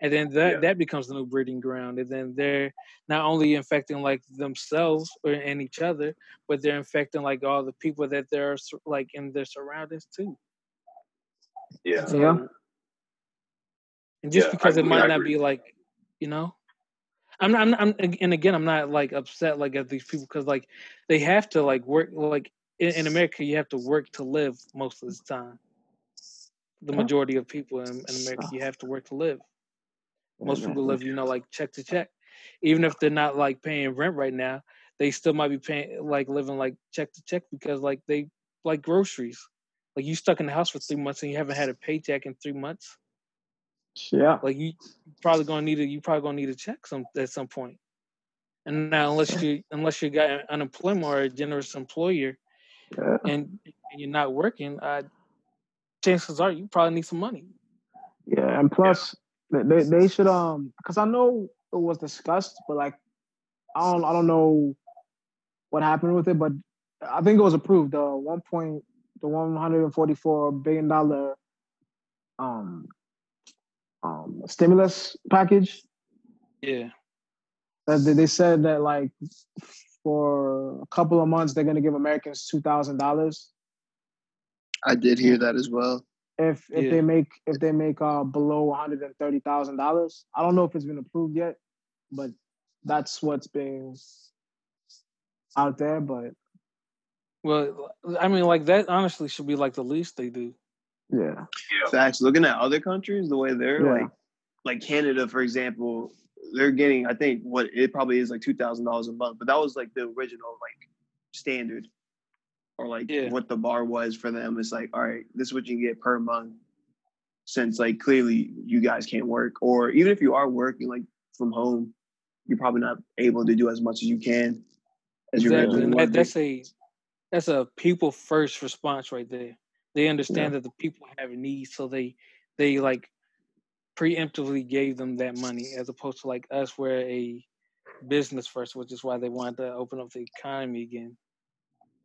and then that
Yeah.
that becomes the new breeding ground and then they're not only infecting like themselves or and each other but they're infecting like all the people that they're sur- like in their surroundings too
Yeah.
Yeah.
and just
Yeah, I
because it
agree- I
might not
agree.
be like you know I'm not, I'm, not, I'm and again I'm not like upset like at these people because like they have to like work like in, in America you have to work to live most of the time the
Yeah.
majority of people in, in America you have to work to live most people live you know like check to check even if they're not like paying rent right now, they still might be paying like living like check to check because like they like groceries. Like you stuck in the house for three months and you haven't had a paycheck in three months.
Yeah.
Like you probably gonna need a you probably gonna need a check some at some point. And now unless you unless you got unemployment or a generous employer
Yeah.
and, and you're not working, uh, chances are you probably need some money.
Yeah, and plus they they they should um because I know it was discussed, but like I don't I don't know what happened with it, but I think it was approved. The one point the one hundred and forty four billion dollar um um stimulus package
Yeah.
that they- they said that like for a couple of months they're gonna give Americans two thousand dollars
I did hear that as well.
if if
Yeah.
they make if they make uh below one hundred and thirty thousand dollars. I don't know if it's been approved yet, but that's what's been out there. But
Well, I mean, like that honestly should be like the least they do.
yeah,
Facts. Looking at other countries, the way they're
Yeah.
like, like Canada, for example, they're getting I think what it probably is like two thousand dollars a month, but that was like the original like standard, or like
Yeah.
what the bar was for them. It's like, all right, this is what you get per month, since like clearly you guys can't work, or even if you are working like from home, you're probably not able to do as much as you can. As you
Exactly,
originally
and
wanted
that,
to.
that's a that's a people first response right there. They understand that the people have a need, so they they like preemptively gave them that money, as opposed to like us, we're a business first, which is why they wanted to open up the economy again.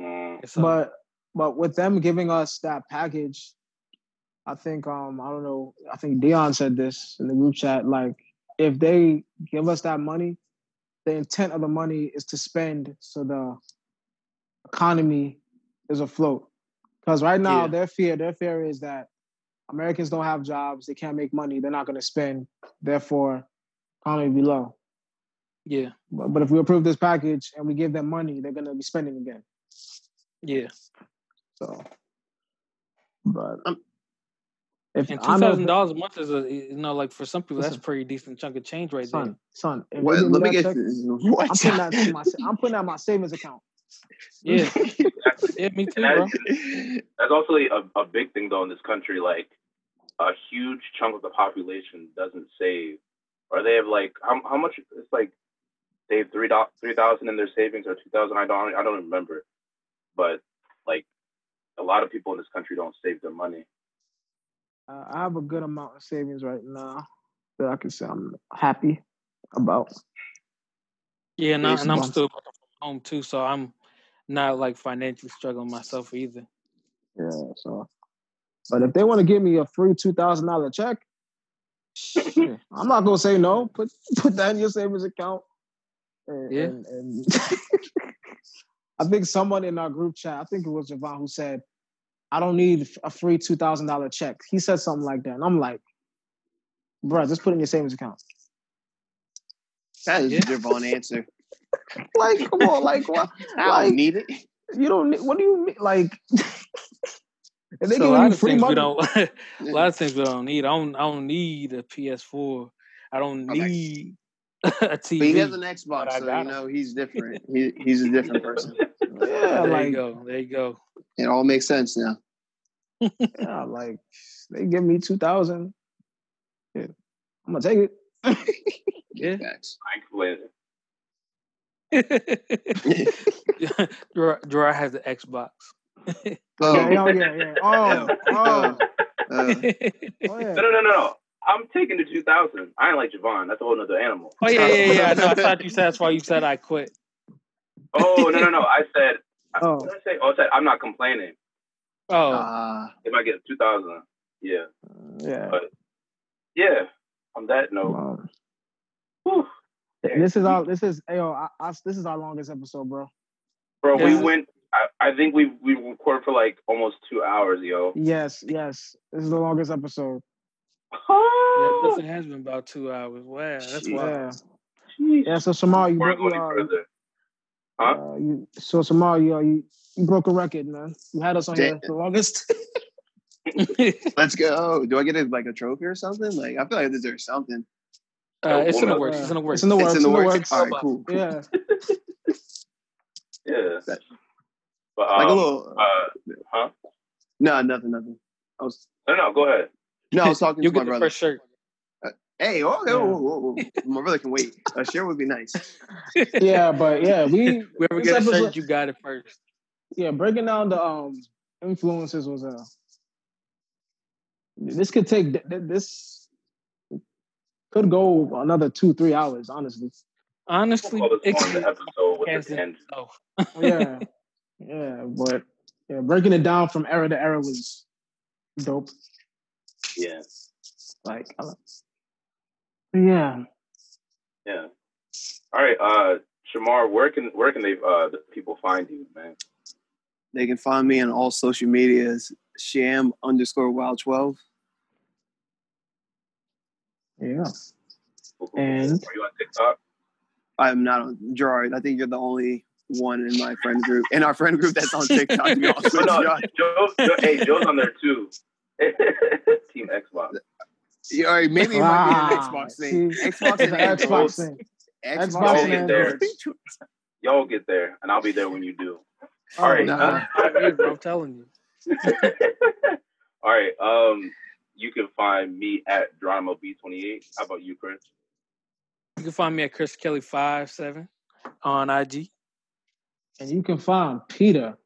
Mm,
And so,
but but with them giving us that package, I think um I don't know. I think Dion said this in the group chat. Like if they give us that money, the intent of the money is to spend so the economy is afloat. Because right now
Yeah.
their fear their fear is that Americans don't have jobs, they can't make money, they're not going to spend, therefore economy will be low.
yeah,
But, but if we approve this package and we give them money, they're going to be spending again.
yeah.
So, but
Um,
if
And
I
two
know
thousand dollars a month is a you know like for some people that's
Listen.
pretty decent chunk of change right there.
son, son, if
What,
they give me
let me
that
get
check,
this. (laughs)
I'm putting that
What?
in my I'm putting that in my savings account. (laughs)
Yeah, yeah, me too, bro.
That's also a, a big thing though in this country. Like a huge chunk of the population doesn't save, or they have like how how much? It's like they have three dollars, three thousand in their savings or two thousand. I don't I don't remember, but like a lot of people in this country don't save their money.
Uh, I have a good amount of savings right now that I can say I'm happy about.
Yeah, and, I,
Yes,
and I'm
bumps.
still working from home too, so I'm not like financially struggling myself either.
Yeah. So, but if they want to give me a free two thousand dollar check,
(laughs)
shit, I'm not gonna say no. Put (laughs) put that in your savings account. And,
Yeah.
and, and (laughs) I think someone in our group chat, I think it was Javon, who said, "I don't need a free two thousand dollar check." He said something like that, and I'm like, "Bruh, just put it in your savings account."
That is
Yeah.
Javon
(laughs)
answer.
Like, come on, like what?
I
Like
don't need it.
you don't. need- What do you mean? Like, (laughs) if they
So a
give
lot
you
of
free
things
money,
we don't, (laughs) a lot of things we don't need. I don't, I don't need a PS4. I don't
Okay.
need (laughs) a TV.
But he has an
but
Xbox,
I
so
got
you
him.
know he's different. He, he's a different person.
yeah,
there
like
you go. There you go.
It all makes sense now.
Yeah, like they give me two thousand. Yeah, I'm gonna take it. (laughs)
Yeah.
Facts.
I explain it.
(laughs) Gerard, Gerard has the Xbox.
Oh,
Yeah, yeah, yeah, yeah. Oh, oh,
(laughs)
uh,
oh yeah.
No, no, no, no, no. I'm taking the 2000. I ain't like Javon. That's a whole nother animal.
oh yeah, yeah, yeah. I know. I thought you said that's why you said I quit.
Oh, no, no, no. I said,
Oh.
what did I say? Oh, I said, I'm not complaining
Oh,
ah,
if I get 2000. Yeah.
Yeah.
Yeah. On that note,
Um,
whew,
this is our this is yo. I, I, this is our longest episode, bro.
bro, we
Yeah.
went, I, I think we we recorded for like almost two hours, yo.
Yes, yes. This is the longest episode.
yeah,
Oh,
it has been about two hours. Wow, that's
Shit.
wild. (laughs)
Yeah.
jeez.
Yeah. So Samar, you
Before I go
broke
any
your.
further.
Uh, you, so Samar, you, uh, you you broke a record, man. You had us on
Da-
here the longest.
Uh,
let's go. Do I get a, like a trophy or something? Like I feel like I deserve something.
Uh, it's in the
woman.
works. It's in the works.
It's in the
(laughs)
works.
it's in the works. All right,
Starbucks.
cool. cool.
Yeah.
Yeah.
That-
But um,
Like a little.
uh,
no, nothing, nothing. I was
no, no, go ahead.
no, I
(laughs)
was talking
you
to
get
my
the
brother.
first shirt.
Hey, oh,
Yeah.
whoa, whoa, whoa. my brother can wait. A share would be nice.
Yeah, but yeah, we
Whoever
this
gets a
episode-
shirt, you got it first.
yeah, breaking down the um influences was uh this could take th- th- this could go another two three hours honestly.
We'll
Honestly,
call this
it's
on the episode with the
Hanson.
tangent.
oh,
Yeah, yeah, but yeah, breaking it down from era to era was dope.
Yeah,
Like, I don't- yeah,
yeah. All right, uh, Shamar, where can where can they uh the people find you, man?
They can find me on all social medias, sham underscore wild twelve.
yeah.
Cool, cool, cool.
And
Are you on TikTok?
I'm not on Gerard. I think you're the only one in my friend group, in our friend group that's on TikTok. To be honest
Oh,
with (laughs)
no,
you.
Joe, Joe, hey, Joe's on there too. (laughs) Team Xbox.
Yeah, all right, maybe it might be an Xbox thing.
See?
Xbox
It's
(laughs) and
an
Android.
Xbox thing.
Xbox,
Xbox
and
and
Android.
Y'all get there, and I'll be there when you do.
oh,
All right.
nah.
five years, bro, I'm telling you.
All right. Um, you can find me at Drama B28. How about you, Chris?
You can find me at Chris Kelly five seven on IG.
And you can find Peter,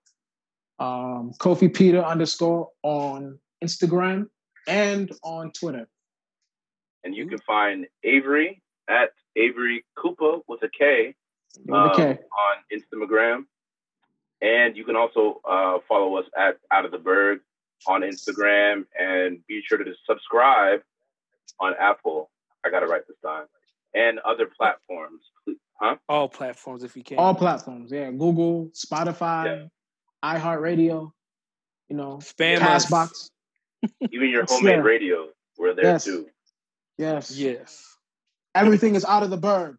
um, Kofi Peter underscore on Instagram and on Twitter.
And you can find Avery at Avery Koopa with a K Um,
okay.
on Instagram. And you can also uh, follow us at Out of the Berg on Instagram and be sure to subscribe on Apple. I got it right this time. And other
(laughs)
platforms. Please- Huh?
All platforms if you can.
All platforms. Yeah. Google, Spotify, iHeartRadio, you know,
Spam us.
Castbox.
Even your
Yes,
homemade
yeah.
radio, we're there
Yes.
too.
Yes.
Yes.
Everything is out of the bird.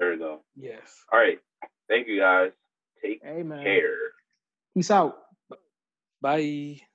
There you go.
Yes.
All right. Thank you guys. Take
uh, Hey, man.
care.
Peace out.
Bye.